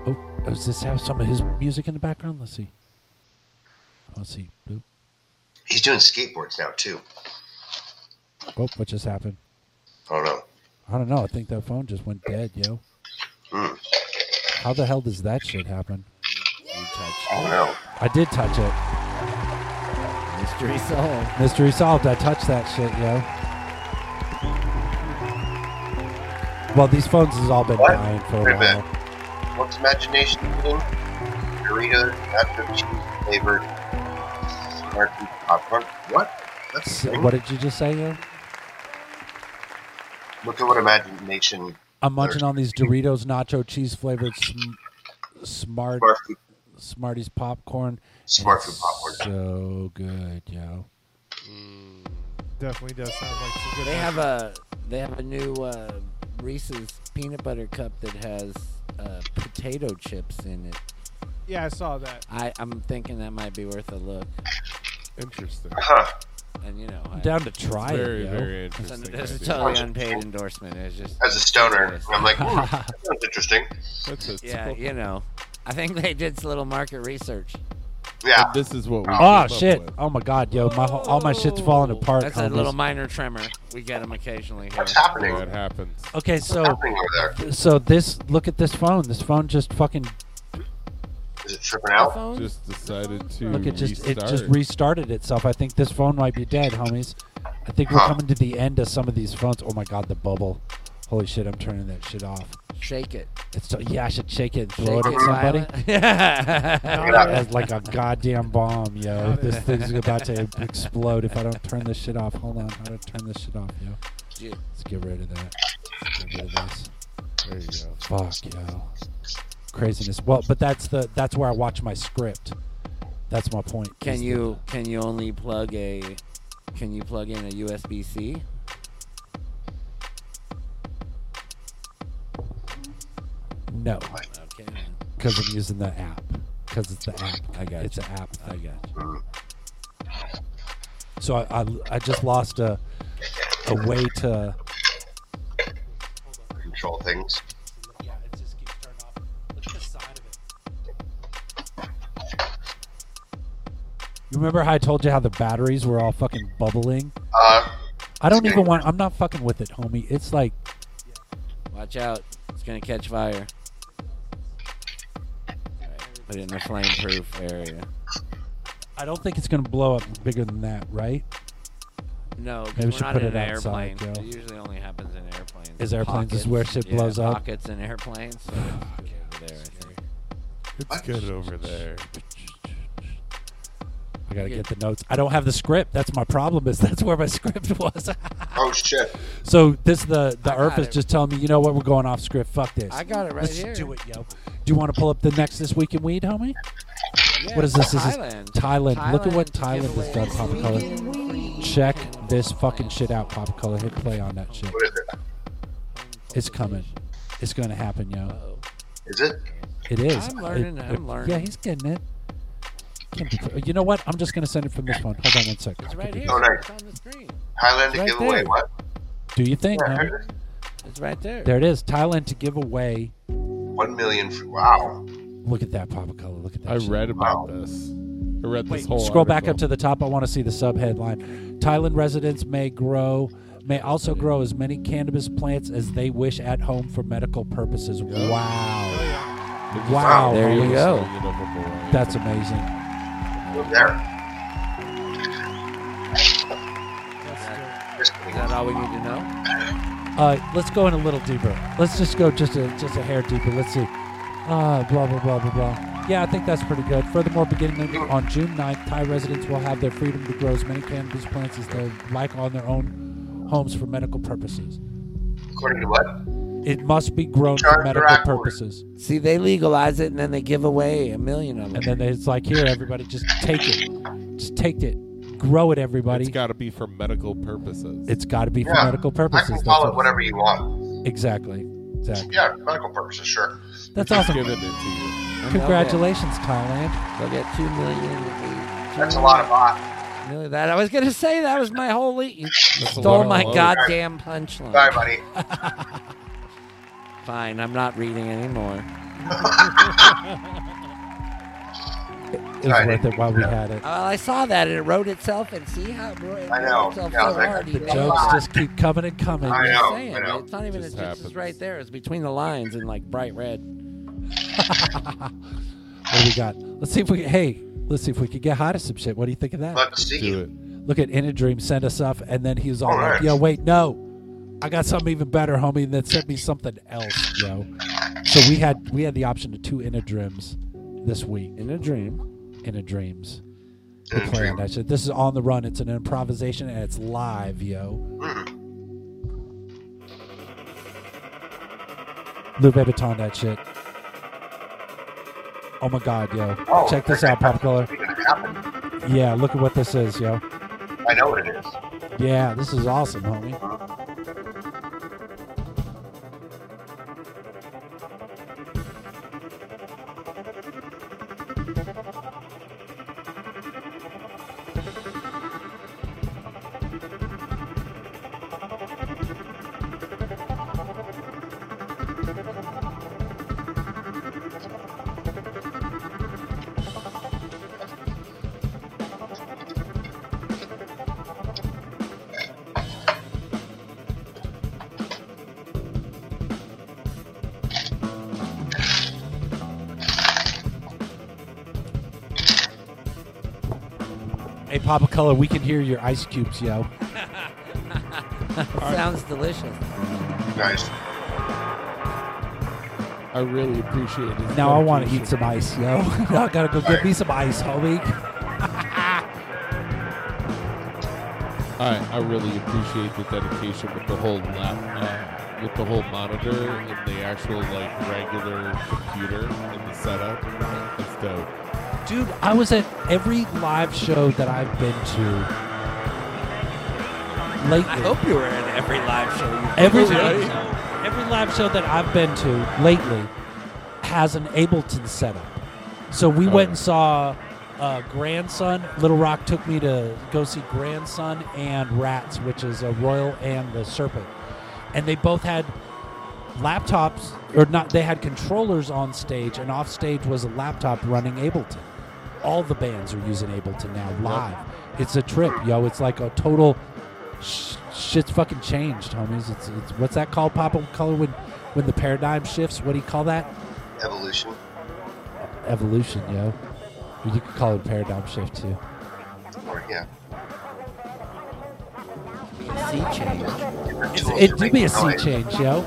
[SPEAKER 2] Oh, does this have some of his music in the background? Let's see. Let's see. Boop.
[SPEAKER 3] He's doing skateboards now too.
[SPEAKER 2] Whoop, Oh, what just happened?
[SPEAKER 3] I don't know.
[SPEAKER 2] I don't know. I think that phone just went dead, yo.
[SPEAKER 3] Mm.
[SPEAKER 2] How the hell does that shit happen?
[SPEAKER 3] I don't know.
[SPEAKER 2] I did touch it.
[SPEAKER 5] Mystery solved.
[SPEAKER 2] Mystery solved. I touched that shit, yo. Well, these phones has all been dying for
[SPEAKER 3] Wait
[SPEAKER 2] a
[SPEAKER 3] a minute.
[SPEAKER 2] while.
[SPEAKER 3] What's imagination eating? Doritos, nacho cheese flavored American popcorn. What? That's
[SPEAKER 2] So, what did you just say, yo?
[SPEAKER 3] Look at what imagination.
[SPEAKER 2] I'm munching on these Doritos nacho cheese flavored sm- smart Smarties popcorn.
[SPEAKER 3] Smart
[SPEAKER 2] It's
[SPEAKER 3] food popcorn.
[SPEAKER 2] So good, yo.
[SPEAKER 12] Mm. Definitely does sound like some good.
[SPEAKER 5] They have
[SPEAKER 12] lunch.
[SPEAKER 5] a they have a new uh, Reese's peanut butter cup that has uh, potato chips in it.
[SPEAKER 12] Yeah, I saw that.
[SPEAKER 5] I I'm thinking that might be worth a look.
[SPEAKER 1] Interesting.
[SPEAKER 5] And you know,
[SPEAKER 2] I'm down to try it,
[SPEAKER 5] very,
[SPEAKER 2] yo.
[SPEAKER 5] Very
[SPEAKER 2] interesting
[SPEAKER 5] It's a
[SPEAKER 2] idea.
[SPEAKER 5] totally unpaid endorsement. It's just
[SPEAKER 3] As a stoner, I'm like, "Ooh, that sounds interesting.
[SPEAKER 5] yeah, you know, I think they did some little market research.
[SPEAKER 3] Yeah.
[SPEAKER 1] this is what we.
[SPEAKER 2] Oh shit! Oh my god, yo, my whole, all my shit's falling apart.
[SPEAKER 5] That's a
[SPEAKER 2] homies.
[SPEAKER 5] little minor tremor. We get them occasionally. Here.
[SPEAKER 3] What's happening?
[SPEAKER 1] That happens.
[SPEAKER 2] Okay, so
[SPEAKER 3] happening over
[SPEAKER 2] so this look at this phone. This phone just fucking
[SPEAKER 3] Is it tripping out?
[SPEAKER 1] Just decided to
[SPEAKER 2] look. It just
[SPEAKER 1] restart.
[SPEAKER 2] it just restarted itself. I think this phone might be dead, homies. I think we're
[SPEAKER 3] Huh.
[SPEAKER 2] coming to the end of some of these phones. Oh my god, the bubble! Holy shit, I'm turning that shit off.
[SPEAKER 5] Shake it.
[SPEAKER 2] It's so, yeah, I should shake it and throw
[SPEAKER 5] Shake
[SPEAKER 2] it at
[SPEAKER 5] it,
[SPEAKER 2] somebody.
[SPEAKER 5] Violet.
[SPEAKER 2] That's like a goddamn bomb, yo. This thing's about to explode if I don't turn this shit off. Hold on, how to turn this shit off, yo?
[SPEAKER 5] Yeah.
[SPEAKER 2] Let's get rid of that. Let's get rid of this.
[SPEAKER 1] There you go.
[SPEAKER 2] Fuck yo, craziness. Well, but that's the that's where I watch my script. That's my point.
[SPEAKER 5] Can
[SPEAKER 2] is
[SPEAKER 5] you can you only plug a can you plug in a USB C?
[SPEAKER 2] that- no?
[SPEAKER 5] Okay.
[SPEAKER 2] Because I'm using the app. Because it's the app. I
[SPEAKER 5] got
[SPEAKER 2] It's
[SPEAKER 5] you.
[SPEAKER 2] an app.
[SPEAKER 5] I
[SPEAKER 2] thing.
[SPEAKER 5] got
[SPEAKER 3] Mm.
[SPEAKER 2] So I, I I just lost a a way to
[SPEAKER 3] Control things.
[SPEAKER 2] You remember how I told you how the batteries were all fucking bubbling?
[SPEAKER 3] Uh,
[SPEAKER 2] I don't even want. I'm not fucking with it, homie. It's like
[SPEAKER 5] Watch out. It's gonna catch fire. Put it in the flameproof area.
[SPEAKER 2] I don't think it's gonna blow up bigger than that, right?
[SPEAKER 5] No,
[SPEAKER 2] Maybe
[SPEAKER 5] because
[SPEAKER 2] we
[SPEAKER 5] we're
[SPEAKER 2] should
[SPEAKER 5] not
[SPEAKER 2] put
[SPEAKER 5] in
[SPEAKER 2] it
[SPEAKER 5] an
[SPEAKER 2] outside,
[SPEAKER 5] airplane.
[SPEAKER 2] Joe.
[SPEAKER 5] It usually only happens in airplanes.
[SPEAKER 2] Is airplanes is where shit
[SPEAKER 5] Yeah,
[SPEAKER 2] blows up?
[SPEAKER 5] Pockets in airplanes. So it's good over there, I think.
[SPEAKER 1] It's good over there.
[SPEAKER 2] I gotta get the notes. I don't have the script. That's my problem. Is that's where my script was.
[SPEAKER 3] Oh shit!
[SPEAKER 2] so this the the
[SPEAKER 3] I
[SPEAKER 2] ERF
[SPEAKER 3] got
[SPEAKER 2] is
[SPEAKER 3] it.
[SPEAKER 2] just telling me, you know what, we're going off script. Fuck this.
[SPEAKER 5] I got it right
[SPEAKER 2] Let's just
[SPEAKER 5] here.
[SPEAKER 2] do it, yo. Do you want to pull up the next this week in weed, homie? what is this? This is
[SPEAKER 5] Thailand.
[SPEAKER 2] Thailand. Look at what
[SPEAKER 5] Thailand
[SPEAKER 2] Thailand has done, Pop Color. Check this fucking shit out, Pop Color. Hit play on that shit. It's coming. It's gonna happen, yo.
[SPEAKER 3] Is it?
[SPEAKER 2] It is.
[SPEAKER 5] I'm learning,
[SPEAKER 2] It-
[SPEAKER 5] I'm learning.
[SPEAKER 2] Yeah, he's getting it. Can't be- You know what? I'm just gonna send it from this one. Hold on one second.
[SPEAKER 5] It's right here.
[SPEAKER 3] Oh, nice.
[SPEAKER 5] It's on the screen.
[SPEAKER 3] Highland to
[SPEAKER 2] Right
[SPEAKER 3] give away
[SPEAKER 2] there.
[SPEAKER 3] what?
[SPEAKER 2] Do you think?
[SPEAKER 3] Yeah, I
[SPEAKER 2] homie?
[SPEAKER 3] heard it.
[SPEAKER 5] It's right there.
[SPEAKER 2] There it is. Thailand to give away.
[SPEAKER 3] One million. For, wow.
[SPEAKER 2] Look at that Papa Color. Look at that.
[SPEAKER 1] I
[SPEAKER 2] shit.
[SPEAKER 1] read about this. I read this whole.
[SPEAKER 2] Scroll back
[SPEAKER 1] article.
[SPEAKER 2] up to the top. I want to see the sub headline. Thailand residents may grow may also grow as many cannabis plants as they wish at home for medical purposes.
[SPEAKER 5] Oh,
[SPEAKER 2] Wow. Wow.
[SPEAKER 5] There you
[SPEAKER 2] homies.
[SPEAKER 5] go.
[SPEAKER 2] That's amazing.
[SPEAKER 3] There.
[SPEAKER 5] Is that all we need to know?
[SPEAKER 2] Uh, let's go in a little deeper. Let's just go just a just a hair deeper. Let's see. Uh, blah blah blah blah blah. Yeah, I think that's pretty good. Furthermore, beginning on June 9th, Thai residents will have their freedom to grow as many cannabis plants as they like on their own homes for medical purposes.
[SPEAKER 3] According to what?
[SPEAKER 2] It must be grown for medical purposes.
[SPEAKER 5] See, they legalize it and then they give away a million of them.
[SPEAKER 2] And then it's like, here, everybody, just take it. Just take it. Grow it, everybody.
[SPEAKER 1] It's got to be for medical purposes.
[SPEAKER 2] It's got to be for
[SPEAKER 1] Yeah,
[SPEAKER 2] medical
[SPEAKER 1] I can
[SPEAKER 2] purposes. That's
[SPEAKER 3] call it
[SPEAKER 2] what-
[SPEAKER 3] whatever you want.
[SPEAKER 2] Exactly. Exactly.
[SPEAKER 3] Yeah, medical purposes, sure.
[SPEAKER 2] That's
[SPEAKER 1] Just
[SPEAKER 2] awesome.
[SPEAKER 1] Giving it to you.
[SPEAKER 2] Congratulations, Thailand.
[SPEAKER 5] They'll get two million. eight-
[SPEAKER 3] That's a lot of pot.
[SPEAKER 5] Million, that I was gonna say that was my whole. Le- you
[SPEAKER 2] a
[SPEAKER 5] stole
[SPEAKER 2] lot of
[SPEAKER 5] my
[SPEAKER 2] love.
[SPEAKER 5] goddamn punchline.
[SPEAKER 3] Sorry, buddy.
[SPEAKER 5] Fine, I'm not reading anymore.
[SPEAKER 2] It was worth it while we had it.
[SPEAKER 5] Well, I saw that and it wrote itself. And see how it wrote, it
[SPEAKER 3] I know.
[SPEAKER 5] wrote itself
[SPEAKER 3] Yeah, I
[SPEAKER 5] so
[SPEAKER 3] was like,
[SPEAKER 5] hard.
[SPEAKER 3] the
[SPEAKER 5] you know?
[SPEAKER 2] Jokes just keep coming and coming.
[SPEAKER 5] I'm just
[SPEAKER 3] know,
[SPEAKER 5] saying,
[SPEAKER 3] I know.
[SPEAKER 5] It's not even.
[SPEAKER 1] Just
[SPEAKER 5] It's just
[SPEAKER 1] happens.
[SPEAKER 5] it's right there. It's between the lines in like bright red.
[SPEAKER 2] What do we got? Let's see if we. Hey, let's see if we could get high to some shit. What do you think of that?
[SPEAKER 3] Let's see.
[SPEAKER 1] Do it.
[SPEAKER 2] Look at In a Dream sent us up, and then he was all,
[SPEAKER 3] All
[SPEAKER 2] like,
[SPEAKER 3] right.
[SPEAKER 2] "Yo, wait, no, I got something even better, homie." And then sent me something else, yo. So we had we had the option of two In a Dreams this week.
[SPEAKER 5] In a dream.
[SPEAKER 2] In a dreams.
[SPEAKER 5] In
[SPEAKER 2] The
[SPEAKER 5] a
[SPEAKER 2] plan.
[SPEAKER 5] Dream.
[SPEAKER 2] I said, "This is on the run. It's an improvisation, and it's live, yo." Lou Vuitton, that shit. Oh my god, yo!
[SPEAKER 3] Oh,
[SPEAKER 2] Check this out, Pop Color.
[SPEAKER 3] It's gonna happen.
[SPEAKER 2] Yeah, look at what this is, yo.
[SPEAKER 3] I know what it is.
[SPEAKER 2] Yeah, this is awesome, homie. Hey, Papa Color, we can hear your ice cubes, yo.
[SPEAKER 5] Sounds delicious.
[SPEAKER 3] Nice.
[SPEAKER 1] I really appreciate it.
[SPEAKER 2] Now I want to eat some ice, yo. now I gotta go get me some ice, homie.
[SPEAKER 1] I, I really appreciate the dedication with the whole lap, uh, with the whole monitor and the actual like regular computer and the setup. It's dope.
[SPEAKER 2] Dude, I was at every live show that I've been to lately.
[SPEAKER 5] I hope you were in every live show. You
[SPEAKER 2] Every
[SPEAKER 5] did.
[SPEAKER 2] live show, every live show that I've been to lately has an Ableton setup. So we went and saw uh, Grandson. Little Rock took me to go see Grandson and Rats, which is a royal and the serpent, and they both had laptops or not. They had controllers on stage, and off stage was a laptop running Ableton. All the bands are using Ableton now live. It's a trip, yo. It's like a total sh- shit's fucking changed, homies. It's, it's what's that called? Pop up color when when the paradigm shifts. What do you call that?
[SPEAKER 3] Evolution.
[SPEAKER 2] Evolution, yo. Or you could call it a paradigm shift too.
[SPEAKER 3] Or, yeah.
[SPEAKER 5] Sea change.
[SPEAKER 2] It do be a sea change, yo.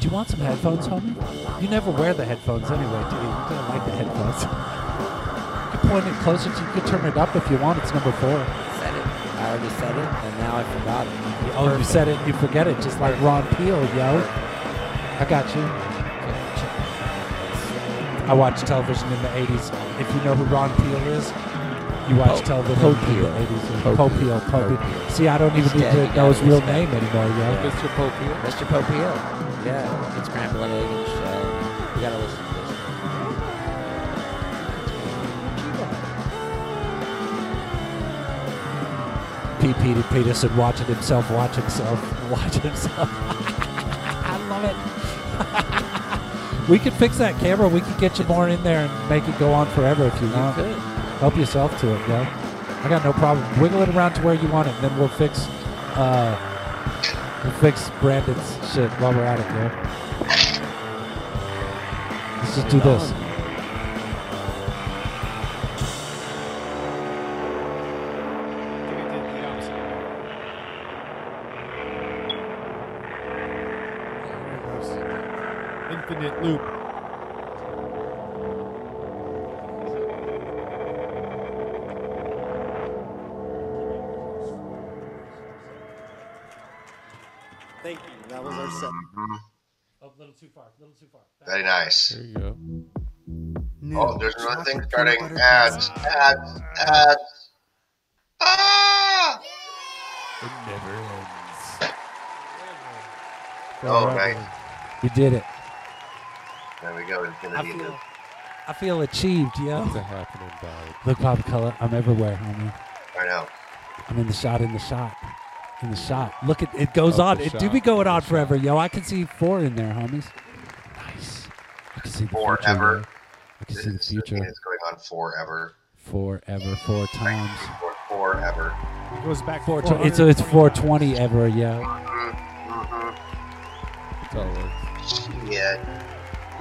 [SPEAKER 2] Do you want some headphones, homie? You never wear the headphones anyway, do you? You don't like the headphones. you could point it closer to you could turn it up if you want. It's number four.
[SPEAKER 5] Said it. I already said it, and now I forgot it.
[SPEAKER 2] Oh, you said it, you forget it, just like Ron Peel, yo. I got you. I watched television in the 80s. If you know who Ron Peel is, you watch
[SPEAKER 5] Pope.
[SPEAKER 2] television
[SPEAKER 5] Pope
[SPEAKER 2] in the
[SPEAKER 5] Peel.
[SPEAKER 2] 80s.
[SPEAKER 5] Pope
[SPEAKER 2] Pope
[SPEAKER 5] Peel.
[SPEAKER 2] Peel. Pope
[SPEAKER 5] Pope
[SPEAKER 2] Peel.
[SPEAKER 5] Peel.
[SPEAKER 2] See, I don't even
[SPEAKER 5] He's
[SPEAKER 2] need
[SPEAKER 5] dead,
[SPEAKER 2] to
[SPEAKER 5] you
[SPEAKER 2] know
[SPEAKER 5] gotta
[SPEAKER 2] his real
[SPEAKER 5] respect
[SPEAKER 2] name
[SPEAKER 5] him.
[SPEAKER 2] anymore, yo.
[SPEAKER 5] Mr. Popiel. Mr. Popiel. Yeah, it's Grandpa Egg and Shell. You gotta listen to this.
[SPEAKER 2] P. Peter Peterson watching himself watch himself watch himself. I love it. we could fix that camera. We could get you more in there and make it go on forever if you want.
[SPEAKER 5] could.
[SPEAKER 2] Help yourself to it, yo. I got no problem. Wiggle it around to where you want it, and then we'll fix uh, we'll fix Brandon's shit while we're at it, yo. Let's just do this.
[SPEAKER 12] Infinite loop.
[SPEAKER 10] Thank you. That was our set.
[SPEAKER 3] Mm-hmm. Very nice. There
[SPEAKER 1] you go.
[SPEAKER 3] oh, there's another thing starting. Ads, ads, ads. Ah!
[SPEAKER 1] It never ends.
[SPEAKER 3] Oh, nice.
[SPEAKER 2] We did it.
[SPEAKER 3] There we go. It's gonna be the
[SPEAKER 2] I feel achieved, yo.
[SPEAKER 1] It's a happening vibe.
[SPEAKER 2] Look, Papa Color, I'm everywhere, homie.
[SPEAKER 3] I know.
[SPEAKER 2] I'm in the shot, in the shot, in the shot. Look, it, it goes
[SPEAKER 1] Up
[SPEAKER 2] on.
[SPEAKER 1] the
[SPEAKER 2] It do
[SPEAKER 1] shot,
[SPEAKER 2] be going on forever, yo. I can see four in there, homies. Nice. I can see the
[SPEAKER 3] Forever.
[SPEAKER 2] future. yo. I can see the future.
[SPEAKER 3] It's going on forever.
[SPEAKER 2] Forever, four times.
[SPEAKER 3] For, forever.
[SPEAKER 12] It goes back
[SPEAKER 2] Four
[SPEAKER 12] four
[SPEAKER 2] tw- it's, it's 420 ever, yo.
[SPEAKER 3] Mm-hmm. Yeah.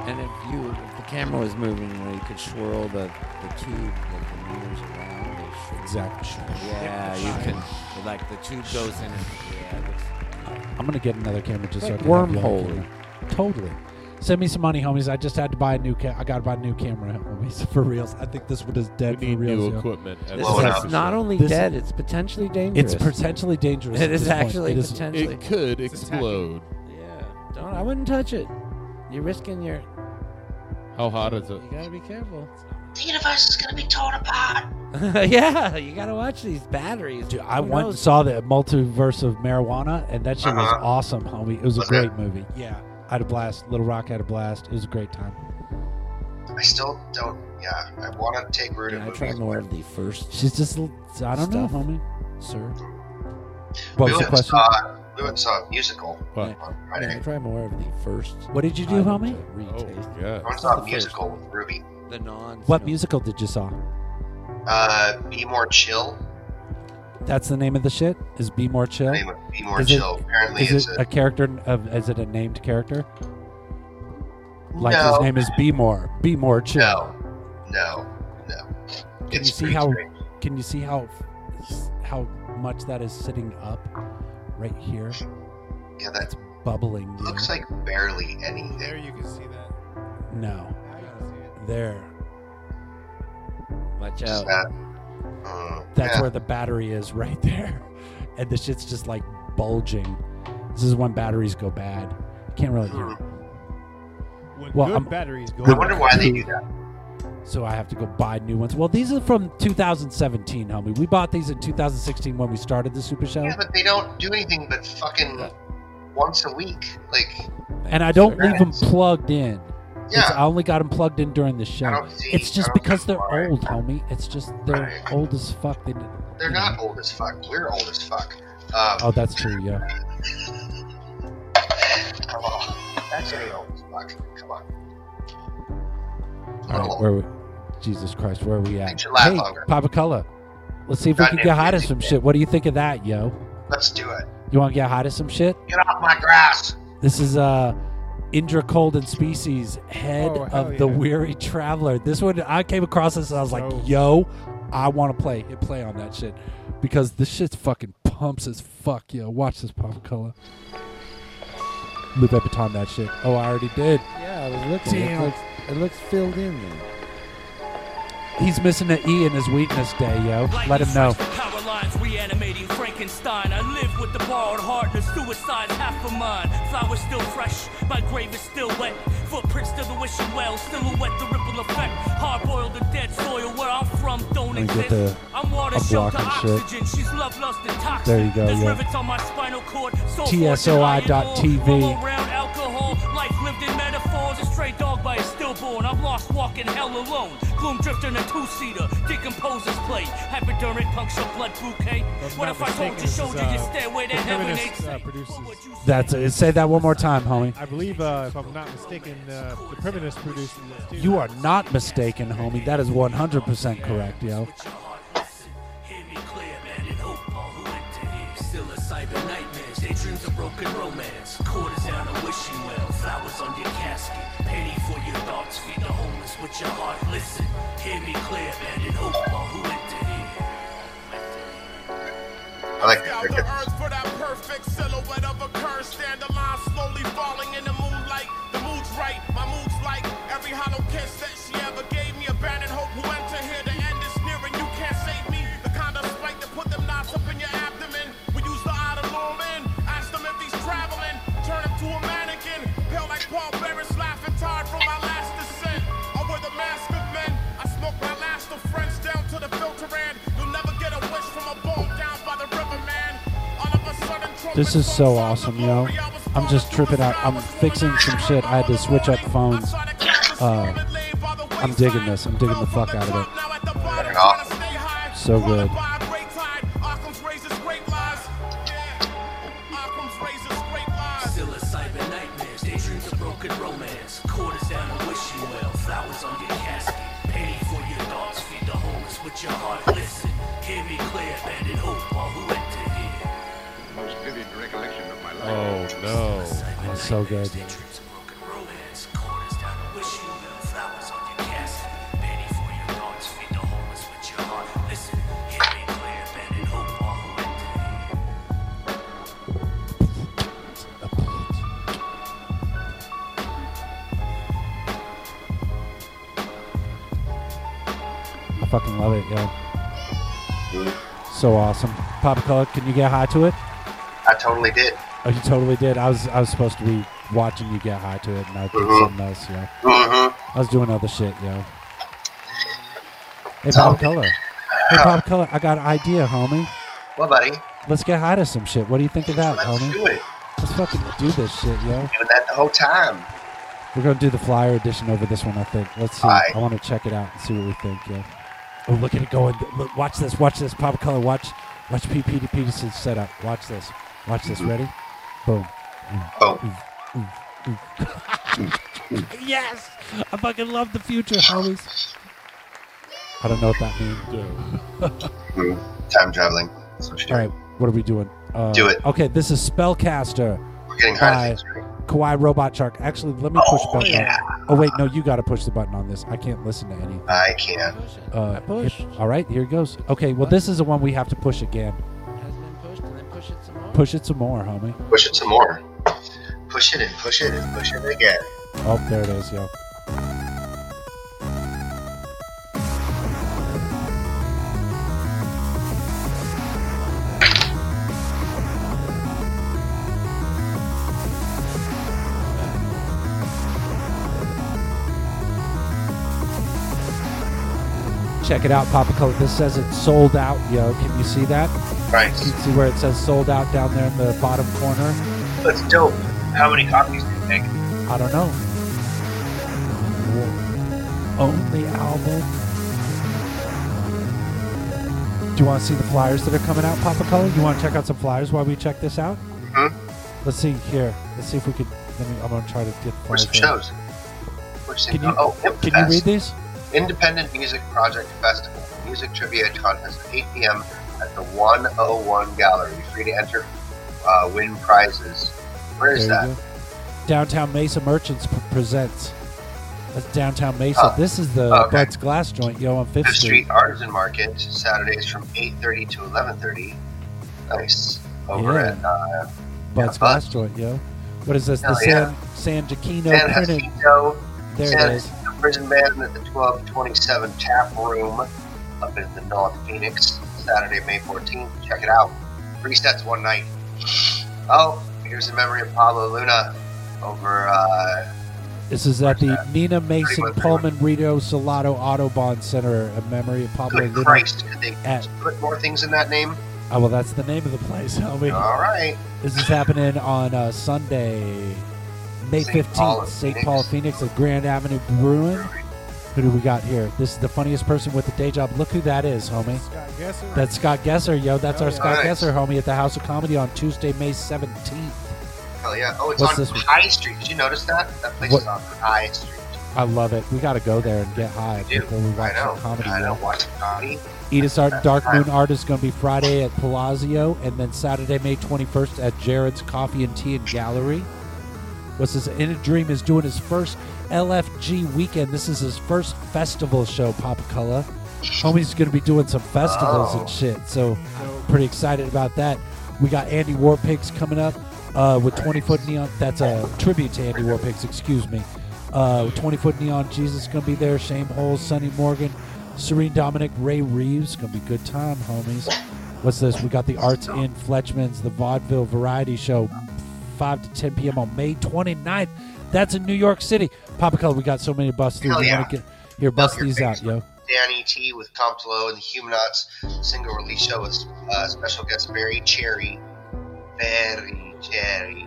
[SPEAKER 5] And if you, if the camera was moving, you know, you could swirl the, the tube, like the mirrors around. they swirl.
[SPEAKER 2] Exactly.
[SPEAKER 5] Yeah, you can. Like the tube goes in. Yeah, it looks,
[SPEAKER 2] I'm gonna get another camera just
[SPEAKER 5] Like
[SPEAKER 2] so I can have you on
[SPEAKER 5] wormhole.
[SPEAKER 2] camera. Totally. Send me some money, homies. I just had to buy a new. Ca- I gotta buy a new camera, homies. For reals. I think this one is dead.
[SPEAKER 1] We need
[SPEAKER 2] for reals,
[SPEAKER 1] new
[SPEAKER 2] yo.
[SPEAKER 1] equipment. at
[SPEAKER 5] This
[SPEAKER 1] least
[SPEAKER 5] is
[SPEAKER 1] for
[SPEAKER 5] not
[SPEAKER 1] sure.
[SPEAKER 5] only
[SPEAKER 2] This-
[SPEAKER 5] dead, it's potentially dangerous.
[SPEAKER 2] It's potentially dangerous. at
[SPEAKER 5] It is
[SPEAKER 2] this point.
[SPEAKER 5] actually
[SPEAKER 2] It is-
[SPEAKER 5] potentially.
[SPEAKER 1] It could explode.
[SPEAKER 5] yeah. Don't. I wouldn't touch it. You're risking your.
[SPEAKER 1] How hot is it?
[SPEAKER 5] You gotta be careful.
[SPEAKER 16] The universe is gonna be torn apart.
[SPEAKER 5] yeah, you gotta watch these batteries. Dude,
[SPEAKER 2] I went and saw the multiverse of marijuana, and that shit was awesome, homie. It was a
[SPEAKER 3] Was
[SPEAKER 2] great
[SPEAKER 3] it?
[SPEAKER 2] movie. Yeah, I had a blast. Little Rock had a blast. It was a great time.
[SPEAKER 3] I still don't. Yeah, I want to take root in
[SPEAKER 5] I try
[SPEAKER 3] movies.
[SPEAKER 5] more of the first.
[SPEAKER 2] She's just, l- I don't know,
[SPEAKER 5] Stuff.
[SPEAKER 2] homie, sir.
[SPEAKER 3] we
[SPEAKER 2] What was
[SPEAKER 3] went
[SPEAKER 2] the
[SPEAKER 3] and
[SPEAKER 2] question?
[SPEAKER 3] Saw, we went and saw a musical
[SPEAKER 1] What?
[SPEAKER 3] on Friday.
[SPEAKER 5] I try more of the first.
[SPEAKER 2] What did you do,
[SPEAKER 5] item
[SPEAKER 2] homie?
[SPEAKER 5] to retaste.
[SPEAKER 1] Yeah.
[SPEAKER 3] I went and saw a musical with Ruby.
[SPEAKER 5] The non.
[SPEAKER 2] What musical did you saw?
[SPEAKER 3] Uh, Be More Chill.
[SPEAKER 2] That's the name of the shit. Is Be More Chill?
[SPEAKER 3] Name of Be More
[SPEAKER 2] Is it-
[SPEAKER 3] Chill. Apparently
[SPEAKER 2] is
[SPEAKER 3] it's
[SPEAKER 2] it
[SPEAKER 3] a-
[SPEAKER 2] a character of? Is it a named character? Like
[SPEAKER 3] No.
[SPEAKER 2] his name is Be More. Be More Chill.
[SPEAKER 3] No, no, no.
[SPEAKER 2] Can
[SPEAKER 3] It's
[SPEAKER 2] you see
[SPEAKER 3] pretty
[SPEAKER 2] how?
[SPEAKER 3] strange.
[SPEAKER 2] Can you see how? How much that is sitting up, right here,
[SPEAKER 3] Yeah, that
[SPEAKER 2] bubbling. you
[SPEAKER 3] looks
[SPEAKER 2] know?
[SPEAKER 3] like barely anything.
[SPEAKER 12] There you can see that.
[SPEAKER 2] No. There.
[SPEAKER 5] Watch
[SPEAKER 3] Just
[SPEAKER 5] out.
[SPEAKER 3] that. Uh,
[SPEAKER 2] That's
[SPEAKER 3] yeah.
[SPEAKER 2] where the battery is right there. And the shit's just like bulging. This is when batteries go bad. You can't really hear it.
[SPEAKER 12] When
[SPEAKER 2] Well,
[SPEAKER 12] good
[SPEAKER 2] I'm-
[SPEAKER 12] batteries go.
[SPEAKER 3] I wonder why they do that.
[SPEAKER 2] So I have to go buy new ones. Well, these are from 2017, homie. We bought these in 2016 when we started the Super Show.
[SPEAKER 3] Yeah, but they don't do anything but fucking once a week. Like,
[SPEAKER 2] and I don't leave them plugged in.
[SPEAKER 3] Yeah.
[SPEAKER 2] It's- I only got them plugged in during the show.
[SPEAKER 3] don't see-
[SPEAKER 2] It's just
[SPEAKER 3] I don't
[SPEAKER 2] because
[SPEAKER 3] see
[SPEAKER 2] they're
[SPEAKER 3] why.
[SPEAKER 2] old, homie. It's just they're
[SPEAKER 3] Right.
[SPEAKER 2] old as fuck. They,
[SPEAKER 3] they're not old as fuck. We're old as fuck. Um,
[SPEAKER 2] oh, that's true, yeah.
[SPEAKER 3] Come on. That's ain't old as fuck. Come on.
[SPEAKER 2] All right, where we, Jesus Christ, where are we at?
[SPEAKER 3] Oh. Makes you laugh
[SPEAKER 2] hey,
[SPEAKER 3] longer.
[SPEAKER 2] Papa Cola, let's see if we
[SPEAKER 3] Goddamn
[SPEAKER 2] can get hot
[SPEAKER 3] music
[SPEAKER 2] as some
[SPEAKER 3] man.
[SPEAKER 2] shit. What do you think of that, yo?
[SPEAKER 3] Let's do it.
[SPEAKER 2] You want to get hot as some shit?
[SPEAKER 3] Get off my grass.
[SPEAKER 2] This is uh, Indra Cold and Species, head
[SPEAKER 12] Oh, hell
[SPEAKER 2] of the
[SPEAKER 12] yeah.
[SPEAKER 2] Weary Traveler. This one, I came across this and I was
[SPEAKER 12] So-
[SPEAKER 2] like, yo, I want to play. Hit play on that shit because this shit's fucking pumps as fuck, yo. Watch this, Papa Cola. Lou Epiton that shit. Oh, I already did.
[SPEAKER 17] Yeah, I was looking. It
[SPEAKER 2] Damn.
[SPEAKER 17] looks, it looks filled in then.
[SPEAKER 2] He's missing an E in his weakness day, yo. Let him know.
[SPEAKER 18] Power lines reanimating Frankenstein. I live with the borrowed heart, the suicide's half of mine. Flowers still fresh, my grave is still wet. Footprints still the wishing well, silhouette the ripple effect. Hard boiled the dead soil where I'm from don't
[SPEAKER 2] Let me get
[SPEAKER 18] exist.
[SPEAKER 2] the
[SPEAKER 18] I'm water
[SPEAKER 2] a block
[SPEAKER 18] shook to
[SPEAKER 2] and shit.
[SPEAKER 18] oxygen. She's love, lust, and toxic.
[SPEAKER 2] There you go,
[SPEAKER 18] There's
[SPEAKER 2] yeah.
[SPEAKER 18] rivets on my spinal cord. So
[SPEAKER 2] TSOI.tv.
[SPEAKER 18] around alcohol, life lived in metaphors. A stray dog by a stillborn. I'm lost walking hell alone. Gloom drifting a two seater, decomposers play. Hypodermic puncture, blood bouquet. What
[SPEAKER 12] not
[SPEAKER 18] if I told
[SPEAKER 12] mistaken,
[SPEAKER 18] you,
[SPEAKER 12] this
[SPEAKER 18] showed you
[SPEAKER 12] is,
[SPEAKER 18] your
[SPEAKER 12] uh,
[SPEAKER 18] stairway to
[SPEAKER 12] the
[SPEAKER 18] heaven?
[SPEAKER 12] Feminist,
[SPEAKER 18] ain't
[SPEAKER 12] uh,
[SPEAKER 18] safe?
[SPEAKER 12] produces.
[SPEAKER 2] That's it. Say that one more time, homie.
[SPEAKER 12] I believe, uh, if I'm not mistaken, uh, the Primitivist produced this too.
[SPEAKER 2] You are not mistaken, homie. That is 100% correct, yo.
[SPEAKER 18] Still a cyber nightmare. Daydreams of broken romance. Quarters down a wishing well. Flowers on your casket. Penny for your thoughts. Feed the homeless with your heart. Listen, hear me clear, man. And hope all who went to here.
[SPEAKER 3] I like that cricket.
[SPEAKER 19] for that perfect silhouette of a curse. Stand the line, slowly falling in the moonlight. The mood's right, my mood's like every hollow kiss that she ever gave me. Abandoned hope who enter here. The end is near and you can't save me. The kind of spike that put them knots up in your abdomen. We use the eye to lure in. Ask them if he's traveling. Turn him to a mannequin. Pale like Paul Bearers, laughing tired from my last descent. I wear the mask of men. I smoke my last of French down to the filter end. You'll never get a wish from a ball down by the river, man. All of a sudden,
[SPEAKER 2] This is so awesome, yo. I'm just tripping out. I'm fixing some shit. I had to switch up phones. Uh, I'm digging this. I'm digging the fuck out of it. So good.
[SPEAKER 18] Still a cyber nightmare. Daydreams of broken romance. Quarters down a wishing well. Flowers on your casket. Penny for your thoughts. Feed the homeless with your heart. Listen, hear me clear, man. And hope all who enter here. Most vivid recollection of my
[SPEAKER 1] Oh no.
[SPEAKER 2] That's so good.
[SPEAKER 18] Romance, corners down a wishing well, flowers on your casket. Penny for your thoughts, feed the homeless with your heart. Listen, hear me clear, man, and hope all who enter
[SPEAKER 2] I fucking love it, yo. So awesome. Papa Color, can you get high to it?
[SPEAKER 3] I totally did.
[SPEAKER 2] Oh, you totally did. I was I was supposed to be watching you get high to it, and I did
[SPEAKER 3] Mhm.
[SPEAKER 2] something else, yo.
[SPEAKER 3] Mhm.
[SPEAKER 2] I was doing other shit, yo. Hey, Pop Color. Hey, Pop Color, I got an idea, homie.
[SPEAKER 3] Well, buddy,
[SPEAKER 2] Let's get high to some shit. What do you think of that, homie?
[SPEAKER 3] do it.
[SPEAKER 2] Let's fucking do this shit, yo.
[SPEAKER 3] doing that the whole time.
[SPEAKER 2] We're gonna do the flyer edition over this one, I think. Let's see.
[SPEAKER 3] Alright.
[SPEAKER 2] I want to check it out and see what we think. Yeah. Oh, look at it going. Look, watch this. Watch this. Pop color. Watch. Watch PP Peterson's setup. Watch this. Watch this.
[SPEAKER 3] Mhm.
[SPEAKER 2] Ready? Mm, Boom.
[SPEAKER 3] Oh.
[SPEAKER 2] mm. yes. I fucking love the future, homies. I don't know what that means.
[SPEAKER 3] Mm, Time traveling. That's what she
[SPEAKER 2] All
[SPEAKER 3] did.
[SPEAKER 2] right. What are we doing? Uh,
[SPEAKER 3] Do it.
[SPEAKER 2] Okay. This is Spellcaster.
[SPEAKER 3] We're getting high to
[SPEAKER 2] by Kawhi Robot Shark. Actually, let me push the button. on-
[SPEAKER 3] yeah.
[SPEAKER 2] Oh wait, no, you got to push the button on this. I can't listen to anything.
[SPEAKER 3] I can.
[SPEAKER 2] Uh, I all right, here it goes. Okay, well, this is the one we have to push again. Push it some more, homie.
[SPEAKER 3] Push it some more. Push it and push it and push it again.
[SPEAKER 2] Oh, there it is, yo. Check it out, Papa Color. This says it's sold out, yo. Can you see that?
[SPEAKER 3] Right.
[SPEAKER 2] You can see where it says sold out down there in the bottom corner.
[SPEAKER 3] That's dope. How many copies do you think?
[SPEAKER 2] I don't know. Only album. Do you want to see the flyers that are coming out, Papa Color? You want to check out some flyers while we check this out? Mm-hmm. Let's see here. Let's see if we could. Let me. I'm gonna try to get the
[SPEAKER 3] Where's
[SPEAKER 2] flyers.
[SPEAKER 3] some
[SPEAKER 2] there.
[SPEAKER 3] shows? Where's some-
[SPEAKER 2] Can you-
[SPEAKER 3] oh,
[SPEAKER 2] can you
[SPEAKER 3] Impfest.
[SPEAKER 2] read these?
[SPEAKER 3] Independent Music Project Festival Music Trivia Contest, 8 p.m. at the 101 Gallery. Free to enter, uh, win prizes. Where is
[SPEAKER 2] There
[SPEAKER 3] that?
[SPEAKER 2] you go. Downtown Mesa Merchants p- presents. That's Downtown Mesa.
[SPEAKER 3] Oh,
[SPEAKER 2] this is the
[SPEAKER 3] okay.
[SPEAKER 2] Bud's Glass Joint, yo, on Fifth
[SPEAKER 3] Fifth
[SPEAKER 2] Street.
[SPEAKER 3] Street Artisan Market, Saturdays from 8:30 to 11:30. Nice. Over
[SPEAKER 2] Yeah.
[SPEAKER 3] at uh,
[SPEAKER 2] Bud's Glass Joint, yo. What is this? The
[SPEAKER 3] Hell yeah.
[SPEAKER 2] San San Giacchino
[SPEAKER 3] San
[SPEAKER 2] printing.
[SPEAKER 3] Jacinto,
[SPEAKER 2] There
[SPEAKER 3] San
[SPEAKER 2] it is.
[SPEAKER 3] Jacinto Prison Band at the 1227 Tap Room up in the North Phoenix, Saturday, May 14th. Check it out. Three sets, one night. Oh, here's a memory of Pablo Luna over uh,
[SPEAKER 2] This is at the Nina Mason Pullman Rito Salado Autobahn Center, a memory of Pablo
[SPEAKER 3] Good
[SPEAKER 2] Luna.
[SPEAKER 3] Christ. Could they
[SPEAKER 2] At,
[SPEAKER 3] put more things in that name?
[SPEAKER 2] oh, well, that's the name of the place, homie.
[SPEAKER 3] All right.
[SPEAKER 2] This is happening on uh, Sunday, May 15th, St. Paul, Phoenix at Grand Avenue Brewing. Who do we got here? This is the funniest person with the day job. Look who that is, homie.
[SPEAKER 12] Gesser.
[SPEAKER 2] That's Scott Gesser, yo. That's
[SPEAKER 12] Hell
[SPEAKER 2] our
[SPEAKER 12] yeah.
[SPEAKER 2] Scott
[SPEAKER 12] Nice.
[SPEAKER 2] Gesser, homie, at the House of Comedy on Tuesday, May 17th.
[SPEAKER 3] Hell yeah. Oh, it's
[SPEAKER 2] What's
[SPEAKER 3] on
[SPEAKER 2] this one?
[SPEAKER 3] High Street. Did you notice that? That place is
[SPEAKER 2] What?
[SPEAKER 3] on High Street.
[SPEAKER 2] I love it. We got to go there and get high
[SPEAKER 3] Dude,
[SPEAKER 2] before we watch
[SPEAKER 3] I know.
[SPEAKER 2] some comedy.
[SPEAKER 3] Oh, I
[SPEAKER 2] yo.
[SPEAKER 3] know. Watch some comedy.
[SPEAKER 2] Eat Us Art and Dark
[SPEAKER 3] That's
[SPEAKER 2] Moon
[SPEAKER 3] fine.
[SPEAKER 2] Art is going to be Friday at Palazzo, and then Saturday, May 21st at Jared's Coffee and Tea and Gallery. What's this? In a Dream is doing his first LFG weekend. This is his first festival show, Papa Cola. Homie's going to be doing some festivals
[SPEAKER 12] Oh.
[SPEAKER 2] and shit, so pretty excited about that. We got Andy Warpigs coming up uh, with 20 Foot Neon. That's a tribute to Andy Warpigs, excuse me. Uh, 20 Foot Neon Jesus going to be there. Shame Holes, Sonny Morgan, Serene Dominic, Ray Reeves. Going to be good time, homies. What's this? We got the Arts in Fletchman's, the Vaudeville Variety Show, 5 to 10 p.m. on May 29th. That's in New York City. Papa Color, we got so many bus through.
[SPEAKER 3] Hell
[SPEAKER 2] We
[SPEAKER 3] yeah.
[SPEAKER 2] wanna get- here, bust these out, yo.
[SPEAKER 3] Danny T with Complo and the Huguenots single release show with uh, special guest Mary Cherry, Mary Cherry,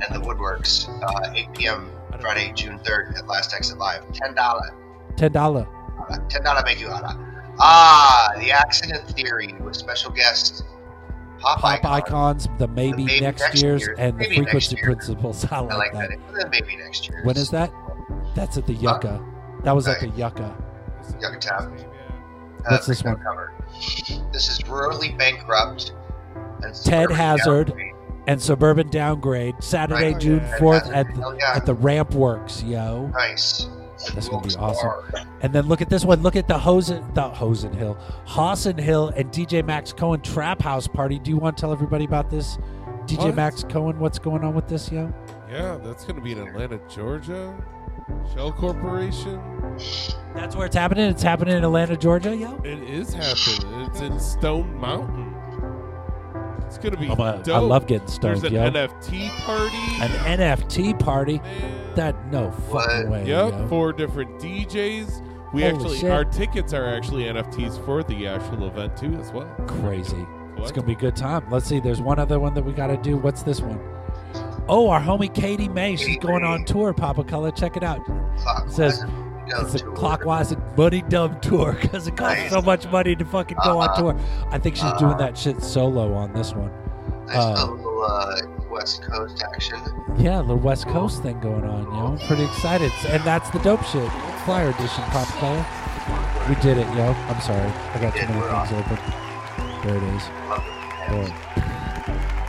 [SPEAKER 3] and the Woodworks, uh, 8 p.m. Friday, June 3rd at Last Exit Live. Ten dollar, uh,
[SPEAKER 2] $10.
[SPEAKER 3] ten dollar make you hotter. Ah, the Accident Theory with special guest Pop,
[SPEAKER 2] Pop
[SPEAKER 3] Icon.
[SPEAKER 2] icons, the maybe,
[SPEAKER 3] Maybe
[SPEAKER 2] next,
[SPEAKER 3] next
[SPEAKER 2] years,
[SPEAKER 3] year.
[SPEAKER 2] and the
[SPEAKER 3] Maybe next
[SPEAKER 2] frequency
[SPEAKER 3] year.
[SPEAKER 2] principles. I like,
[SPEAKER 3] I like
[SPEAKER 2] that.
[SPEAKER 3] that. that. Maybe next year.
[SPEAKER 2] When is that? That's at the Yucca. that was at the
[SPEAKER 3] Right.
[SPEAKER 2] Yucca.
[SPEAKER 3] Yucca Tavern. Uh,
[SPEAKER 2] What's this
[SPEAKER 3] no
[SPEAKER 2] one?
[SPEAKER 3] Cover. This is rurally bankrupt.
[SPEAKER 2] Ted
[SPEAKER 3] and suburban
[SPEAKER 2] Hazard
[SPEAKER 3] downgrade.
[SPEAKER 2] and Suburban Downgrade, Saturday,
[SPEAKER 3] Right.
[SPEAKER 2] June
[SPEAKER 3] Ted
[SPEAKER 2] 4th
[SPEAKER 3] Hazard.
[SPEAKER 2] at,
[SPEAKER 3] Hell yeah.
[SPEAKER 2] at the Ramp Works, yo.
[SPEAKER 3] Nice.
[SPEAKER 2] That's gonna be awesome. And then look at this one. Look at the Hosen, the Hosen Hill, Hosen Hill, and DJ Max Cohen Trap House Party. Do you want to tell everybody about this? DJ
[SPEAKER 1] What?
[SPEAKER 2] Max Cohen, what's going on with this, yo?
[SPEAKER 1] Yeah, that's going to be in Atlanta, Georgia. Shell Corporation.
[SPEAKER 2] That's where it's happening. It's happening in Atlanta, Georgia, yo.
[SPEAKER 1] It is happening. It's in Stone Mountain. It's going to be
[SPEAKER 2] I'm a- I
[SPEAKER 1] dope.
[SPEAKER 2] love getting stoned,
[SPEAKER 1] There's an
[SPEAKER 2] yo.
[SPEAKER 1] NFT party.
[SPEAKER 2] An NFT party. That no fucking way.
[SPEAKER 1] Yep,
[SPEAKER 2] yo.
[SPEAKER 1] four different DJs. We
[SPEAKER 2] Holy
[SPEAKER 1] actually,
[SPEAKER 2] shit.
[SPEAKER 1] our tickets are actually NFTs for the actual event too, as well.
[SPEAKER 2] Crazy. It's
[SPEAKER 1] What?
[SPEAKER 2] gonna be a good time. Let's see. There's one other one that we gotta do. What's this one? Oh, our homie Katie May. She's going on tour. Papa Color, check it out. It says it's a clockwise and money dumb tour because it costs so much money to fucking go on
[SPEAKER 3] Uh-huh.
[SPEAKER 2] tour. I think she's doing that shit solo on this one.
[SPEAKER 3] Nice
[SPEAKER 2] Uh,
[SPEAKER 3] little uh, West Coast action.
[SPEAKER 2] yeah, a little West Coast thing going on, yo. I'm pretty excited. And that's the dope shit. Flyer edition, Papa Color. We did it, yo. I'm sorry. I got too many things open. There it is. Boom.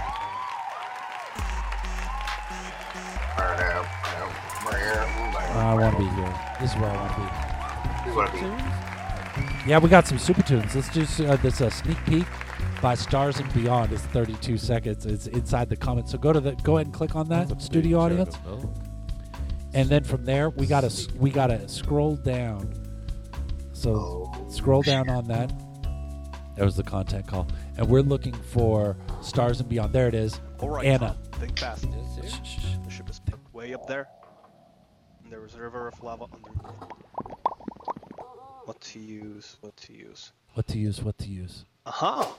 [SPEAKER 2] I want to be here. This is where I want to be.
[SPEAKER 3] You wanna be-
[SPEAKER 2] Yeah, we got some super tunes. Let's do s- uh, this uh, sneak peek by Stars and Beyond. It's 32 seconds. It's inside the comments. So go to the go ahead and click on that studio audience, and then from there we gotta s- we gotta scroll down. So scroll down on that. That was the contact call, and we're looking for Stars and Beyond. There it is.
[SPEAKER 20] All right,
[SPEAKER 2] Anna.
[SPEAKER 20] Tom, think fast. The ship is tucked way up there, and there is a river of lava underneath. What to use? What to use?
[SPEAKER 2] What to use? What to use?
[SPEAKER 20] Aha!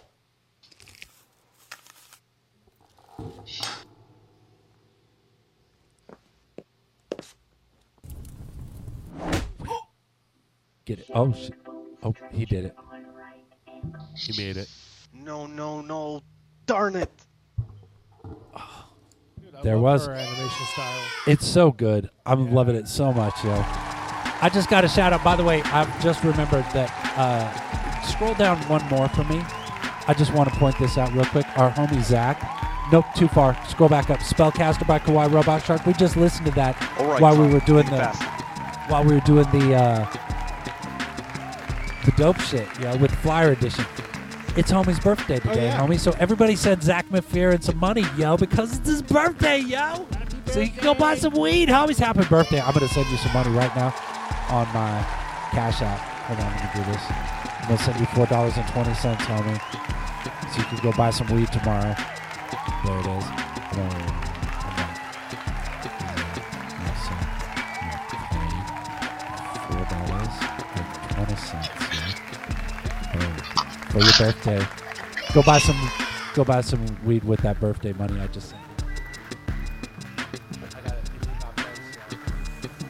[SPEAKER 2] Get it? Oh, shit. oh, he did it.
[SPEAKER 1] He made it.
[SPEAKER 20] No, no, no! Darn it!
[SPEAKER 2] There was.
[SPEAKER 12] Her animation style.
[SPEAKER 2] It's so good. I'm loving it so much, yo. I just got a shout out. By the way, I've just remembered that. Uh, scroll down one more for me. I just want to point this out real quick. Our homie Zach. Nope, too far. Scroll back up. Spellcaster by Kawhi Robot Shark. We just listened to that
[SPEAKER 20] All right,
[SPEAKER 2] while we
[SPEAKER 20] Tom,
[SPEAKER 2] were doing
[SPEAKER 20] think
[SPEAKER 2] the
[SPEAKER 20] fast.
[SPEAKER 2] while we were doing the uh, the dope shit, yo, with Flyer Edition. It's homie's birthday today,
[SPEAKER 12] yeah.
[SPEAKER 2] homie. So everybody send Zach McPhear and some money, yo, because it's his birthday, yo. So you can go buy some weed, homies. Happy birthday. I'm going to send you some money right now on my Cash App. Hold on, I'm going to do this. I'm going to send you $4.20, homie. So you can go buy some weed tomorrow. There it is. Hold on, hold on. Let's see. $4.20. For your birthday. Go buy some go buy some weed with that birthday money I just sent.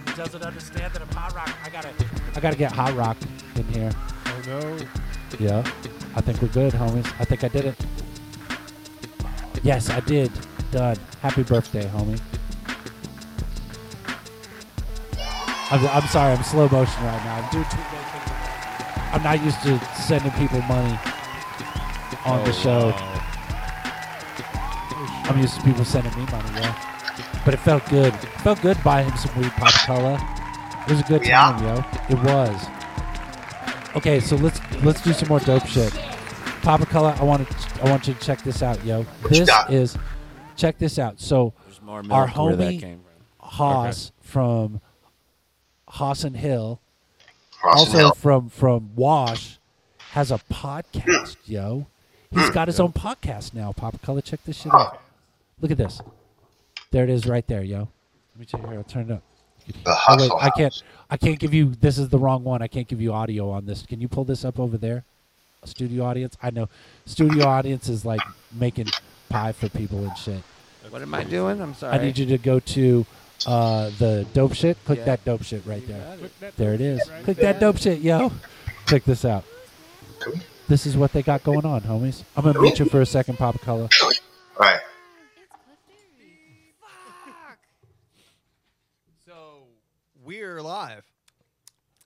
[SPEAKER 7] He doesn't understand that I'm hot rock. I gotta.
[SPEAKER 2] I gotta get hot rock in here.
[SPEAKER 7] Oh no.
[SPEAKER 2] Yeah. I think we're good, homies. I think I did it. Yes, I did. Done. Happy birthday, homie. I'm, I'm sorry, I'm slow motion right now. I'm doing too many things. I'm not used to sending people money on the
[SPEAKER 12] Oh,
[SPEAKER 2] show.
[SPEAKER 12] wow.
[SPEAKER 2] I'm used to people sending me money, yeah. But it felt good. It felt good buying him some weed pop color. It was a good time, yo. It was. Okay, so let's let's do some more dope shit. Papa Color, I want to I want you to check this out, yo. This is check this out. So
[SPEAKER 5] more milk
[SPEAKER 2] our
[SPEAKER 5] where that
[SPEAKER 2] homie
[SPEAKER 5] came from.
[SPEAKER 2] Haas from Haas and Hill,
[SPEAKER 5] Haas and
[SPEAKER 2] also
[SPEAKER 5] Hill.
[SPEAKER 2] from from Wash, has a podcast, yo. He's got his own podcast now. Papa Color, check this shit out. Look at this. There it is, right there, yo. Let me check here. I'll turn it up. Oh, wait, I can't. I can't give you. This is the wrong one. I can't give you audio on this. Can you pull this up over there, studio audience? I know, studio audience is like making pie for people and shit.
[SPEAKER 5] What am I doing? I'm sorry.
[SPEAKER 2] I need you to go to uh, the dope shit. Click
[SPEAKER 5] Yeah.
[SPEAKER 2] that dope shit right there.
[SPEAKER 5] it.
[SPEAKER 2] There it is.
[SPEAKER 5] Right
[SPEAKER 2] Click
[SPEAKER 5] there.
[SPEAKER 2] that dope shit, yo. Check this out. This is what they got going on, homies. I'm gonna mute you for a second, Papa Color.
[SPEAKER 3] Alright.
[SPEAKER 21] We're live.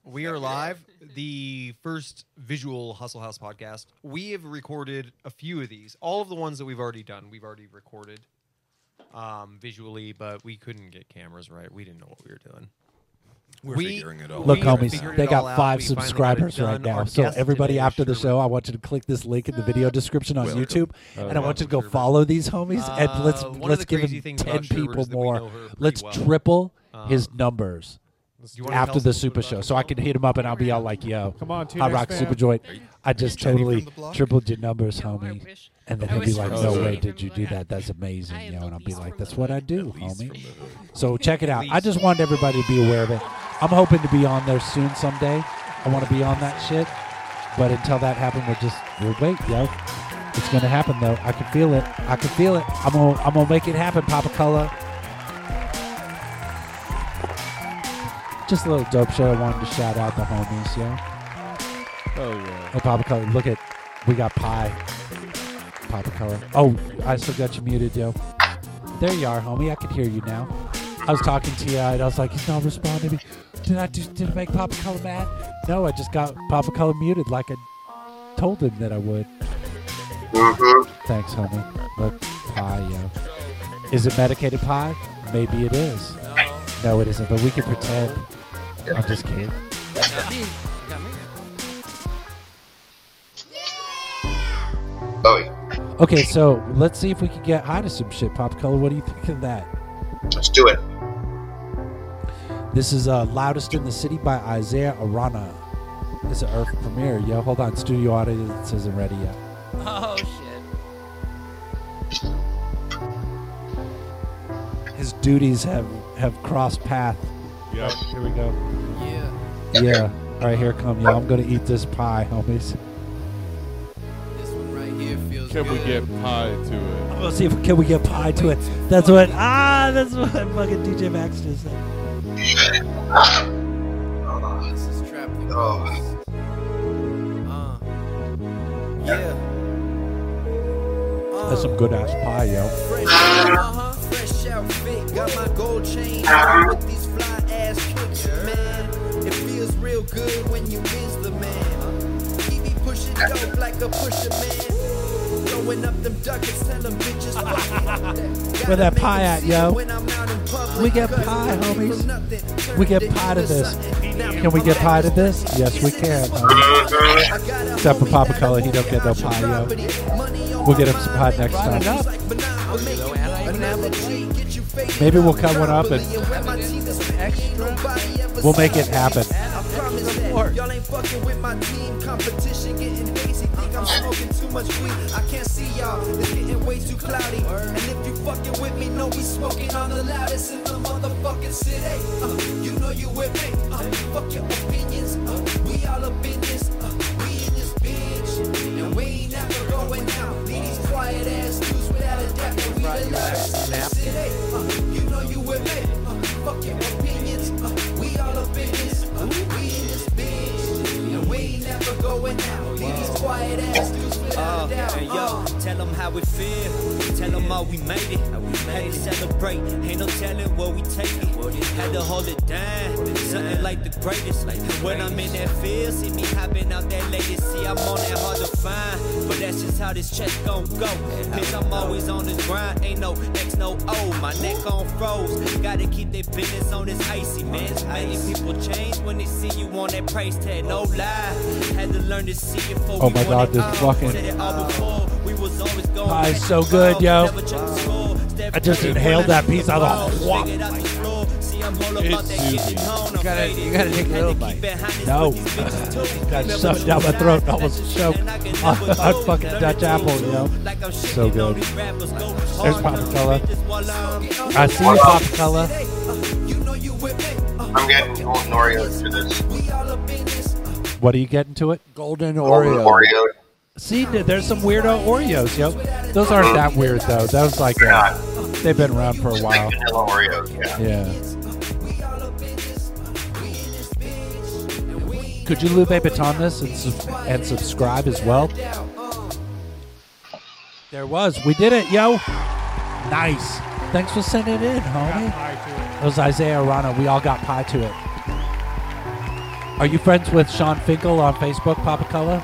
[SPEAKER 21] We are live. The first visual Hustle House podcast. We have recorded a few of these. All of the ones that we've already done, we've already recorded um, visually, but we couldn't get cameras right. We didn't know what we were doing.
[SPEAKER 2] We're
[SPEAKER 21] figuring it
[SPEAKER 2] Look, homies, they got five
[SPEAKER 21] subscribers.
[SPEAKER 2] subscribers right now. So everybody after the show, I want you to click this link in the video description on
[SPEAKER 21] Uh, Welcome.
[SPEAKER 2] YouTube,
[SPEAKER 21] Uh,
[SPEAKER 2] and I want you to go follow these homies and let's
[SPEAKER 21] Uh, one of
[SPEAKER 2] let's
[SPEAKER 21] the
[SPEAKER 2] give
[SPEAKER 21] crazy
[SPEAKER 2] him
[SPEAKER 21] things about
[SPEAKER 2] ten
[SPEAKER 21] Sherbert
[SPEAKER 2] people
[SPEAKER 21] is that we know
[SPEAKER 2] more.
[SPEAKER 21] her pretty
[SPEAKER 2] Let's
[SPEAKER 21] well.
[SPEAKER 2] triple his
[SPEAKER 21] Um,
[SPEAKER 2] numbers
[SPEAKER 21] Do you wanna tell
[SPEAKER 2] after
[SPEAKER 21] us a
[SPEAKER 2] the
[SPEAKER 21] little
[SPEAKER 2] Super Show, so I can hit him up and I'll be all like, "Yo,
[SPEAKER 12] Come on,
[SPEAKER 2] I
[SPEAKER 12] Tunas
[SPEAKER 2] rock
[SPEAKER 12] fam.
[SPEAKER 2] Super Joint. I just
[SPEAKER 12] Jenny from
[SPEAKER 2] totally
[SPEAKER 12] the block?
[SPEAKER 2] tripled your numbers, homie." And then
[SPEAKER 12] I
[SPEAKER 2] he'll be
[SPEAKER 12] was
[SPEAKER 2] like,
[SPEAKER 12] from
[SPEAKER 2] "No
[SPEAKER 12] the
[SPEAKER 2] way,
[SPEAKER 12] hood.
[SPEAKER 2] did you do that? That's amazing, yo!" And I'll be like, "That's what I do, homie." So check it out. I
[SPEAKER 12] least.
[SPEAKER 2] just want everybody to be aware of it. I'm hoping to be on there soon someday. I want to be on that shit. But until that happens, we'll just we'll wait, yo. It's gonna happen though. I can feel it. I can feel it. I'm gonna I'm gonna make it happen, Papa Color. Just a little dope show. I wanted to shout out the homies, yo.
[SPEAKER 1] Oh, yeah.
[SPEAKER 2] Oh, Papa Color, look at we got pie. Papa Color. Oh, I still got you muted, yo. There you are, homie. I can hear you now. I was talking to you, and I was like, he's not responding to me. Did I just did I make Papa Color mad? No, I just got Papa Color muted, like I told him that I would. Thanks, homie. Look, pie, yo. Is it medicated pie? Maybe it is. No, it isn't. But we can pretend. I'm just kidding. Okay, so let's see if we can get high to some shit, Pop Color. What do you think of that?
[SPEAKER 3] Let's do it.
[SPEAKER 2] This is uh, Loudest in the City by Isaiah Arana. It's an Earth premiere. Yo, hold on. Studio audience isn't ready yet.
[SPEAKER 5] Oh shit.
[SPEAKER 2] His duties have, have crossed path.
[SPEAKER 1] Yep.
[SPEAKER 2] Here we go.
[SPEAKER 5] Yeah.
[SPEAKER 2] Yeah. All right, here it come. Yo, I'm going to eat this pie, homies.
[SPEAKER 1] Can we get pie to it?
[SPEAKER 2] Let's see if can we get pie to it. That's what. Ah, that's what fucking DJ Max just said.
[SPEAKER 18] This is trap. Oh. Uh. Yeah.
[SPEAKER 2] That's some good ass pie, yo.
[SPEAKER 18] Fresh, uh-huh, fresh outfit, got my gold chain on with these fly ass kicks, man. It feels real good when you is the man. He be pushing dope like a pusher man. Throwing up them ducats, tell them bitches fuck that.
[SPEAKER 2] Where that pie at, yo?
[SPEAKER 18] When I'm out in public,
[SPEAKER 2] We get
[SPEAKER 18] cause
[SPEAKER 2] pie,
[SPEAKER 18] I came from
[SPEAKER 2] homies.
[SPEAKER 18] nothing,
[SPEAKER 2] We
[SPEAKER 18] turned
[SPEAKER 2] get
[SPEAKER 18] it
[SPEAKER 2] pie to
[SPEAKER 18] into
[SPEAKER 2] this.
[SPEAKER 18] something. Now
[SPEAKER 2] Can we
[SPEAKER 18] I'm
[SPEAKER 2] get
[SPEAKER 18] back
[SPEAKER 2] pie to this? Yes, we can. homies. Except for Papa Color, he don't get no pie, yo. We'll get him some pie next time.
[SPEAKER 18] Yo, and I
[SPEAKER 2] Maybe we'll cut one up and we'll make it happen.
[SPEAKER 4] Y'all ain't fucking with my team. Competition getting hazy. Think I'm smoking too much weed. I can't see y'all. It's getting way too cloudy. And if you fucking with me, know we smoking on the loudest in the motherfucking city. Uh, you know you with me. Uh, fuck your opinions. Uh, we all up in this. Uh, we in this bitch. And we ain't never going out. These quiet ass dudes without a doubt. And we the loudest in the city. Uh, you know you with me. Uh, fuck your opinions. Uh, we all up in this. Uh, we in this bitch. And we ain't never going out. These quiet ass dudes without a doubt.
[SPEAKER 8] Uh, and yo, tell them how it feel. Tell them how we made it. Had to celebrate. Ain't no telling where we take it. Had to hold it down. Something like the greatest. When I'm in that field, see me hopping out that latest. See, I'm on that hard to find. But that's just how this check gon' go. Cause I'm always on this grind. Ain't no X, no O. My neck on froze. Gotta keep their business on this icy, man. Many people change when they see you on that price tag. No lie. Had to learn to see it for
[SPEAKER 2] Oh my god, this fucking pie is so good, yo. I just inhaled that piece out of the whop.
[SPEAKER 7] You gotta, you gotta take a little bite.
[SPEAKER 2] No. Got shoved down my throat and almost choked on, on fucking Dutch apple, you know? So good. There's Popicella. I see you, Popicella.
[SPEAKER 3] I'm getting old Norio for this.
[SPEAKER 2] What are you getting to it?
[SPEAKER 5] Golden
[SPEAKER 3] Oreo. Oreo.
[SPEAKER 2] See, th- there's some weirdo Oreos, yo. Those aren't that weird, though. Those like, uh, they've been around for a while.
[SPEAKER 3] Vanilla Oreos, yeah.
[SPEAKER 2] Yeah. Could you Lube Baton this and, sub- and subscribe as well? There was. We did it, yo. Nice. Thanks for sending it in, homie. It was Isaiah Rana. We all got pie to it. Are you friends with Sean Finkel on Facebook, Papa Color?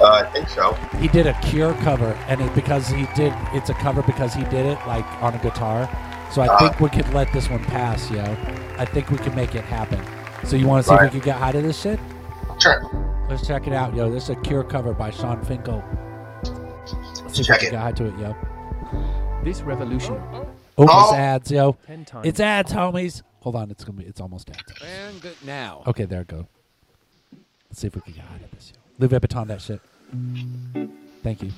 [SPEAKER 3] Uh, I think so.
[SPEAKER 2] He did a Cure cover, and it because he did, it's a cover because he did it like on a guitar. So I
[SPEAKER 3] Ah.
[SPEAKER 2] think we could let this one pass, yo. I think we can make it happen. So you want to see if
[SPEAKER 3] Right.
[SPEAKER 2] we can get high to this shit?
[SPEAKER 3] Sure.
[SPEAKER 2] Let's check it out, yo. This is a Cure cover by Sean Finkel. Let's see if
[SPEAKER 22] check
[SPEAKER 2] we
[SPEAKER 22] it.
[SPEAKER 2] can get high to it, yo.
[SPEAKER 22] This revolution.
[SPEAKER 2] Oh, it's ads, yo.
[SPEAKER 22] Ten times.
[SPEAKER 2] It's ads, homies. Hold on, it's gonna be, it's almost ads.
[SPEAKER 5] And good now.
[SPEAKER 2] Okay, there it go. Let's see if we can get high to this, yo. Lou Vuitton that shit. Thank you.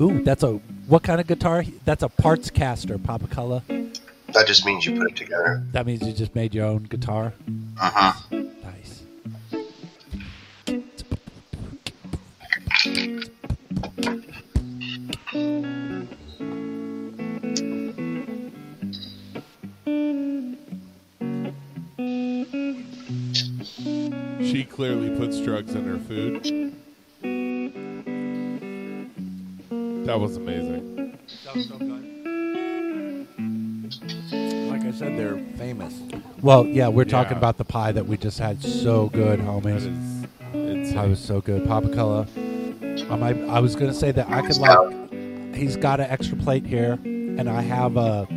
[SPEAKER 2] Ooh, that's a what kind of guitar? That's a parts caster, Papa Color.
[SPEAKER 3] That just means you put it together.
[SPEAKER 2] That means you just made your own guitar.
[SPEAKER 3] Uh huh.
[SPEAKER 2] Nice.
[SPEAKER 1] She clearly puts drugs in her food. That was amazing.
[SPEAKER 5] Like I said, they're famous.
[SPEAKER 2] Well, yeah, we're talking
[SPEAKER 1] Yeah.
[SPEAKER 2] about the pie that we just had. So good, homies. Pie was so good, Papa Color. I might, I was gonna say that I could like. He's got an extra plate here, and I have a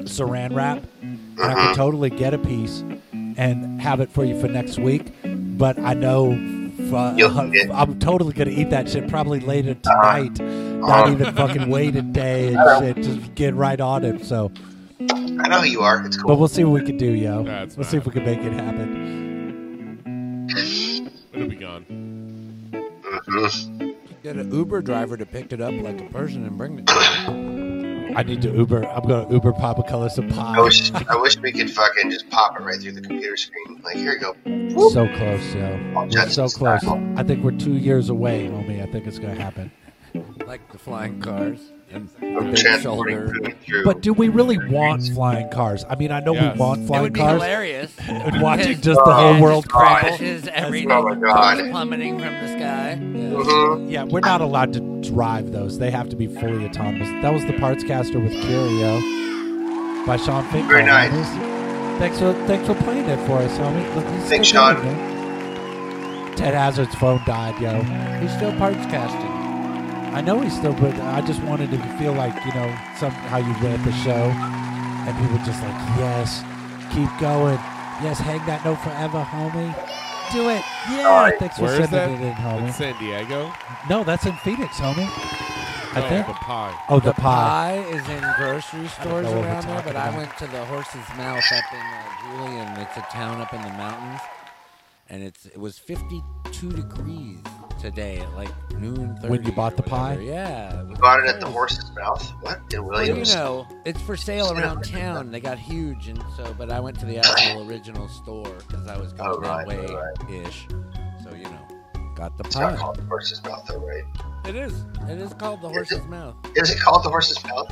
[SPEAKER 2] Saran wrap, and I could totally get a piece and have it for you for next week. But I know fu- I'm totally gonna eat that shit probably later tonight. Not
[SPEAKER 3] Uh-huh.
[SPEAKER 2] even fucking wait a day and
[SPEAKER 3] Uh-huh.
[SPEAKER 2] shit. Just get right on it. So.
[SPEAKER 3] I know who you are. It's cool.
[SPEAKER 2] But we'll see what we can do, yo. Let's see if we can make it happen.
[SPEAKER 1] It'll be gone.
[SPEAKER 5] Get an Uber driver to pick it up like a person and bring it.
[SPEAKER 2] I need to Uber. I'm gonna Uber Papa Color some pie.
[SPEAKER 3] I wish, I wish we could fucking just pop it right through the computer screen. Like, here you go.
[SPEAKER 2] so close, yo. We're so close. I think we're two years away, homie. I think it's gonna happen.
[SPEAKER 5] like the flying cars and the
[SPEAKER 3] I'm
[SPEAKER 5] big
[SPEAKER 3] transporting
[SPEAKER 5] shoulder.
[SPEAKER 3] food through.
[SPEAKER 2] But do we really want flying cars? I mean, I know
[SPEAKER 5] Yes.
[SPEAKER 2] we want
[SPEAKER 5] It
[SPEAKER 2] flying
[SPEAKER 5] would be
[SPEAKER 2] cars.
[SPEAKER 5] hilarious.
[SPEAKER 2] And watching just
[SPEAKER 5] Oh,
[SPEAKER 2] the whole world crumble.
[SPEAKER 5] crashes every
[SPEAKER 3] Oh my God.
[SPEAKER 5] day,
[SPEAKER 3] Mm-hmm.
[SPEAKER 5] goes plummeting from the sky.
[SPEAKER 2] Yeah, we're not allowed to drive those. They have to be fully autonomous. That was the parts caster with Curio by Sean Finkel.
[SPEAKER 3] Very nice.
[SPEAKER 2] homies. Thanks for thanks for playing it for us, homie. Look, he's
[SPEAKER 3] Thanks,
[SPEAKER 2] still
[SPEAKER 3] Sean.
[SPEAKER 2] going, man. Ted Hazard's phone died, yo. He's still parts casting. I know he's still, but I just wanted to feel like you know some how you read the show, and people just like yes, keep going, yes, hang that note forever, homie. Do it, yeah. Thanks for
[SPEAKER 1] Where is
[SPEAKER 2] sending
[SPEAKER 1] that?
[SPEAKER 2] it in, homie.
[SPEAKER 1] It's San Diego.
[SPEAKER 2] No, that's in Phoenix, homie. I
[SPEAKER 1] No,
[SPEAKER 2] think.
[SPEAKER 1] the pie.
[SPEAKER 2] Oh, the,
[SPEAKER 5] The
[SPEAKER 2] pie.
[SPEAKER 5] pie is in grocery stores
[SPEAKER 2] know what we're
[SPEAKER 5] around there,
[SPEAKER 2] talking
[SPEAKER 5] but I
[SPEAKER 2] about.
[SPEAKER 5] went to the Horse's Mouth up in uh, Julian. It's a town up in the mountains, and it's it was 52 degrees today at like noon. 30
[SPEAKER 2] When you bought
[SPEAKER 5] or
[SPEAKER 2] the pie?
[SPEAKER 5] whatever. Yeah.
[SPEAKER 3] You bought it at the
[SPEAKER 5] crazy.
[SPEAKER 3] horse's mouth? What? In
[SPEAKER 5] Well, you
[SPEAKER 3] Williams?
[SPEAKER 5] know, it's for sale around town. They got huge, and so, but I went to the actual original store because I was going
[SPEAKER 3] Oh, right,
[SPEAKER 5] that way
[SPEAKER 3] right.
[SPEAKER 5] ish. So you know, got the
[SPEAKER 3] It's not
[SPEAKER 5] pie.
[SPEAKER 3] called the horse's mouth, though, right?
[SPEAKER 5] It is. It is called the horse's mouth.
[SPEAKER 3] Is it called the horse's mouth?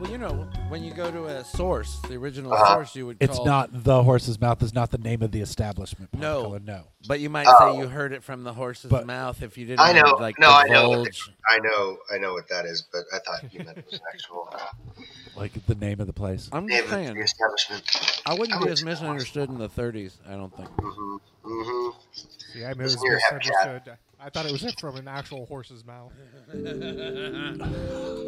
[SPEAKER 5] Well, you know, when you go to a source, the original
[SPEAKER 3] Uh-huh.
[SPEAKER 5] source, you would.
[SPEAKER 2] It's
[SPEAKER 5] call,
[SPEAKER 2] not the horse's mouth. Is not the name of the establishment. Pop
[SPEAKER 5] No,
[SPEAKER 2] Color, no.
[SPEAKER 5] But you might say
[SPEAKER 3] Oh.
[SPEAKER 5] you heard it from the horse's
[SPEAKER 2] But-
[SPEAKER 5] mouth if you didn't.
[SPEAKER 3] I know.
[SPEAKER 5] Like
[SPEAKER 3] no, I know. what the-
[SPEAKER 5] divulge-
[SPEAKER 3] I know. I know what that is, but I thought you meant it was an actual uh,
[SPEAKER 2] Like the name of the place.
[SPEAKER 5] I'm
[SPEAKER 3] name
[SPEAKER 5] just
[SPEAKER 3] of
[SPEAKER 5] saying.
[SPEAKER 3] the establishment.
[SPEAKER 5] I wouldn't be
[SPEAKER 3] would-
[SPEAKER 5] as misunderstood in the 30s. I don't think.
[SPEAKER 3] Mm-hmm. Mm-hmm.
[SPEAKER 12] See, I
[SPEAKER 3] It's
[SPEAKER 12] was
[SPEAKER 3] near Hepchat.
[SPEAKER 12] misunderstood. I thought it was from an actual horse's mouth.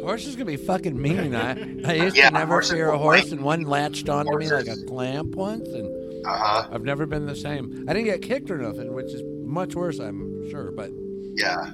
[SPEAKER 5] Horse is gonna be fucking mean. I, I used
[SPEAKER 3] Yeah,
[SPEAKER 5] to never
[SPEAKER 3] horses
[SPEAKER 5] fear a
[SPEAKER 3] will
[SPEAKER 5] horse,
[SPEAKER 3] bite.
[SPEAKER 5] and one latched onto me like a
[SPEAKER 3] Horses.
[SPEAKER 5] clamp once, and
[SPEAKER 3] Uh-huh.
[SPEAKER 5] I've never been the same. I didn't get kicked or nothing, which is much worse, I'm sure. But
[SPEAKER 3] Yeah.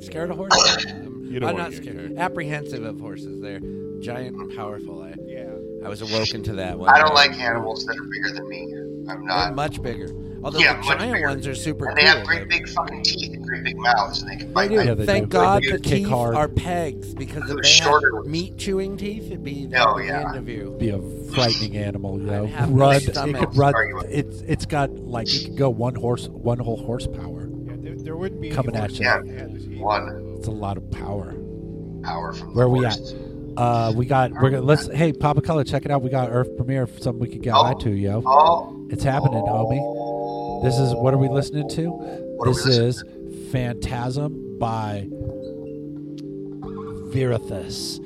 [SPEAKER 5] scared of horses. I'm,
[SPEAKER 1] You don't
[SPEAKER 5] I'm
[SPEAKER 1] wanna
[SPEAKER 5] not
[SPEAKER 1] get
[SPEAKER 5] scared.
[SPEAKER 1] kicked.
[SPEAKER 5] Apprehensive of horses. They're giant and powerful. I
[SPEAKER 12] yeah.
[SPEAKER 5] I was awoken to that one.
[SPEAKER 3] I don't
[SPEAKER 5] day.
[SPEAKER 3] like animals that are bigger than me. I'm
[SPEAKER 5] They're
[SPEAKER 3] not.
[SPEAKER 5] much bigger. Although
[SPEAKER 3] yeah,
[SPEAKER 5] the
[SPEAKER 3] much
[SPEAKER 5] giant
[SPEAKER 3] bigger.
[SPEAKER 5] ones are super
[SPEAKER 3] and
[SPEAKER 5] cool.
[SPEAKER 3] they have
[SPEAKER 5] They're-
[SPEAKER 3] great big fucking teeth and great big mouths, and they can bite.
[SPEAKER 5] They do.
[SPEAKER 2] Yeah, they
[SPEAKER 5] Thank
[SPEAKER 2] do.
[SPEAKER 5] God
[SPEAKER 2] They
[SPEAKER 5] the
[SPEAKER 2] do kick
[SPEAKER 5] teeth
[SPEAKER 2] hard.
[SPEAKER 5] are pegs because if
[SPEAKER 3] They're
[SPEAKER 5] they
[SPEAKER 3] shorter
[SPEAKER 5] had
[SPEAKER 3] ones.
[SPEAKER 5] meat chewing teeth, it'd be
[SPEAKER 3] No,
[SPEAKER 5] like
[SPEAKER 3] yeah.
[SPEAKER 5] the end of you.
[SPEAKER 2] Be a frightening animal, you know.
[SPEAKER 5] I'd have no
[SPEAKER 2] Run, it
[SPEAKER 5] stomach.
[SPEAKER 2] could run.
[SPEAKER 3] Sorry, you-
[SPEAKER 2] It's it's got like you could go one horse, one whole horsepower.
[SPEAKER 12] yeah there, there wouldn't be any
[SPEAKER 2] Coming at
[SPEAKER 12] horse
[SPEAKER 2] you.
[SPEAKER 12] that had this heat.
[SPEAKER 3] One
[SPEAKER 2] It's a lot of power.
[SPEAKER 3] hour from
[SPEAKER 2] Where
[SPEAKER 3] the
[SPEAKER 2] we at?
[SPEAKER 3] horse.
[SPEAKER 2] Uh, we got. We're gonna let's. Hey, Papa Color, check it out. We got Earth Premiere. Something we could get
[SPEAKER 3] Oh.
[SPEAKER 2] high to, yo.
[SPEAKER 3] Oh,
[SPEAKER 2] It's happening, homie. This is what are we listening to?
[SPEAKER 3] are we
[SPEAKER 2] this is Phantasm by Virathus.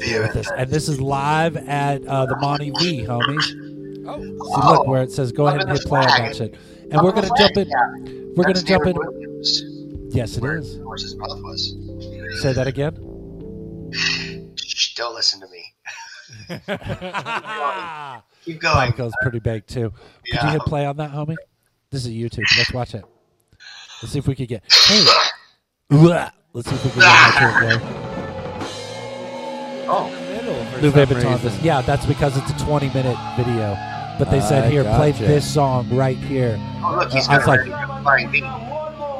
[SPEAKER 2] Virathus. And this is live at uh, the Monty V, homies.
[SPEAKER 5] Oh,
[SPEAKER 2] See, look where it says go ahead and hit play on that shit. And we're gonna jump in. We're gonna jump in.
[SPEAKER 3] in.
[SPEAKER 2] Yes, it
[SPEAKER 3] Where
[SPEAKER 2] is.
[SPEAKER 3] the horse's mouth was.
[SPEAKER 2] Say that again.
[SPEAKER 3] Shh, don't listen to me.
[SPEAKER 2] Pop
[SPEAKER 3] Keep going.
[SPEAKER 2] goes pretty big too. Could you
[SPEAKER 3] Yeah.
[SPEAKER 2] hit play on that, homie? This is YouTube. Let's watch it. Let's see if we could get. Hey. Let's see if we can get that shit, yo.
[SPEAKER 5] in the middle. For
[SPEAKER 2] Lou
[SPEAKER 5] some
[SPEAKER 2] Vuitton.
[SPEAKER 5] reason.
[SPEAKER 2] This, yeah, that's because it's a 20 minute video. But they said
[SPEAKER 5] I
[SPEAKER 2] here, play
[SPEAKER 5] gotcha.
[SPEAKER 2] this song right here.
[SPEAKER 3] Oh, look, he's
[SPEAKER 2] Uh, I was
[SPEAKER 3] got
[SPEAKER 2] like,
[SPEAKER 3] a like, flying bee.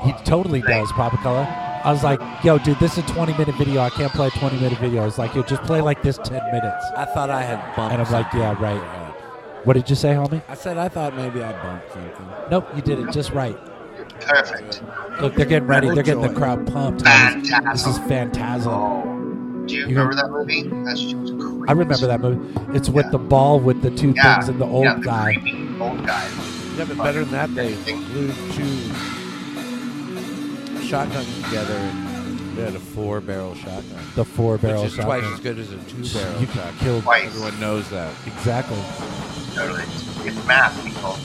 [SPEAKER 2] He totally does, Papa Color. I was like, yo, dude, this is a 20 minute video. I can't play a 20 minute video. I was like, yo, just play like this 10 minutes.
[SPEAKER 5] I thought I had bumped.
[SPEAKER 2] And I'm like,
[SPEAKER 5] something.
[SPEAKER 2] yeah, right. What did you say, homie?
[SPEAKER 5] I said I thought maybe I bumped something.
[SPEAKER 2] Nope, you did it just right.
[SPEAKER 3] Perfect.
[SPEAKER 2] Look, they're getting ready. They're getting the crowd pumped. homies. This is
[SPEAKER 3] Phantasm.
[SPEAKER 2] Phantasm.
[SPEAKER 3] Oh, do you
[SPEAKER 2] You
[SPEAKER 3] remember that movie? That's just crazy.
[SPEAKER 2] I remember that movie. It's with
[SPEAKER 3] Yeah.
[SPEAKER 2] the ball with the two
[SPEAKER 3] Yeah,
[SPEAKER 2] things and the old
[SPEAKER 3] yeah, the
[SPEAKER 2] guy.
[SPEAKER 3] creepy Old guy.
[SPEAKER 5] Yeah, but better than that, they
[SPEAKER 3] Everything.
[SPEAKER 5] glued two shotguns together and they had a four barrel shotgun.
[SPEAKER 2] The four barrel
[SPEAKER 5] Which is
[SPEAKER 2] shotgun.
[SPEAKER 5] twice as good as a two barrel
[SPEAKER 2] You could
[SPEAKER 5] shotgun.
[SPEAKER 2] kill-
[SPEAKER 3] Twice.
[SPEAKER 5] Everyone knows that.
[SPEAKER 2] Exactly.
[SPEAKER 3] Totally. It's math, people.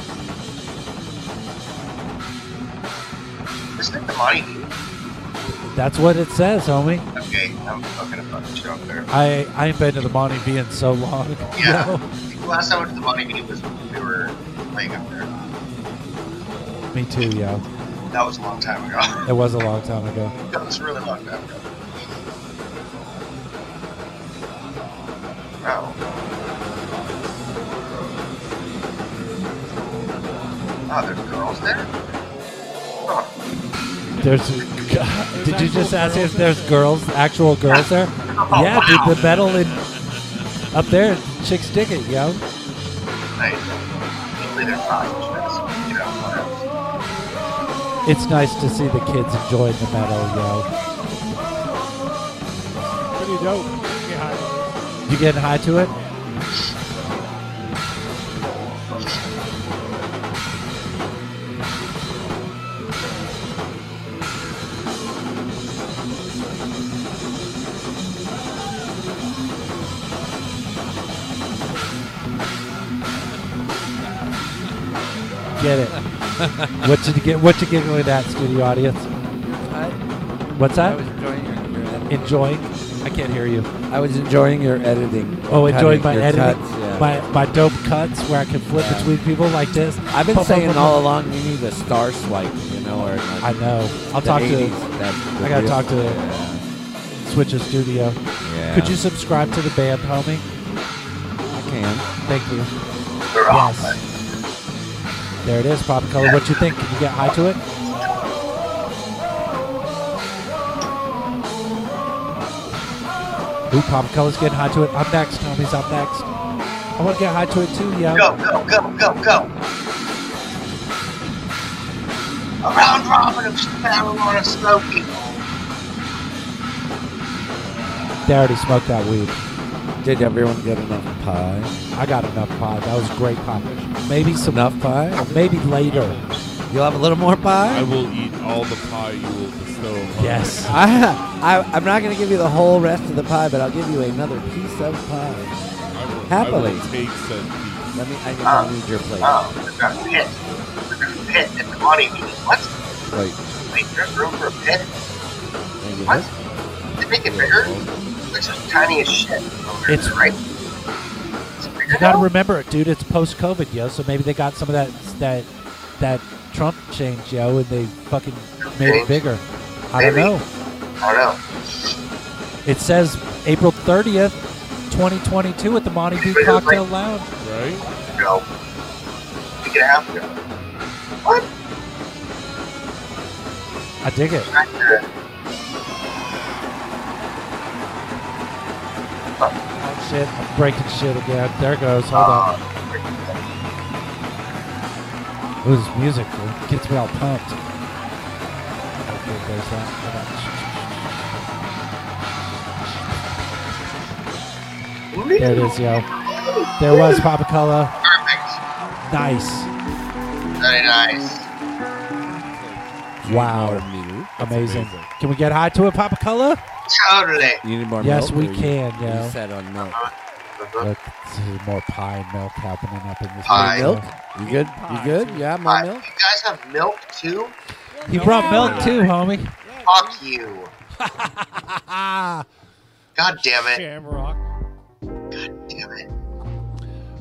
[SPEAKER 3] Isn't it the money?
[SPEAKER 2] That's what it says, homie.
[SPEAKER 3] Okay, I'm fucking a fucking joke there.
[SPEAKER 2] I, I ain't been to the Monty V in so long.
[SPEAKER 3] Yeah.
[SPEAKER 2] Yo.
[SPEAKER 3] Last time I went to the money meeting was when we were playing up there.
[SPEAKER 2] Me too, yo.
[SPEAKER 3] That was a long time ago.
[SPEAKER 2] It was a long time ago.
[SPEAKER 3] that was a really long time ago. Wow. Oh, there's girls there? Huh.
[SPEAKER 2] There's. Did you just ask if there's girls, actual girls there? yeah, dude, the metal in up there, chicks dig it, yo.
[SPEAKER 3] Nice. Usually they're prostitutes, you know, whatever.
[SPEAKER 2] It's nice to see the kids enjoying the metal, yo.
[SPEAKER 12] Pretty dope. Yeah.
[SPEAKER 2] You getting high to it? Get it? what you get? What you giggling at, studio audience?
[SPEAKER 5] I,
[SPEAKER 2] What's
[SPEAKER 5] I
[SPEAKER 2] that?
[SPEAKER 5] was enjoying your, your editing.
[SPEAKER 2] Enjoying? I can't hear you.
[SPEAKER 5] I was enjoying your editing.
[SPEAKER 2] Oh, enjoying
[SPEAKER 5] Cutting
[SPEAKER 2] my
[SPEAKER 5] your
[SPEAKER 2] editing,
[SPEAKER 5] cuts, yeah.
[SPEAKER 2] my my dope cuts where I can flip
[SPEAKER 5] Yeah.
[SPEAKER 2] between people like this.
[SPEAKER 5] I've been
[SPEAKER 2] Pop, pop,
[SPEAKER 5] saying
[SPEAKER 2] pop,
[SPEAKER 5] all
[SPEAKER 2] pop.
[SPEAKER 5] along you need a star swipe, you know, or like
[SPEAKER 2] I know. I'll talk to.
[SPEAKER 5] I
[SPEAKER 2] I gotta talk to Switcher Studio.
[SPEAKER 6] Yeah.
[SPEAKER 2] Could you subscribe to the band, homie?
[SPEAKER 6] I can.
[SPEAKER 2] Thank you. Yes. There it is, Pop Color. What you think? Can you get high to it? Ooh, Pop Color's getting high to it. I'm next, homies. I'm next. I want to get high to it too, yo.
[SPEAKER 3] Go, go, go, go, go. A round robin of marijuana smoking.
[SPEAKER 2] They already smoked that weed.
[SPEAKER 6] Did everyone get enough pie?
[SPEAKER 2] I got enough pie. That was great pie. Maybe some enough pie. Maybe later.
[SPEAKER 6] You'll have a little more pie.
[SPEAKER 1] I will eat all the pie you will bestow. upon
[SPEAKER 2] Yes.
[SPEAKER 1] me.
[SPEAKER 6] I, I, am not going to give you the whole rest of the pie, but I'll give you another piece of pie.
[SPEAKER 1] I will,
[SPEAKER 6] Happily.
[SPEAKER 1] I will take said piece.
[SPEAKER 6] Let me. I think
[SPEAKER 3] Oh.
[SPEAKER 6] I need your plate.
[SPEAKER 3] Oh, there's a pit. There's a pit at the money meeting. What?
[SPEAKER 6] Wait.
[SPEAKER 3] Wait, there's room for a pit?
[SPEAKER 6] Thank you.
[SPEAKER 3] What? They make it bigger? It's just tiny as shit.
[SPEAKER 2] It's
[SPEAKER 3] right.
[SPEAKER 2] You gotta remember it, dude. It's post COVID, yo. So maybe they got some of that that that Trump change, yo, and they fucking made it bigger. I don't
[SPEAKER 3] Maybe.
[SPEAKER 2] know.
[SPEAKER 3] I don't know.
[SPEAKER 2] It says April thirtieth, twenty twenty two, at the Monty Beach Cocktail Lounge.
[SPEAKER 1] Right?
[SPEAKER 3] No. We can have to. What?
[SPEAKER 2] I dig it.
[SPEAKER 3] Back to-
[SPEAKER 2] Oh shit! I'm breaking shit again. There goes. Hold on. Ooh, this music dude. gets me all pumped. Okay, there's that. Hold on. There it is, yo. There was Papa Cola. Perfect. Nice.
[SPEAKER 3] Very nice.
[SPEAKER 2] Wow. Amazing. Can we get high to it, Papa Cola?
[SPEAKER 3] Totally. Uh-huh.
[SPEAKER 6] You need more
[SPEAKER 2] Yes,
[SPEAKER 6] milk?
[SPEAKER 2] we
[SPEAKER 6] or you-
[SPEAKER 2] can,
[SPEAKER 6] You,
[SPEAKER 2] yo.
[SPEAKER 6] said on milk.
[SPEAKER 2] Look, this is more pie and milk happening up in this
[SPEAKER 3] Pie.
[SPEAKER 2] video.
[SPEAKER 6] Milk? You good? You good? Yeah, more
[SPEAKER 3] Hi,
[SPEAKER 6] milk?
[SPEAKER 3] You guys have milk too?
[SPEAKER 2] He brought milk too, homie.
[SPEAKER 3] Fuck you. God damn it.
[SPEAKER 12] Shamrock.
[SPEAKER 3] God damn it.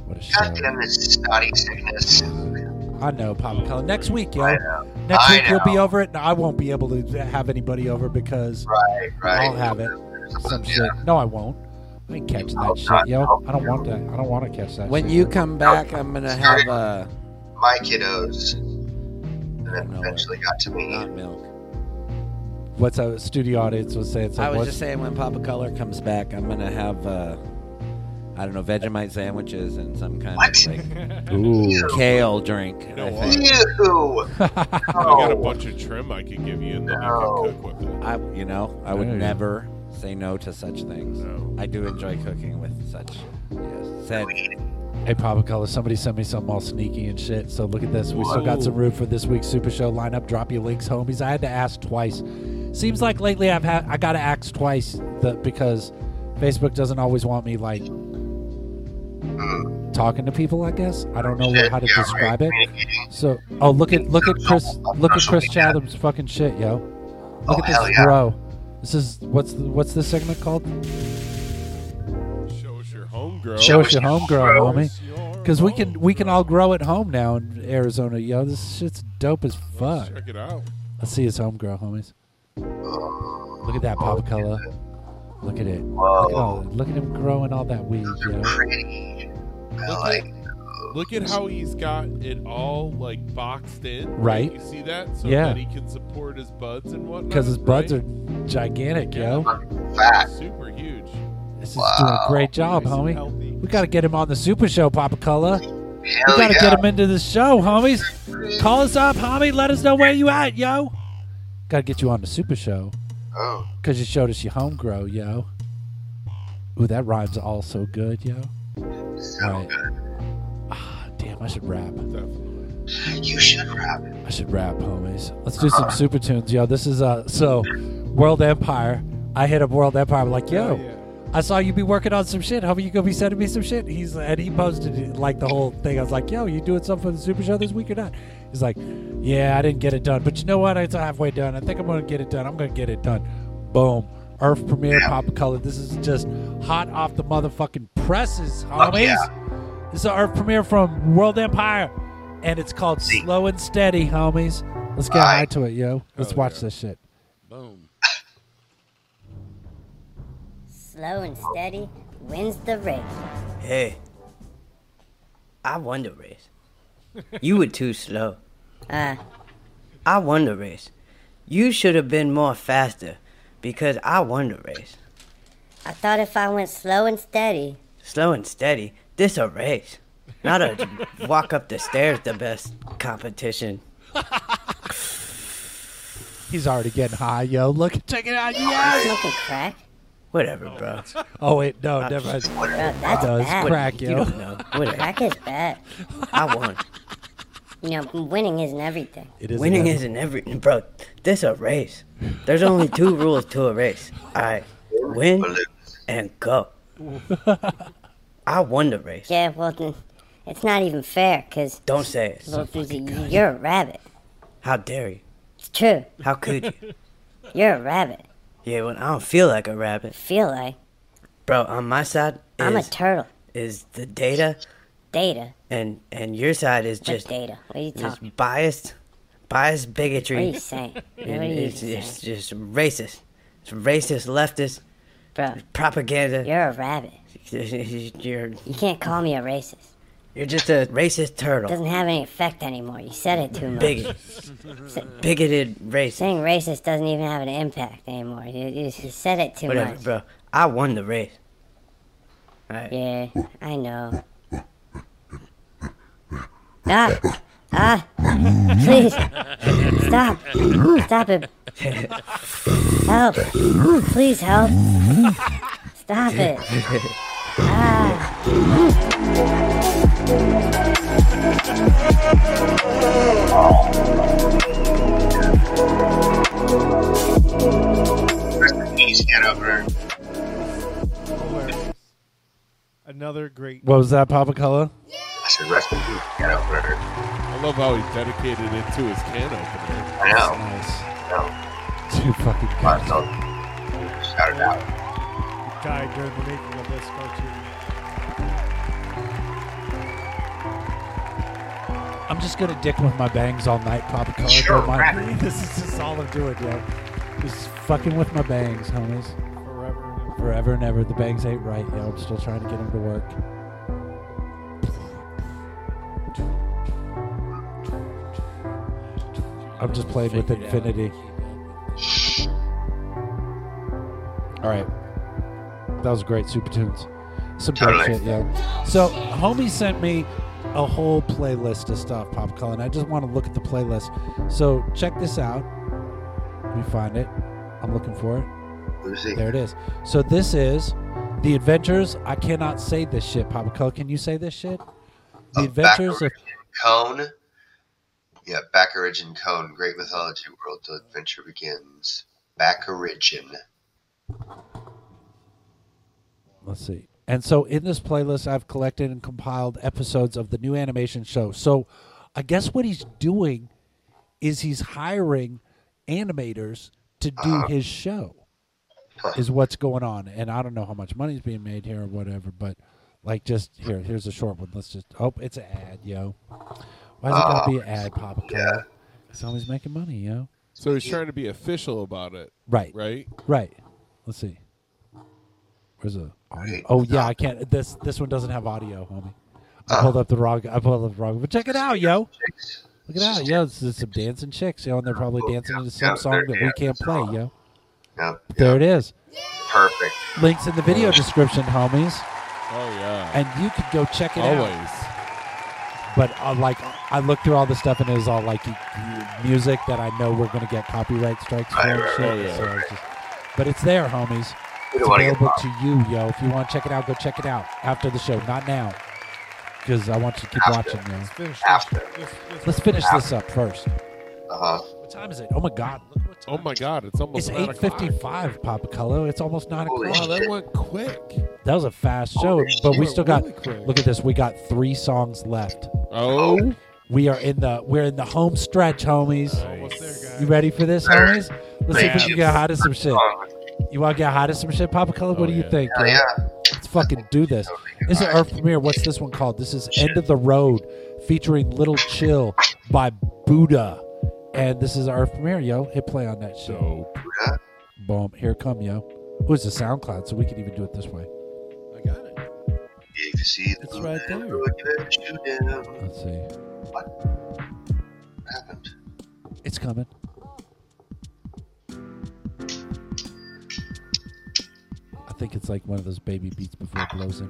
[SPEAKER 2] What a
[SPEAKER 3] God damn this snotty sickness.
[SPEAKER 2] I know, Papa Color. Next week, yo.
[SPEAKER 3] I know.
[SPEAKER 2] Next
[SPEAKER 3] I
[SPEAKER 2] week you'll be
[SPEAKER 3] know.
[SPEAKER 2] over it, and I won't be able to have anybody over because
[SPEAKER 3] Right, right.
[SPEAKER 2] I'll have it. Some shit. No, I won't. I ain't catching that shit, yo. I don't want that. I don't want to catch that.
[SPEAKER 6] When
[SPEAKER 2] shit.
[SPEAKER 6] you come back, I'm gonna have uh, a
[SPEAKER 3] My kiddos. And then eventually got to me.
[SPEAKER 6] not milk.
[SPEAKER 2] what's a studio audience was saying? So
[SPEAKER 6] I was
[SPEAKER 2] what's-
[SPEAKER 6] just saying, when Papa Color comes back, I'm gonna have uh, I don't know Vegemite sandwiches and some kind
[SPEAKER 3] What?
[SPEAKER 6] of
[SPEAKER 2] Ooh.
[SPEAKER 6] like kale drink.
[SPEAKER 1] You know
[SPEAKER 6] I,
[SPEAKER 1] what?
[SPEAKER 6] think.
[SPEAKER 3] Ew.
[SPEAKER 1] I got a
[SPEAKER 3] No.
[SPEAKER 1] bunch of trim I could give you, and then
[SPEAKER 3] No.
[SPEAKER 1] you can cook with it.
[SPEAKER 6] I you know I would
[SPEAKER 2] There you go.
[SPEAKER 6] never say no to such things.
[SPEAKER 1] No.
[SPEAKER 6] I do enjoy cooking with such. Yes, said
[SPEAKER 2] Hey, Papa Color, somebody sent me something all sneaky and shit. So look at this. We still got some room for this week's Super Show lineup. Drop your links, homies. I had to ask twice. Seems like lately I've had I got to ask twice the, because Facebook doesn't always want me like talking to people. I guess I don't know what, how to
[SPEAKER 3] Yeah, right.
[SPEAKER 2] describe it. So oh look at look at Chris look at Chris Chatham's fucking shit, yo. Look
[SPEAKER 3] Oh,
[SPEAKER 2] at
[SPEAKER 3] hell
[SPEAKER 2] this
[SPEAKER 3] yeah.
[SPEAKER 2] bro. This is what's the, what's this segment called?
[SPEAKER 1] Show us your home, girl.
[SPEAKER 2] Show us your home grow, homie. Because we can we can all grow at home now in Arizona, yo. This shit's dope as fuck.
[SPEAKER 1] Check it out.
[SPEAKER 2] Let's see his home grow, homies. Look at that
[SPEAKER 3] Oh,
[SPEAKER 2] pop color. Look at it. Look at, all, look at him growing all that weed, yo.
[SPEAKER 3] Pretty. I
[SPEAKER 1] Look
[SPEAKER 3] like
[SPEAKER 1] at, look at how he's got it all like boxed in.
[SPEAKER 2] Right.
[SPEAKER 1] You see that? So
[SPEAKER 2] Yeah.
[SPEAKER 1] that he can support his buds and whatnot.
[SPEAKER 2] Because his buds
[SPEAKER 1] right?
[SPEAKER 2] are gigantic, yo.
[SPEAKER 3] fat.
[SPEAKER 1] super huge.
[SPEAKER 2] This is doing a great job,
[SPEAKER 1] Nice and
[SPEAKER 2] homie.
[SPEAKER 1] healthy.
[SPEAKER 2] We gotta get him on the Super Show, Papa Cola. We
[SPEAKER 3] Hell
[SPEAKER 2] gotta
[SPEAKER 3] yeah.
[SPEAKER 2] get him into the show, homies. Call us up, homie. Let us know where you at, yo. Gotta get you on the Super Show.
[SPEAKER 3] Oh.
[SPEAKER 2] Because you showed us your home grow, yo. Ooh, that rhymes all so good, yo.
[SPEAKER 3] So
[SPEAKER 2] Right. Ah, damn, I should rap.
[SPEAKER 3] You should rap.
[SPEAKER 2] I should rap, homies. Let's do some super tunes, yo. This is uh so World Empire. I hit up World Empire. I'm like, yo, I saw you be working on some shit. How are you gonna be sending me some shit? He's and he posted it, like the whole thing. I was like, yo, you doing something for the super show this week or not? He's like, yeah, I didn't get it done, but you know what? It's halfway done. I think I'm gonna get it done. I'm gonna get it done. Boom. Earth premiere, pop of color. This is just hot off the motherfucking presses,
[SPEAKER 3] Fuck
[SPEAKER 2] homies.
[SPEAKER 3] yeah.
[SPEAKER 2] This is our premiere from World Empire, and it's called Slow and Steady, homies. Let's get high to it, yo. Let's watch this shit.
[SPEAKER 5] Boom.
[SPEAKER 9] slow and steady wins the race.
[SPEAKER 11] Hey, I won the race. You were too slow.
[SPEAKER 9] Uh,
[SPEAKER 11] I won the race. You should have been more faster because I won the race.
[SPEAKER 9] I thought if I went slow and steady,
[SPEAKER 11] Slow and steady, this a race. Not a walk up the stairs the best competition.
[SPEAKER 2] He's already getting high, yo. Look, check it out.
[SPEAKER 9] yeah. smoking crack.
[SPEAKER 11] Whatever, bro.
[SPEAKER 2] Oh wait, no, never mind.
[SPEAKER 9] Bro,
[SPEAKER 2] It
[SPEAKER 9] that's
[SPEAKER 2] does
[SPEAKER 9] bad.
[SPEAKER 2] crack, yo.
[SPEAKER 9] Crack is bad.
[SPEAKER 11] I won.
[SPEAKER 9] You know, winning isn't everything.
[SPEAKER 11] Winning isn't everything, bro. This a race. There's only two rules to a race. I win and go. I won the race.
[SPEAKER 9] Yeah, well, then, it's not even fair, because.
[SPEAKER 11] Don't say it.
[SPEAKER 2] Oh
[SPEAKER 9] Well, you're a rabbit.
[SPEAKER 11] How dare you?
[SPEAKER 9] It's true.
[SPEAKER 11] How could you?
[SPEAKER 9] You're a rabbit.
[SPEAKER 11] Yeah, well, I don't feel like a rabbit.
[SPEAKER 9] Feel like.
[SPEAKER 11] Bro, on my side is,
[SPEAKER 9] I'm a turtle.
[SPEAKER 11] is the data,
[SPEAKER 9] Data.
[SPEAKER 11] and and your side is
[SPEAKER 9] What
[SPEAKER 11] just
[SPEAKER 9] data? What are you
[SPEAKER 11] just
[SPEAKER 9] talking
[SPEAKER 11] biased, biased bigotry.
[SPEAKER 9] What are you saying? What
[SPEAKER 11] And
[SPEAKER 9] are you
[SPEAKER 11] it's, it's just racist. It's racist, leftist,
[SPEAKER 9] Bro.
[SPEAKER 11] propaganda.
[SPEAKER 9] You're a rabbit.
[SPEAKER 11] You're
[SPEAKER 9] You can't call me a racist.
[SPEAKER 11] you're just a racist
[SPEAKER 9] It
[SPEAKER 11] turtle.
[SPEAKER 9] doesn't have any effect anymore. You said it too much.
[SPEAKER 11] Bigot. Bigoted racist.
[SPEAKER 9] Saying racist doesn't even have an impact anymore. You, you, you said it too
[SPEAKER 11] Whatever,
[SPEAKER 9] much.
[SPEAKER 11] bro. I won the race.
[SPEAKER 9] Yeah, I know. Ah! Ah! Please! Stop! Stop it! Help! Please help! Stop it!
[SPEAKER 3] He's Hanover.
[SPEAKER 12] Another great.
[SPEAKER 2] What was that, Papa Cola?
[SPEAKER 3] I said, rest in peace, can opener.
[SPEAKER 1] I love how he dedicated it to his can opener.
[SPEAKER 3] I know.
[SPEAKER 2] Too fucking.
[SPEAKER 3] I know. I do Shout it out.
[SPEAKER 12] Died during the making of this cartoon.
[SPEAKER 2] I'm just gonna dick with my bangs all night, Papa Cola.
[SPEAKER 12] Sure,
[SPEAKER 2] Don't mind
[SPEAKER 12] rabbit.
[SPEAKER 2] me. This is just all I'm doing, yo. Just fucking with my bangs, homies.
[SPEAKER 12] Forever.
[SPEAKER 2] Forever and ever. The bangs ain't right, yo. I'm still trying to get them to work. I'm just playing with infinity. All right, that was great. Super tunes, some dope
[SPEAKER 23] Totally.
[SPEAKER 2] shit, yeah. So, homie sent me a whole playlist of stuff, Pop Cullen. I just want to look at the playlist. So, check this out. Let me find it. I'm looking for it. There it is. So this is the Adventures. I cannot say this shit, Papa Cullen. Can you say this shit? The Adventures of
[SPEAKER 3] Cone. Yeah, Back Origin Cone. Great mythology world till adventure begins. Back Origin.
[SPEAKER 2] Let's see. And so in this playlist, I've collected and compiled episodes of the new animation show. So I guess what he's doing is he's hiring animators to do his show, is what's going on. And I don't know how much money's being made here or whatever, but like just here, here's a short one. Let's just, oh, it's an ad, yo. Why is it got to be an ad, Papa? Yeah. Somebody's making money, yo.
[SPEAKER 1] So he's trying to be official about it.
[SPEAKER 2] Right.
[SPEAKER 1] Right?
[SPEAKER 2] Right. Let's see. Where's the audio? Oh yeah, I can't. This this one doesn't have audio, homie. I
[SPEAKER 3] Uh.
[SPEAKER 2] pulled up the wrong. I pulled up the wrong. But check it out, yo. Look it out, yo. It's, it's some dancing chicks, yo, and they're probably dancing to some
[SPEAKER 3] Oh, yeah,
[SPEAKER 2] song
[SPEAKER 3] they're
[SPEAKER 2] that we can't
[SPEAKER 3] dancing
[SPEAKER 2] play, yo.
[SPEAKER 3] Yeah,
[SPEAKER 2] But There it is.
[SPEAKER 3] Perfect.
[SPEAKER 2] Links in the video description, homies.
[SPEAKER 1] Oh, yeah.
[SPEAKER 2] And you could go check it out.
[SPEAKER 1] Always.
[SPEAKER 2] But uh, like, I looked through all the stuff, and it was all like y- y- music that I know we're gonna get copyright strikes for.
[SPEAKER 3] Right,
[SPEAKER 2] and
[SPEAKER 3] right,
[SPEAKER 2] shit,
[SPEAKER 3] right,
[SPEAKER 2] so I
[SPEAKER 3] right.
[SPEAKER 2] just- but it's there, homies. It's
[SPEAKER 3] We don't wanna get
[SPEAKER 2] available to you, yo. If you want to check it out, go check it out after the show, not now, because I want you to keep watching, yo.
[SPEAKER 12] Finish this. Let's-
[SPEAKER 2] Let's finish
[SPEAKER 12] after.
[SPEAKER 2] this up first.
[SPEAKER 3] Uh huh.
[SPEAKER 1] Uh-huh.
[SPEAKER 2] What time is it? Oh my god!
[SPEAKER 1] Oh my god, it's almost
[SPEAKER 2] It's eight fifty-five, Papa Colo. It's almost nine
[SPEAKER 1] Holy
[SPEAKER 2] o'clock.
[SPEAKER 1] shit. Wow, that went quick.
[SPEAKER 2] That was a fast show, but we
[SPEAKER 1] shit.
[SPEAKER 2] still got.
[SPEAKER 1] Really quick.
[SPEAKER 2] look at this. We got three songs left.
[SPEAKER 1] Oh.
[SPEAKER 2] We are in the we're in the home stretch, homies. You ready for this,
[SPEAKER 1] Alright.
[SPEAKER 2] homies? Let's see if we can get hot as some shit. You want to get hot as some shit, Papa Color? What do you think?
[SPEAKER 3] Hell
[SPEAKER 2] yo?
[SPEAKER 3] yeah.
[SPEAKER 2] Let's fucking do this. This is our premiere. What's this one called? This is End of the Road, featuring Little Chill by Buddha, and this is our premiere, yo. Hit play on that shit.
[SPEAKER 1] Dope.
[SPEAKER 2] Boom. Here it come, yo. It was a SoundCloud, so we could even do it this way.
[SPEAKER 3] If you see the
[SPEAKER 2] It's
[SPEAKER 3] blue
[SPEAKER 2] right
[SPEAKER 3] man,
[SPEAKER 2] there.
[SPEAKER 3] look at you down.
[SPEAKER 2] Let's see.
[SPEAKER 3] What happened?
[SPEAKER 2] It's coming. I think it's like one of those baby beats before it blows in.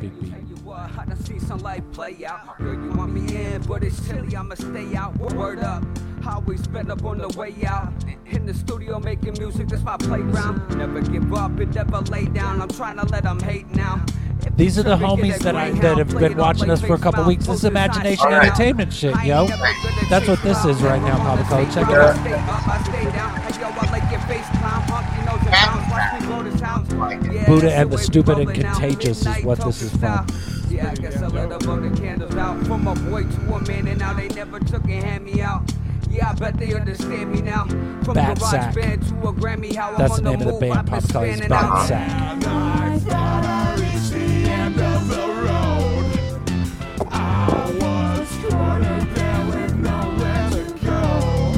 [SPEAKER 2] Big, big beat.
[SPEAKER 24] What? I done seen sunlight play out. Girl, you want me in, but it's chilly. I'ma stay out. Word up. I always sped up on the way out. In the studio making music, that's my playground. Never give up and never lay down. I'm trying to let them hate now. If
[SPEAKER 2] These are
[SPEAKER 24] you
[SPEAKER 2] the
[SPEAKER 24] trippin', get
[SPEAKER 2] homies that I that have been watching us for a couple weeks. This is imagination
[SPEAKER 24] All right.
[SPEAKER 2] entertainment shit, yo. Oh, That's what this is right now, Papa Color. Check it out.
[SPEAKER 24] Stay up, I stay down. Hey, yo, I like your face climb up. You know the bounce. Watch me blow the sounds. Yeah,
[SPEAKER 2] Buddha
[SPEAKER 24] that's
[SPEAKER 2] and the
[SPEAKER 24] way we
[SPEAKER 2] Stupid and
[SPEAKER 24] rollin' now.
[SPEAKER 2] Contagious is what this is from.
[SPEAKER 24] Yeah, I guess I let them blow the candles out. From a boy to a man, and now they never took and hand me out. Yeah, I bet they understand me now. From
[SPEAKER 2] Bat
[SPEAKER 24] garage
[SPEAKER 2] Sack.
[SPEAKER 24] band to a Grammy, how
[SPEAKER 2] That's the
[SPEAKER 24] I'm on
[SPEAKER 2] name of
[SPEAKER 24] the
[SPEAKER 2] the
[SPEAKER 24] move.
[SPEAKER 2] band,
[SPEAKER 24] I've been
[SPEAKER 2] Papa Color. It's
[SPEAKER 24] standing
[SPEAKER 2] Bat
[SPEAKER 24] out.
[SPEAKER 2] Sack.
[SPEAKER 24] I thought I reached the end of the road. I was cornered there with nowhere to go.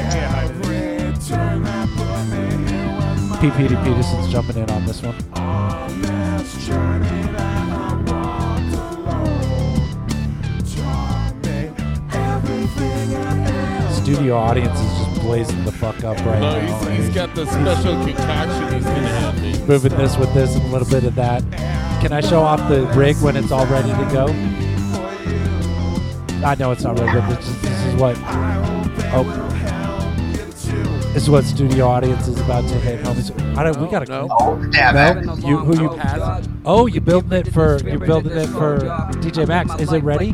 [SPEAKER 24] Every turn that put me here was
[SPEAKER 2] P. Petey Peterson's jumping in on this one.
[SPEAKER 24] on this journey that I walked alone. Taught me everything I am.
[SPEAKER 2] Studio audience is just blazing the fuck up right
[SPEAKER 1] No,
[SPEAKER 2] now.
[SPEAKER 1] he's, he's got the special concoction he's gonna have me.
[SPEAKER 2] Moving this with this and a little bit of that. Can I show off the rig when it's all ready to go? I know it's not ready, but this is, this is what. Oh. This is what studio audience is about to hit, homies. I don't. We gotta. No.
[SPEAKER 24] Oh, damn it.
[SPEAKER 2] You, who you Oh, you building it for? You building it for DJ Max? Is it ready?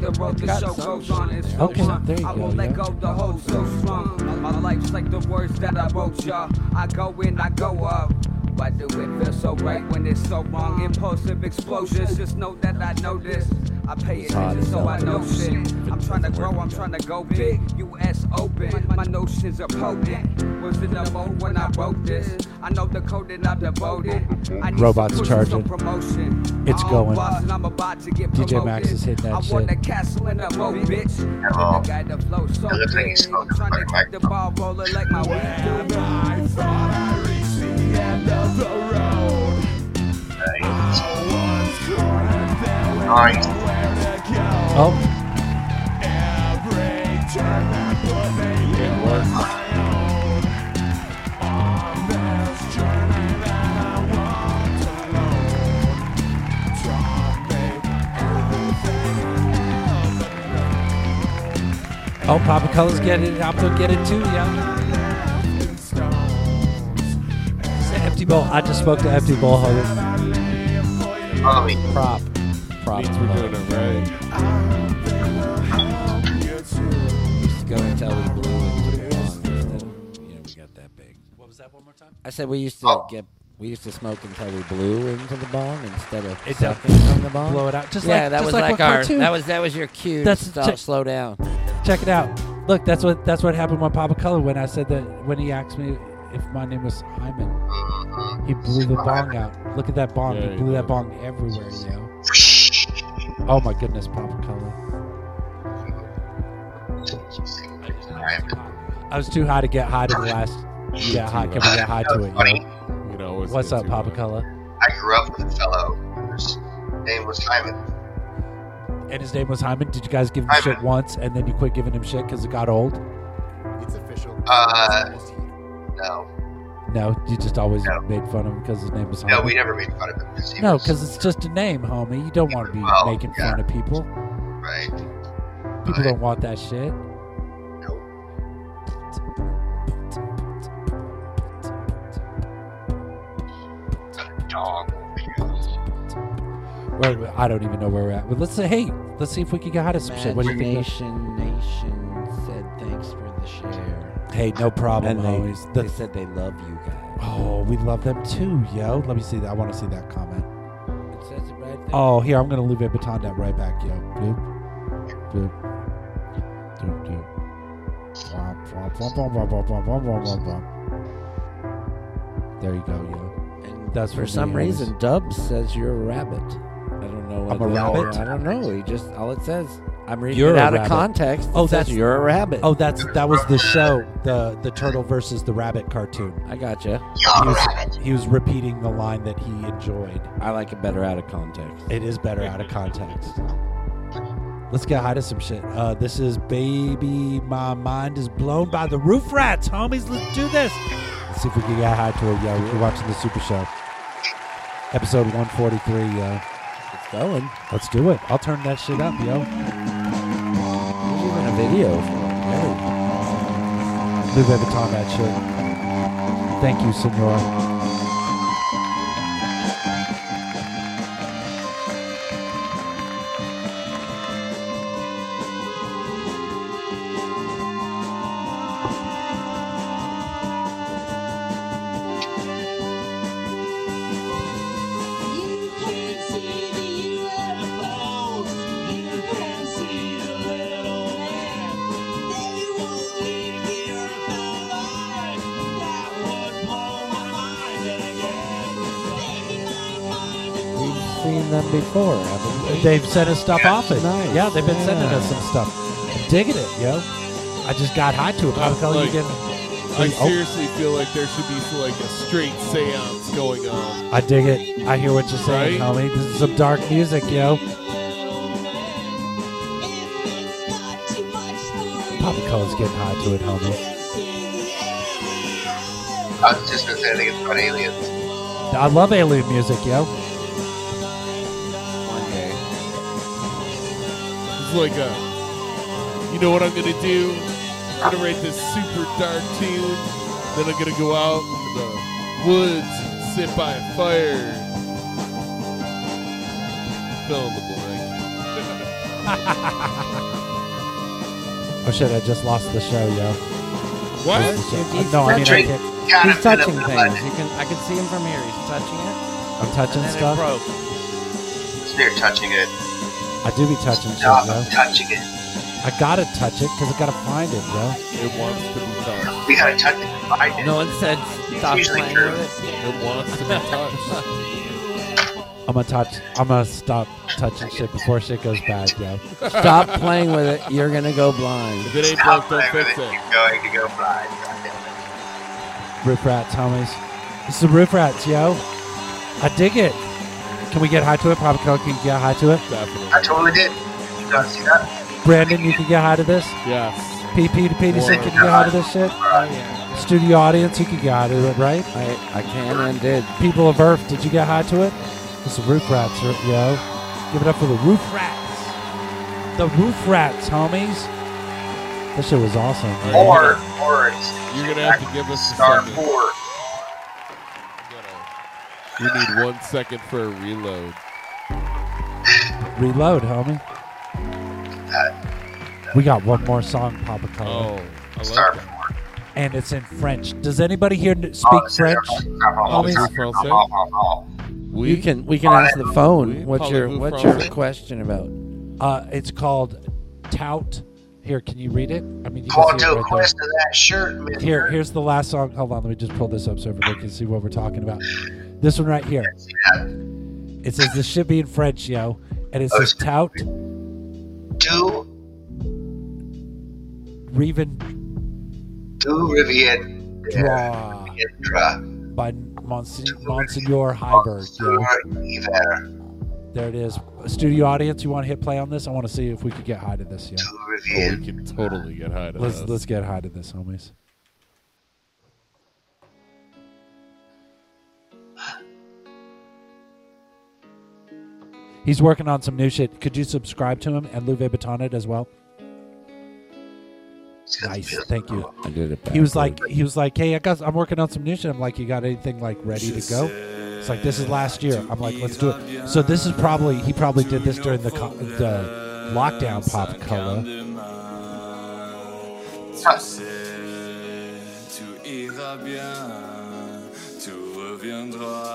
[SPEAKER 2] Okay, there you
[SPEAKER 24] I
[SPEAKER 2] go.
[SPEAKER 24] won't let go the whole so strong. My life's like the words that I wrote, y'all. I go in, I go up. Why do it feel so right when it's so wrong? Impulsive explosions, just know that I know this. I pay attention so I know shit. I'm trying to grow, I'm trying to go big. U.S. open, my notions are potent. Was in the mode when I wrote this. I know the code and I'm devoted. I need
[SPEAKER 2] Robots
[SPEAKER 24] some push and some
[SPEAKER 2] charging.
[SPEAKER 24] promotion.
[SPEAKER 2] It's
[SPEAKER 24] I own
[SPEAKER 2] going.
[SPEAKER 24] bars and I'm about to get
[SPEAKER 2] DJ Max
[SPEAKER 24] promoted.
[SPEAKER 2] is hitting that
[SPEAKER 24] I
[SPEAKER 2] shit.
[SPEAKER 24] want a castle in a row, bitch.
[SPEAKER 3] Hello.
[SPEAKER 24] I got the flow so
[SPEAKER 3] looks like he's
[SPEAKER 24] big. I'm trying to keep the ball rolling like my weed do. I thought I reached the end of the road.
[SPEAKER 2] Oh, oh, Papa Colors get it. I'm gonna get it too, yo. It's an empty bowl. I just spoke to empty bowl homies. Prop, prop.
[SPEAKER 1] Means we're doing it right.
[SPEAKER 5] Go and tell we blew and took long.
[SPEAKER 2] What was that one more time?
[SPEAKER 5] I said we used to get we used to smoke until we blew into the bong instead of
[SPEAKER 2] It's a-
[SPEAKER 5] sucking from the bong.
[SPEAKER 2] blow it out. Just
[SPEAKER 5] yeah,
[SPEAKER 2] like-
[SPEAKER 5] that
[SPEAKER 2] just
[SPEAKER 5] was
[SPEAKER 2] like
[SPEAKER 5] like,
[SPEAKER 2] what
[SPEAKER 5] our
[SPEAKER 2] cartoon-
[SPEAKER 5] that was that was your cue.
[SPEAKER 2] That's-
[SPEAKER 5] That's to stop,
[SPEAKER 2] check-
[SPEAKER 5] slow down.
[SPEAKER 2] Check it out. Look, that's what that's what happened with Papa Color when I said that when he asked me if my name was Hyman. He blew the bong out. Look at that bong.
[SPEAKER 1] There
[SPEAKER 2] he
[SPEAKER 1] you
[SPEAKER 2] blew that
[SPEAKER 1] go.
[SPEAKER 2] bong everywhere, yo. Oh my goodness, Papa Color. I was too high to get high to the last. You got high. Can we get high to it, yo?
[SPEAKER 1] You know, always
[SPEAKER 2] What's
[SPEAKER 1] get
[SPEAKER 2] up,
[SPEAKER 1] too
[SPEAKER 2] Papa
[SPEAKER 1] high.
[SPEAKER 2] Color?
[SPEAKER 3] I grew up with a fellow whose name was Simon.
[SPEAKER 2] And his name was Hyman. Did you guys give him shit once, and then you quit giving him shit because it got old?
[SPEAKER 14] It's official.
[SPEAKER 3] Uh, no.
[SPEAKER 2] No, you just always made fun of him because his name was Hyman.
[SPEAKER 3] No, we never made fun of him. 'cause he
[SPEAKER 2] No,
[SPEAKER 3] was-
[SPEAKER 2] because it's just a name, homie. You don't want to be
[SPEAKER 3] Well,
[SPEAKER 2] making
[SPEAKER 3] yeah.
[SPEAKER 2] fun of people.
[SPEAKER 3] Right.
[SPEAKER 2] People don't want that shit.
[SPEAKER 3] Dog.
[SPEAKER 2] Wait, wait, I don't even know where we're at. But let's say, hey, let's see if we can get out of some shit. What do you think?
[SPEAKER 5] Imagination Nation said thanks for the share.
[SPEAKER 2] Hey, no problem,
[SPEAKER 5] And they,
[SPEAKER 2] homies.
[SPEAKER 5] they said they love you guys.
[SPEAKER 2] Oh, we love them too, yo. Let me see that. I want to see that comment.
[SPEAKER 5] It says it right there.
[SPEAKER 2] Oh, here I'm gonna leave a baton that right back, yo. Bloop, bloop, doop, doop. Womp, womp, womp, womp, womp, womp, womp, womp, womp, womp, womp. There you go, yo. That's
[SPEAKER 5] for
[SPEAKER 2] what we
[SPEAKER 5] some
[SPEAKER 2] always-
[SPEAKER 5] reason, Dubs says you're a rabbit. I don't know.
[SPEAKER 2] I'm
[SPEAKER 5] whether-
[SPEAKER 2] a rabbit?
[SPEAKER 5] I don't know. He just all it says. I'm reading it out of context. It
[SPEAKER 2] Oh,
[SPEAKER 5] says
[SPEAKER 2] that's
[SPEAKER 5] you're a rabbit.
[SPEAKER 2] Oh, that's that was the show, the the turtle versus the rabbit cartoon.
[SPEAKER 5] I gotcha.
[SPEAKER 2] he was, He was repeating the line that he enjoyed.
[SPEAKER 5] I like it better out of context.
[SPEAKER 2] It is better out of context. Let's get high to some shit. Uh, this is baby. My mind is blown by the roof rats, homies. Let's do this. Let's see if we can get high to it, yo. We're watching the Super Show, episode 143, yo. It's
[SPEAKER 5] going.
[SPEAKER 2] Let's do it. I'll turn that shit up, yo.
[SPEAKER 5] Even a video.
[SPEAKER 2] Lou Vuitton that shit. Thank you, Senor.
[SPEAKER 17] We've seen them before, haven't we?
[SPEAKER 2] They've sent us stuff off it.
[SPEAKER 17] Nice.
[SPEAKER 2] Yeah, they've been sending
[SPEAKER 17] Yeah.
[SPEAKER 2] us some stuff. I'm digging it, yo. I just got high to it.
[SPEAKER 1] I,
[SPEAKER 2] I'm telling
[SPEAKER 1] like,
[SPEAKER 2] you,
[SPEAKER 1] I
[SPEAKER 2] Hey, oh.
[SPEAKER 1] seriously feel like there should be like a straight seance going on.
[SPEAKER 2] I dig it. I hear what you're saying,
[SPEAKER 1] Right?
[SPEAKER 2] homie. This is some dark music, yo. Papa Cole's getting high to it, homie.
[SPEAKER 3] I was just gonna say, I think it's about aliens.
[SPEAKER 2] I love alien music, yo.
[SPEAKER 5] One day.
[SPEAKER 1] It's like a, you know what I'm gonna do? I'm gonna write this super dark tune. Then I'm gonna go out in the woods, and sit by a fire. Fill in the blank.
[SPEAKER 2] Oh shit, I just lost the show, yo.
[SPEAKER 1] What?
[SPEAKER 2] Lost the show. No, I mean, I can't.
[SPEAKER 6] He's touching things. You can, I can see him from here. He's touching it.
[SPEAKER 2] I'm
[SPEAKER 6] and
[SPEAKER 2] touching
[SPEAKER 6] then It
[SPEAKER 2] stuff.
[SPEAKER 6] broke.
[SPEAKER 3] They're touching it.
[SPEAKER 2] I do be touching shit,
[SPEAKER 3] Stop
[SPEAKER 2] yo.
[SPEAKER 3] touching it.
[SPEAKER 2] I gotta touch it because I gotta find it, yo.
[SPEAKER 1] It wants to be touched.
[SPEAKER 3] We gotta touch it and find it.
[SPEAKER 6] No one said stop
[SPEAKER 3] It's usually
[SPEAKER 6] playing
[SPEAKER 3] true.
[SPEAKER 6] with
[SPEAKER 1] It wants to be touched.
[SPEAKER 2] I'm gonna touch. I'm gonna stop touching shit before shit goes bad, yo.
[SPEAKER 5] Stop playing with it. You're gonna go blind.
[SPEAKER 1] If it ain't
[SPEAKER 3] Stop
[SPEAKER 1] broke, don't
[SPEAKER 3] playing with
[SPEAKER 1] fix
[SPEAKER 3] it.
[SPEAKER 1] it.
[SPEAKER 3] Keep going. You go blind. God damn it.
[SPEAKER 2] Roof rats, homies. It's the roof rats, yo. I dig it. Can we get high to it, Papa Coke? Can you get high to it?
[SPEAKER 1] Definitely.
[SPEAKER 3] I totally did. You guys see that?
[SPEAKER 2] Brandon, you can get high to this.
[SPEAKER 1] Yes.
[SPEAKER 2] PP to PDC, can you get high to this shit? Studio audience, you can get high to it, right?
[SPEAKER 5] Oh, I, I can and did.
[SPEAKER 2] People of Earth, did you get high to it? It's the roof rats, yo. Give it up for the roof rats. The roof rats, homies. That shit was awesome. man.
[SPEAKER 3] Or, or it's
[SPEAKER 1] You're gonna have to give us a
[SPEAKER 3] star
[SPEAKER 1] second.
[SPEAKER 2] Oh,
[SPEAKER 3] four.
[SPEAKER 1] We need one second for a reload.
[SPEAKER 2] Reload, homie. We got one more song, Papa Color,
[SPEAKER 1] Oh, I
[SPEAKER 3] Star
[SPEAKER 1] like that.
[SPEAKER 3] four.
[SPEAKER 2] and it's in French. Does anybody here kn-
[SPEAKER 3] Oh,
[SPEAKER 2] speak
[SPEAKER 3] it's-
[SPEAKER 2] French?
[SPEAKER 3] Oh, it's-
[SPEAKER 2] Homies?
[SPEAKER 3] oh, oh, oh, oh.
[SPEAKER 1] We
[SPEAKER 5] you can we can ask the phone. What's your
[SPEAKER 1] parlez-vous
[SPEAKER 5] what's your
[SPEAKER 1] français?
[SPEAKER 5] question about?
[SPEAKER 2] Uh, it's called Tout. Here, can you read it? I mean, you
[SPEAKER 3] Paul
[SPEAKER 2] can see it
[SPEAKER 3] Joe
[SPEAKER 2] right there.
[SPEAKER 3] Quest of that shirt, man.
[SPEAKER 2] Here, here's the last song. Hold on, let me just pull this up so everybody can see what we're talking about. This one right here. It says this should be in French, yo, and it says tout
[SPEAKER 3] Do
[SPEAKER 2] Riven
[SPEAKER 3] do Riviera
[SPEAKER 2] Draw by Monse- Monsignor Heiberg. Yo.
[SPEAKER 3] Riviera
[SPEAKER 2] There it is. Uh, Studio audience, you want to hit play on this? I want to see if we could get high to this. Yeah,
[SPEAKER 3] do
[SPEAKER 1] Oh,
[SPEAKER 3] Riviera.
[SPEAKER 1] we can totally get high to
[SPEAKER 2] let's
[SPEAKER 1] this.
[SPEAKER 2] let's get high to this, homies. He's working on some new shit. Could you subscribe to him and Louve Baton it as well? Nice, thank you.
[SPEAKER 5] I did it.
[SPEAKER 2] He was like,
[SPEAKER 5] backward.
[SPEAKER 2] he was like, hey, I got, I'm working on some new shit. I'm like, you got anything like ready to go? It's like this is last year. I'm like, let's do it. So this is probably he probably did this during the co- the lockdown pop color.
[SPEAKER 3] Huh.
[SPEAKER 14] Tu iras bien, tu reviendras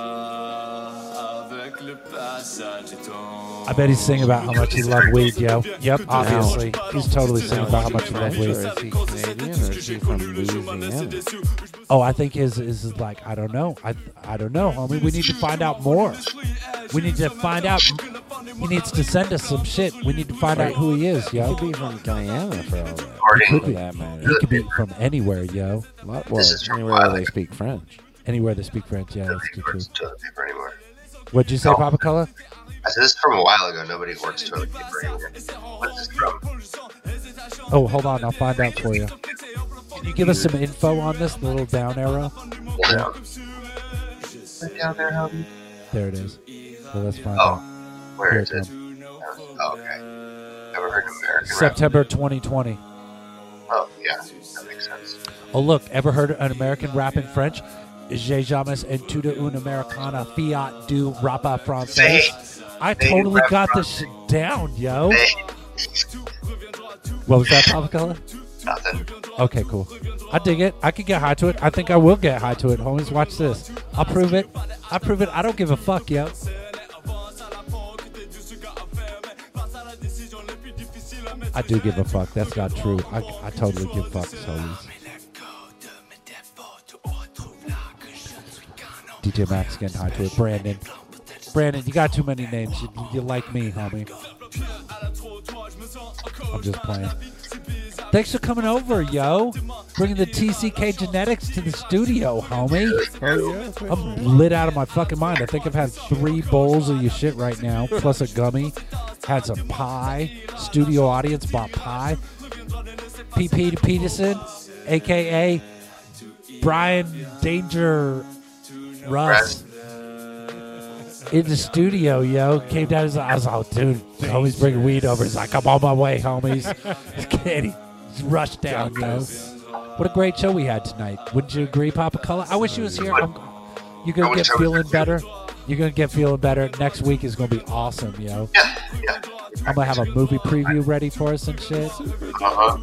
[SPEAKER 14] avec le passage du temps.
[SPEAKER 2] I bet he's singing about how much he loved weed, yo. Yep, obviously. He's totally singing about how much he loved
[SPEAKER 5] French, or
[SPEAKER 2] weed.
[SPEAKER 5] is he Canadian or is he from Louisiana?
[SPEAKER 2] Oh, I think his his is like I don't know. I I don't know, homie. We need to find out more. We need to find out He needs to send us some shit. We need to find out who he is, yo. He could be from Guyana for all that. He could be, he could be from anywhere, yo.
[SPEAKER 6] Lot- well, anywhere they speak French.
[SPEAKER 2] Anywhere they speak French, yeah, that's true. What'd you say,
[SPEAKER 3] No.
[SPEAKER 2] Papa Color?
[SPEAKER 3] I said this is from a while ago. Nobody works toilet paper anymore. What's this from?
[SPEAKER 2] Oh, hold on, I'll find out for you. Can you give us some info on this? The little down arrow. There it is. Well, let's find
[SPEAKER 3] Oh,
[SPEAKER 2] out.
[SPEAKER 3] where
[SPEAKER 2] Here
[SPEAKER 3] is
[SPEAKER 2] it
[SPEAKER 3] it?
[SPEAKER 2] comes.
[SPEAKER 3] Oh, okay. Never heard of American rap.
[SPEAKER 2] September 2020.
[SPEAKER 3] Oh, yeah. That makes sense.
[SPEAKER 2] Oh, look, ever heard an American rap in French? Je jamais en tout une Americana fiat du rapa français. I
[SPEAKER 18] They
[SPEAKER 2] totally
[SPEAKER 18] rap
[SPEAKER 2] got this shit down, yo. What was that, Papa Color?
[SPEAKER 3] Nothing.
[SPEAKER 2] Okay, cool. I dig it. I could get high to it. I think I will get high to it, homies. Watch this. I'll prove it. I prove it. I don't give a fuck, yo. I do give a fuck. That's not true. I, I totally give fucks, homies. DJ Max getting high to it. Brandon. Brandon, you got too many names. You, you like me, homie. I'm just playing. Thanks for coming over, yo. Bringing the TCK genetics to the studio, homie. I'm lit out of my fucking mind. I think I've had three bowls of your shit right now, plus a gummy. Had some pie. Studio audience bought pie. PP to Peterson, aka Brian Danger Rust. In the studio, yo, came down. His, I was like, dude, homies bringing weed over. He's like, I'm on my way, homies. and he rushed down, yo. What a great show we had tonight. Wouldn't you agree, Papa Color? I wish you was here. I'm, you're
[SPEAKER 18] I
[SPEAKER 2] gonna
[SPEAKER 18] wish
[SPEAKER 2] get
[SPEAKER 18] I was
[SPEAKER 2] feeling better. You're gonna get feeling better. Next week is gonna be awesome, yo. I'm gonna have a movie preview ready for us and shit.
[SPEAKER 3] Uh-huh.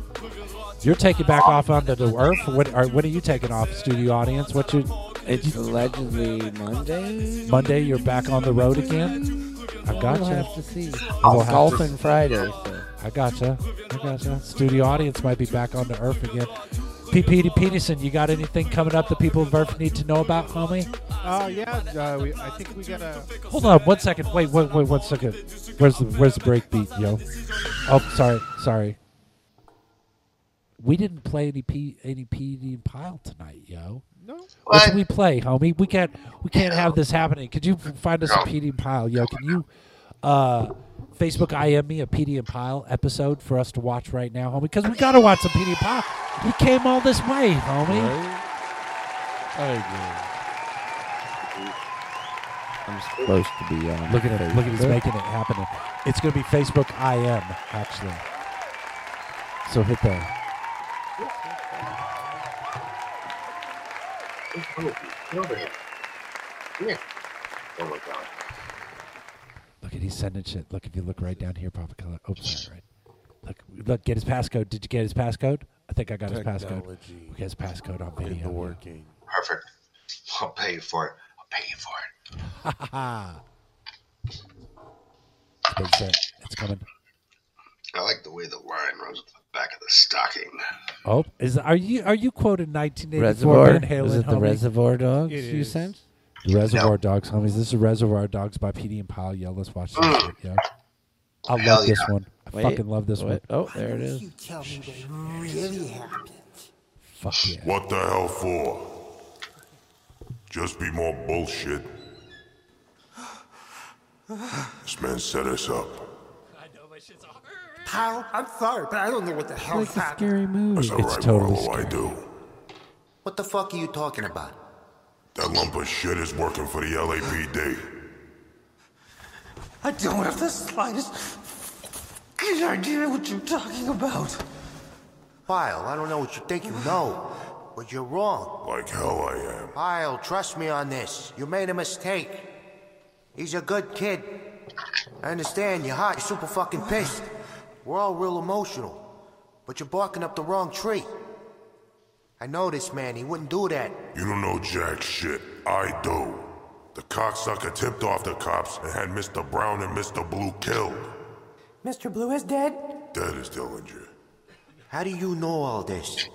[SPEAKER 2] You're taking back off onto the earth. What are, what are you taking off, studio audience? What's your? It's allegedly Monday. Monday, you're back on the road again. I got
[SPEAKER 6] We'll
[SPEAKER 2] you.
[SPEAKER 6] have to see. It's golfing Friday, so.
[SPEAKER 2] I gotcha. I gotcha. Studio audience might be back on the earth again. PP Peterson, you got anything coming up that people of Earth need to know about, homie?
[SPEAKER 12] Uh, yeah, uh, we, I think we got a.
[SPEAKER 2] Hold on one second. Wait, wait, wait, one second. Where's the where's the break beat, yo? Oh, sorry, sorry. We didn't play any P any PD and pile tonight, yo. No. What should we play, homie? We can't we can't have this happening. Could you find us a PD and pile, yo? Can you uh Facebook IM me a PD and pile episode for us to watch right now, homie? Because we gotta watch some PD and pile. We came all this way, homie.
[SPEAKER 6] I'm
[SPEAKER 5] Oh,
[SPEAKER 6] supposed to be
[SPEAKER 5] uh,
[SPEAKER 6] on.
[SPEAKER 2] Look at him. Look at he's
[SPEAKER 6] Facebook.
[SPEAKER 2] making it happen. It's going to be Facebook IM, actually. So hit that.
[SPEAKER 3] Get over here. Come here. Oh my god.
[SPEAKER 2] Look at he's sending shit. Look if you look right down here, Papa Color. Oops, sorry, right. Look, look, get his passcode. Did you get his passcode? I think I got his passcode.
[SPEAKER 3] Technology
[SPEAKER 2] We got his passcode on video. working.
[SPEAKER 3] Perfect. I'll pay you for it. I'll pay you for it.
[SPEAKER 2] Ha ha ha. It's been sent. It's coming.
[SPEAKER 3] I like the way the wine runs off the back of the stocking.
[SPEAKER 2] Oh, is are you are you quoted 1984
[SPEAKER 6] Reservoir?
[SPEAKER 2] Van Halen?
[SPEAKER 6] Is it the
[SPEAKER 2] homie?
[SPEAKER 6] Reservoir Dogs It you is. sent?
[SPEAKER 2] The Reservoir Dogs, homies. This is Reservoir Dogs by Petey and Pyle. Yeah, let's watch this. shit, yeah. Mm. I
[SPEAKER 6] Hell
[SPEAKER 2] love this
[SPEAKER 6] yeah.
[SPEAKER 2] one. I
[SPEAKER 6] Wait,
[SPEAKER 2] fucking love this
[SPEAKER 6] wait.
[SPEAKER 2] one.
[SPEAKER 6] Oh, there it is.
[SPEAKER 18] Tell me what really happened.
[SPEAKER 2] Fuck yeah.
[SPEAKER 10] What the hell for? Just be more bullshit. This man set us up.
[SPEAKER 18] Pal, I'm sorry, but I don't know what the hell
[SPEAKER 10] Like a
[SPEAKER 18] happened.
[SPEAKER 10] scary movie. That's all
[SPEAKER 2] It's
[SPEAKER 10] right,
[SPEAKER 2] totally
[SPEAKER 10] Marlo, I
[SPEAKER 2] scary.
[SPEAKER 10] do.
[SPEAKER 18] What the fuck are you talking about?
[SPEAKER 10] That lump of shit is working for the LAPD.
[SPEAKER 18] I don't have the slightest good idea what you're talking about.
[SPEAKER 10] Pyle, I don't know what you think you know, but you're wrong. Like hell I am.
[SPEAKER 18] Pyle, trust me on this. You made a mistake. He's a good kid. I understand you're hot, you're super fucking pissed. We're all real emotional. But you're barking up the wrong tree. I know this man, he wouldn't do that.
[SPEAKER 10] You don't know jack shit. I do. The cocksucker tipped off the cops and had Mr. Brown and Mr. Blue killed.
[SPEAKER 18] Mr. Blue is dead?
[SPEAKER 10] That is Dillinger.
[SPEAKER 18] How do you know all this?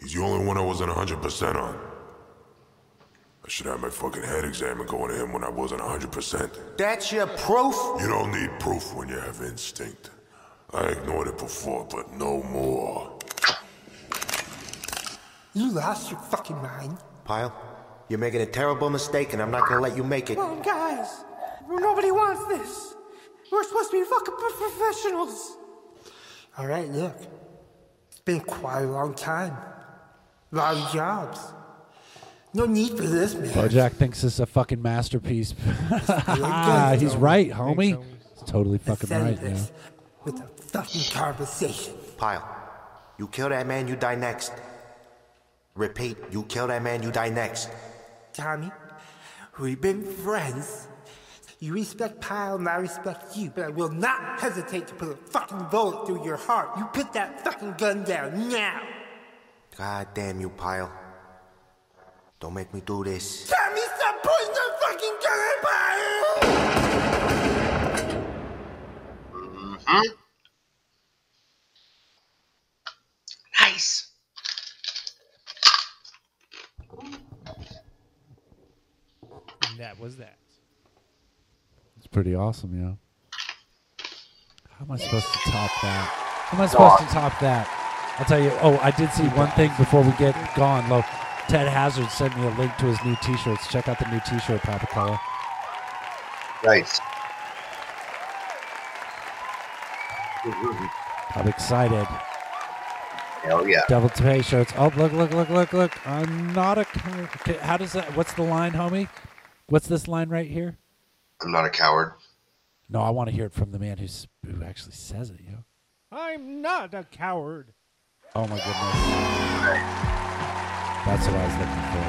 [SPEAKER 10] He's the only one I wasn't 100% on. I should have my fucking head examined going to him when I wasn't 100%.
[SPEAKER 16] That's your proof?
[SPEAKER 10] You don't need proof when you have instinct. I ignored it before, but no more.
[SPEAKER 16] You lost your fucking mind. Pyle, you're making a terrible mistake and I'm not gonna let you make it. Well,
[SPEAKER 15] guys, nobody wants this. We're supposed to be fucking pro- professionals.
[SPEAKER 16] All right, look. It's been quite a long time. A lot of jobs. No need for this, man.
[SPEAKER 2] Bojack thinks this is a fucking masterpiece.
[SPEAKER 16] good,
[SPEAKER 2] Ah, He's
[SPEAKER 16] though.
[SPEAKER 2] right, homie. He's totally fucking right. Yeah.
[SPEAKER 16] Senseless With a fucking conversation. Pyle, you kill that man, you die next. Repeat, you kill that man, you die next.
[SPEAKER 15] Tommy, we've been friends. You respect Pyle and I respect you, but I will not hesitate to put a fucking bullet through your heart. You put that fucking gun down now.
[SPEAKER 16] God damn you, Pyle. Don't make me do this.
[SPEAKER 15] Tommy, stop putting the fucking gun in Pyle!
[SPEAKER 16] Nice.
[SPEAKER 12] And that was that.
[SPEAKER 2] It's pretty awesome, yeah. How am I supposed to top that? How am I
[SPEAKER 17] Dog.
[SPEAKER 2] supposed to top that? I'll tell you. Oh, I did see one thing before we get gone. Look, Ted Hazard sent me a link to his new T-shirts. Check out the new T-shirt, Papa Color.
[SPEAKER 3] Nice.
[SPEAKER 2] I'm excited.
[SPEAKER 3] Hell Oh, yeah.
[SPEAKER 2] Devil Tay shirts. Oh, look, look, look, look, look. I'm not a. co- Okay, how does that? What's the line, homie? What's this line right here?
[SPEAKER 3] I'm not a coward.
[SPEAKER 2] No, I want to hear it from the man who's, who actually says it. Yo.
[SPEAKER 12] I'm not a coward.
[SPEAKER 2] Oh my goodness. That's what I was looking for.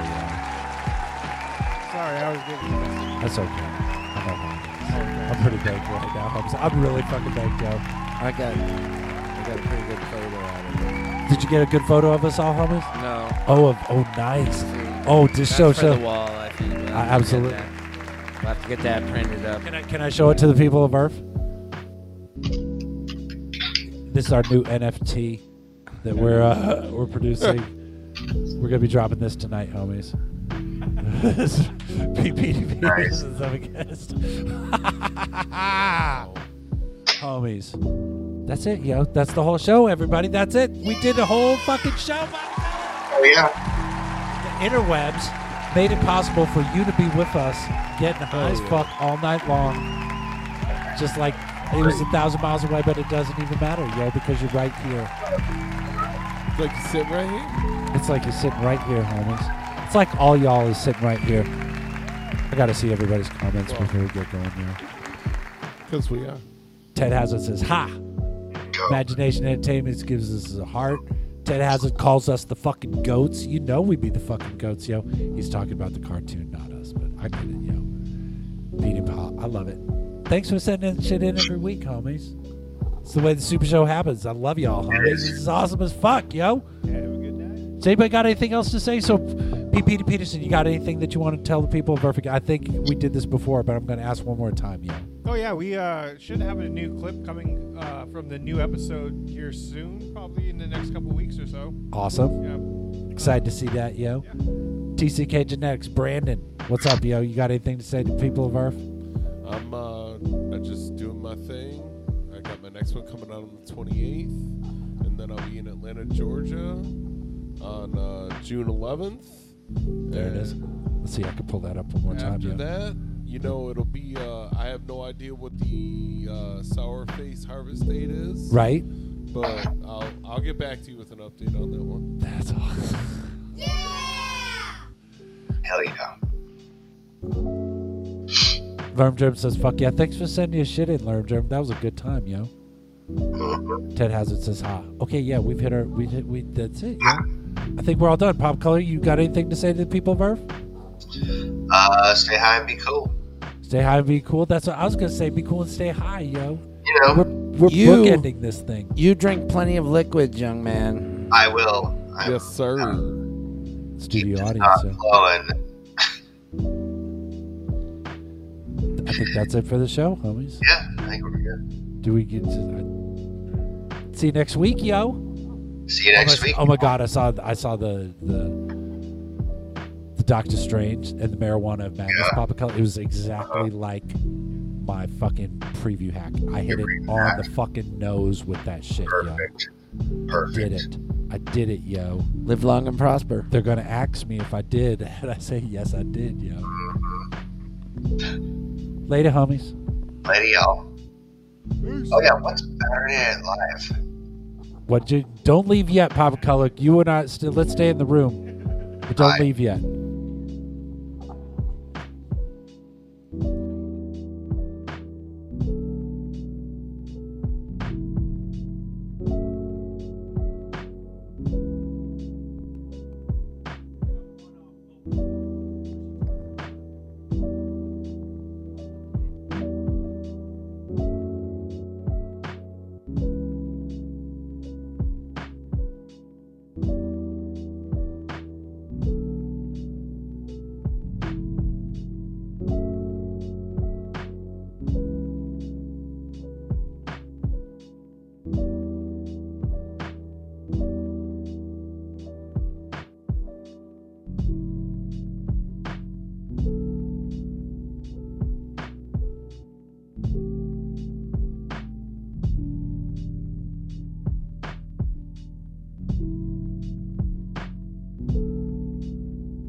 [SPEAKER 2] Yeah.
[SPEAKER 12] Sorry, I was getting.
[SPEAKER 2] That's okay. I'm, okay. I'm pretty baked right now. I'm, I'm really fucking baked up. I got.
[SPEAKER 6] I got a pretty good photo out of it.
[SPEAKER 2] Did you get a good photo of us all, homies?
[SPEAKER 6] No.
[SPEAKER 2] Oh, of, oh, nice. Oh, just
[SPEAKER 6] That's
[SPEAKER 2] show
[SPEAKER 6] for
[SPEAKER 2] show.
[SPEAKER 6] the wall, I think. We'll have to get
[SPEAKER 2] absolutely.
[SPEAKER 6] that- We'll have to get that printed up.
[SPEAKER 2] Can I, Can I show it to the people of Earth? This is our new NFT that we're uh, we're producing. we're gonna be dropping this tonight, homies. This is PPDP
[SPEAKER 17] Nice.
[SPEAKER 2] is up against. homies. That's it, yo. That's the whole show, everybody. That's it. We did the whole fucking show.
[SPEAKER 3] Oh yeah.
[SPEAKER 2] The interwebs made it possible for you to be with us, getting high as
[SPEAKER 17] yeah.
[SPEAKER 2] fuck all night long. Just like it was a thousand miles away, but it doesn't even matter, yo, because you're right here.
[SPEAKER 1] It's like you sit right here.
[SPEAKER 2] It's like you're sitting right here, homies. It's like all y'all is sitting right here. I gotta see everybody's comments before we get going here.
[SPEAKER 1] Because we are.
[SPEAKER 2] Ted Hazard says, "Ha! Imagination Entertainment gives us a heart." Ted Hazard calls us the fucking goats. You know we be the fucking goats, yo. He's talking about the cartoon, not us, but I get it, yo. Beating Paul, I love it. Thanks for sending that shit in every week, homies. It's the way the Super Show happens. I love y'all, homies. This is awesome as fuck, yo. Does anybody got anything else to say? So, P. Peter Peterson, you got anything that you want to tell the people of Perfect? I think we did this before, but I'm going to ask one more time, yo.
[SPEAKER 12] Oh yeah, we uh, should have a new clip coming uh, from the new episode here soon, probably in the next couple weeks or so.
[SPEAKER 2] Awesome. Excited to see that, yo. TCK Genetics, Brandon. What's up, yo? You got anything to say to people of Earth?
[SPEAKER 1] I'm uh, I just doing my thing. I got my next one coming out on the 28th, and then I'll be in Atlanta, Georgia, on uh, June 11th.
[SPEAKER 2] There it is. Let's see, I can pull that up one more time,
[SPEAKER 1] Uh, After
[SPEAKER 2] yo.
[SPEAKER 1] that, you know, it'll be. Uh, I have no idea what the uh, sour face harvest date is.
[SPEAKER 2] Right.
[SPEAKER 1] But I'll I'll get back to you with an update on that one.
[SPEAKER 2] That's awesome.
[SPEAKER 3] Hell yeah.
[SPEAKER 2] Lerm Germ says, fuck yeah. Thanks for sending your shit in, Lerm Germ. That was a good time, yo. Ted Hazard says, ha. Okay, yeah, we've hit our. We, hit, we That's it, yo. I think we're all done. Pop Color, you got anything to say to the people of Earth?
[SPEAKER 3] Uh, stay high and be cool.
[SPEAKER 2] Stay high and be cool. That's what I was going to say. Be cool and stay high, yo.
[SPEAKER 3] You know,
[SPEAKER 2] We're
[SPEAKER 6] You-
[SPEAKER 2] bookending this thing.
[SPEAKER 6] You drink plenty of liquids, young man.
[SPEAKER 3] I will. I
[SPEAKER 1] yes, sir.
[SPEAKER 2] Studio audience,
[SPEAKER 3] Uh,
[SPEAKER 2] yo.
[SPEAKER 3] flow and
[SPEAKER 2] I think that's it for the show, homies.
[SPEAKER 3] yeah, I think we're good.
[SPEAKER 2] Do we get to I- see you next week, yo?
[SPEAKER 3] See you next
[SPEAKER 2] oh, my-
[SPEAKER 3] week.
[SPEAKER 2] Oh my god, I saw I saw the the the Doctor Strange and the Marijuana of Madness pop of color. It was exactly like my fucking preview hack. I hit it on the fucking nose with that shit, yo. Perfect. Did it. I did it, yo.
[SPEAKER 5] Live long and prosper.
[SPEAKER 2] They're gonna ask me if I did, and I say yes, I did, yo.
[SPEAKER 3] Mm-hmm.
[SPEAKER 2] Later, homies.
[SPEAKER 3] Lady y'all. Oh yeah, what's Saturday Night Live?
[SPEAKER 2] What? Do, don't leave yet, Pop of Color. You and I. St- let's stay in the room, but don't leave yet.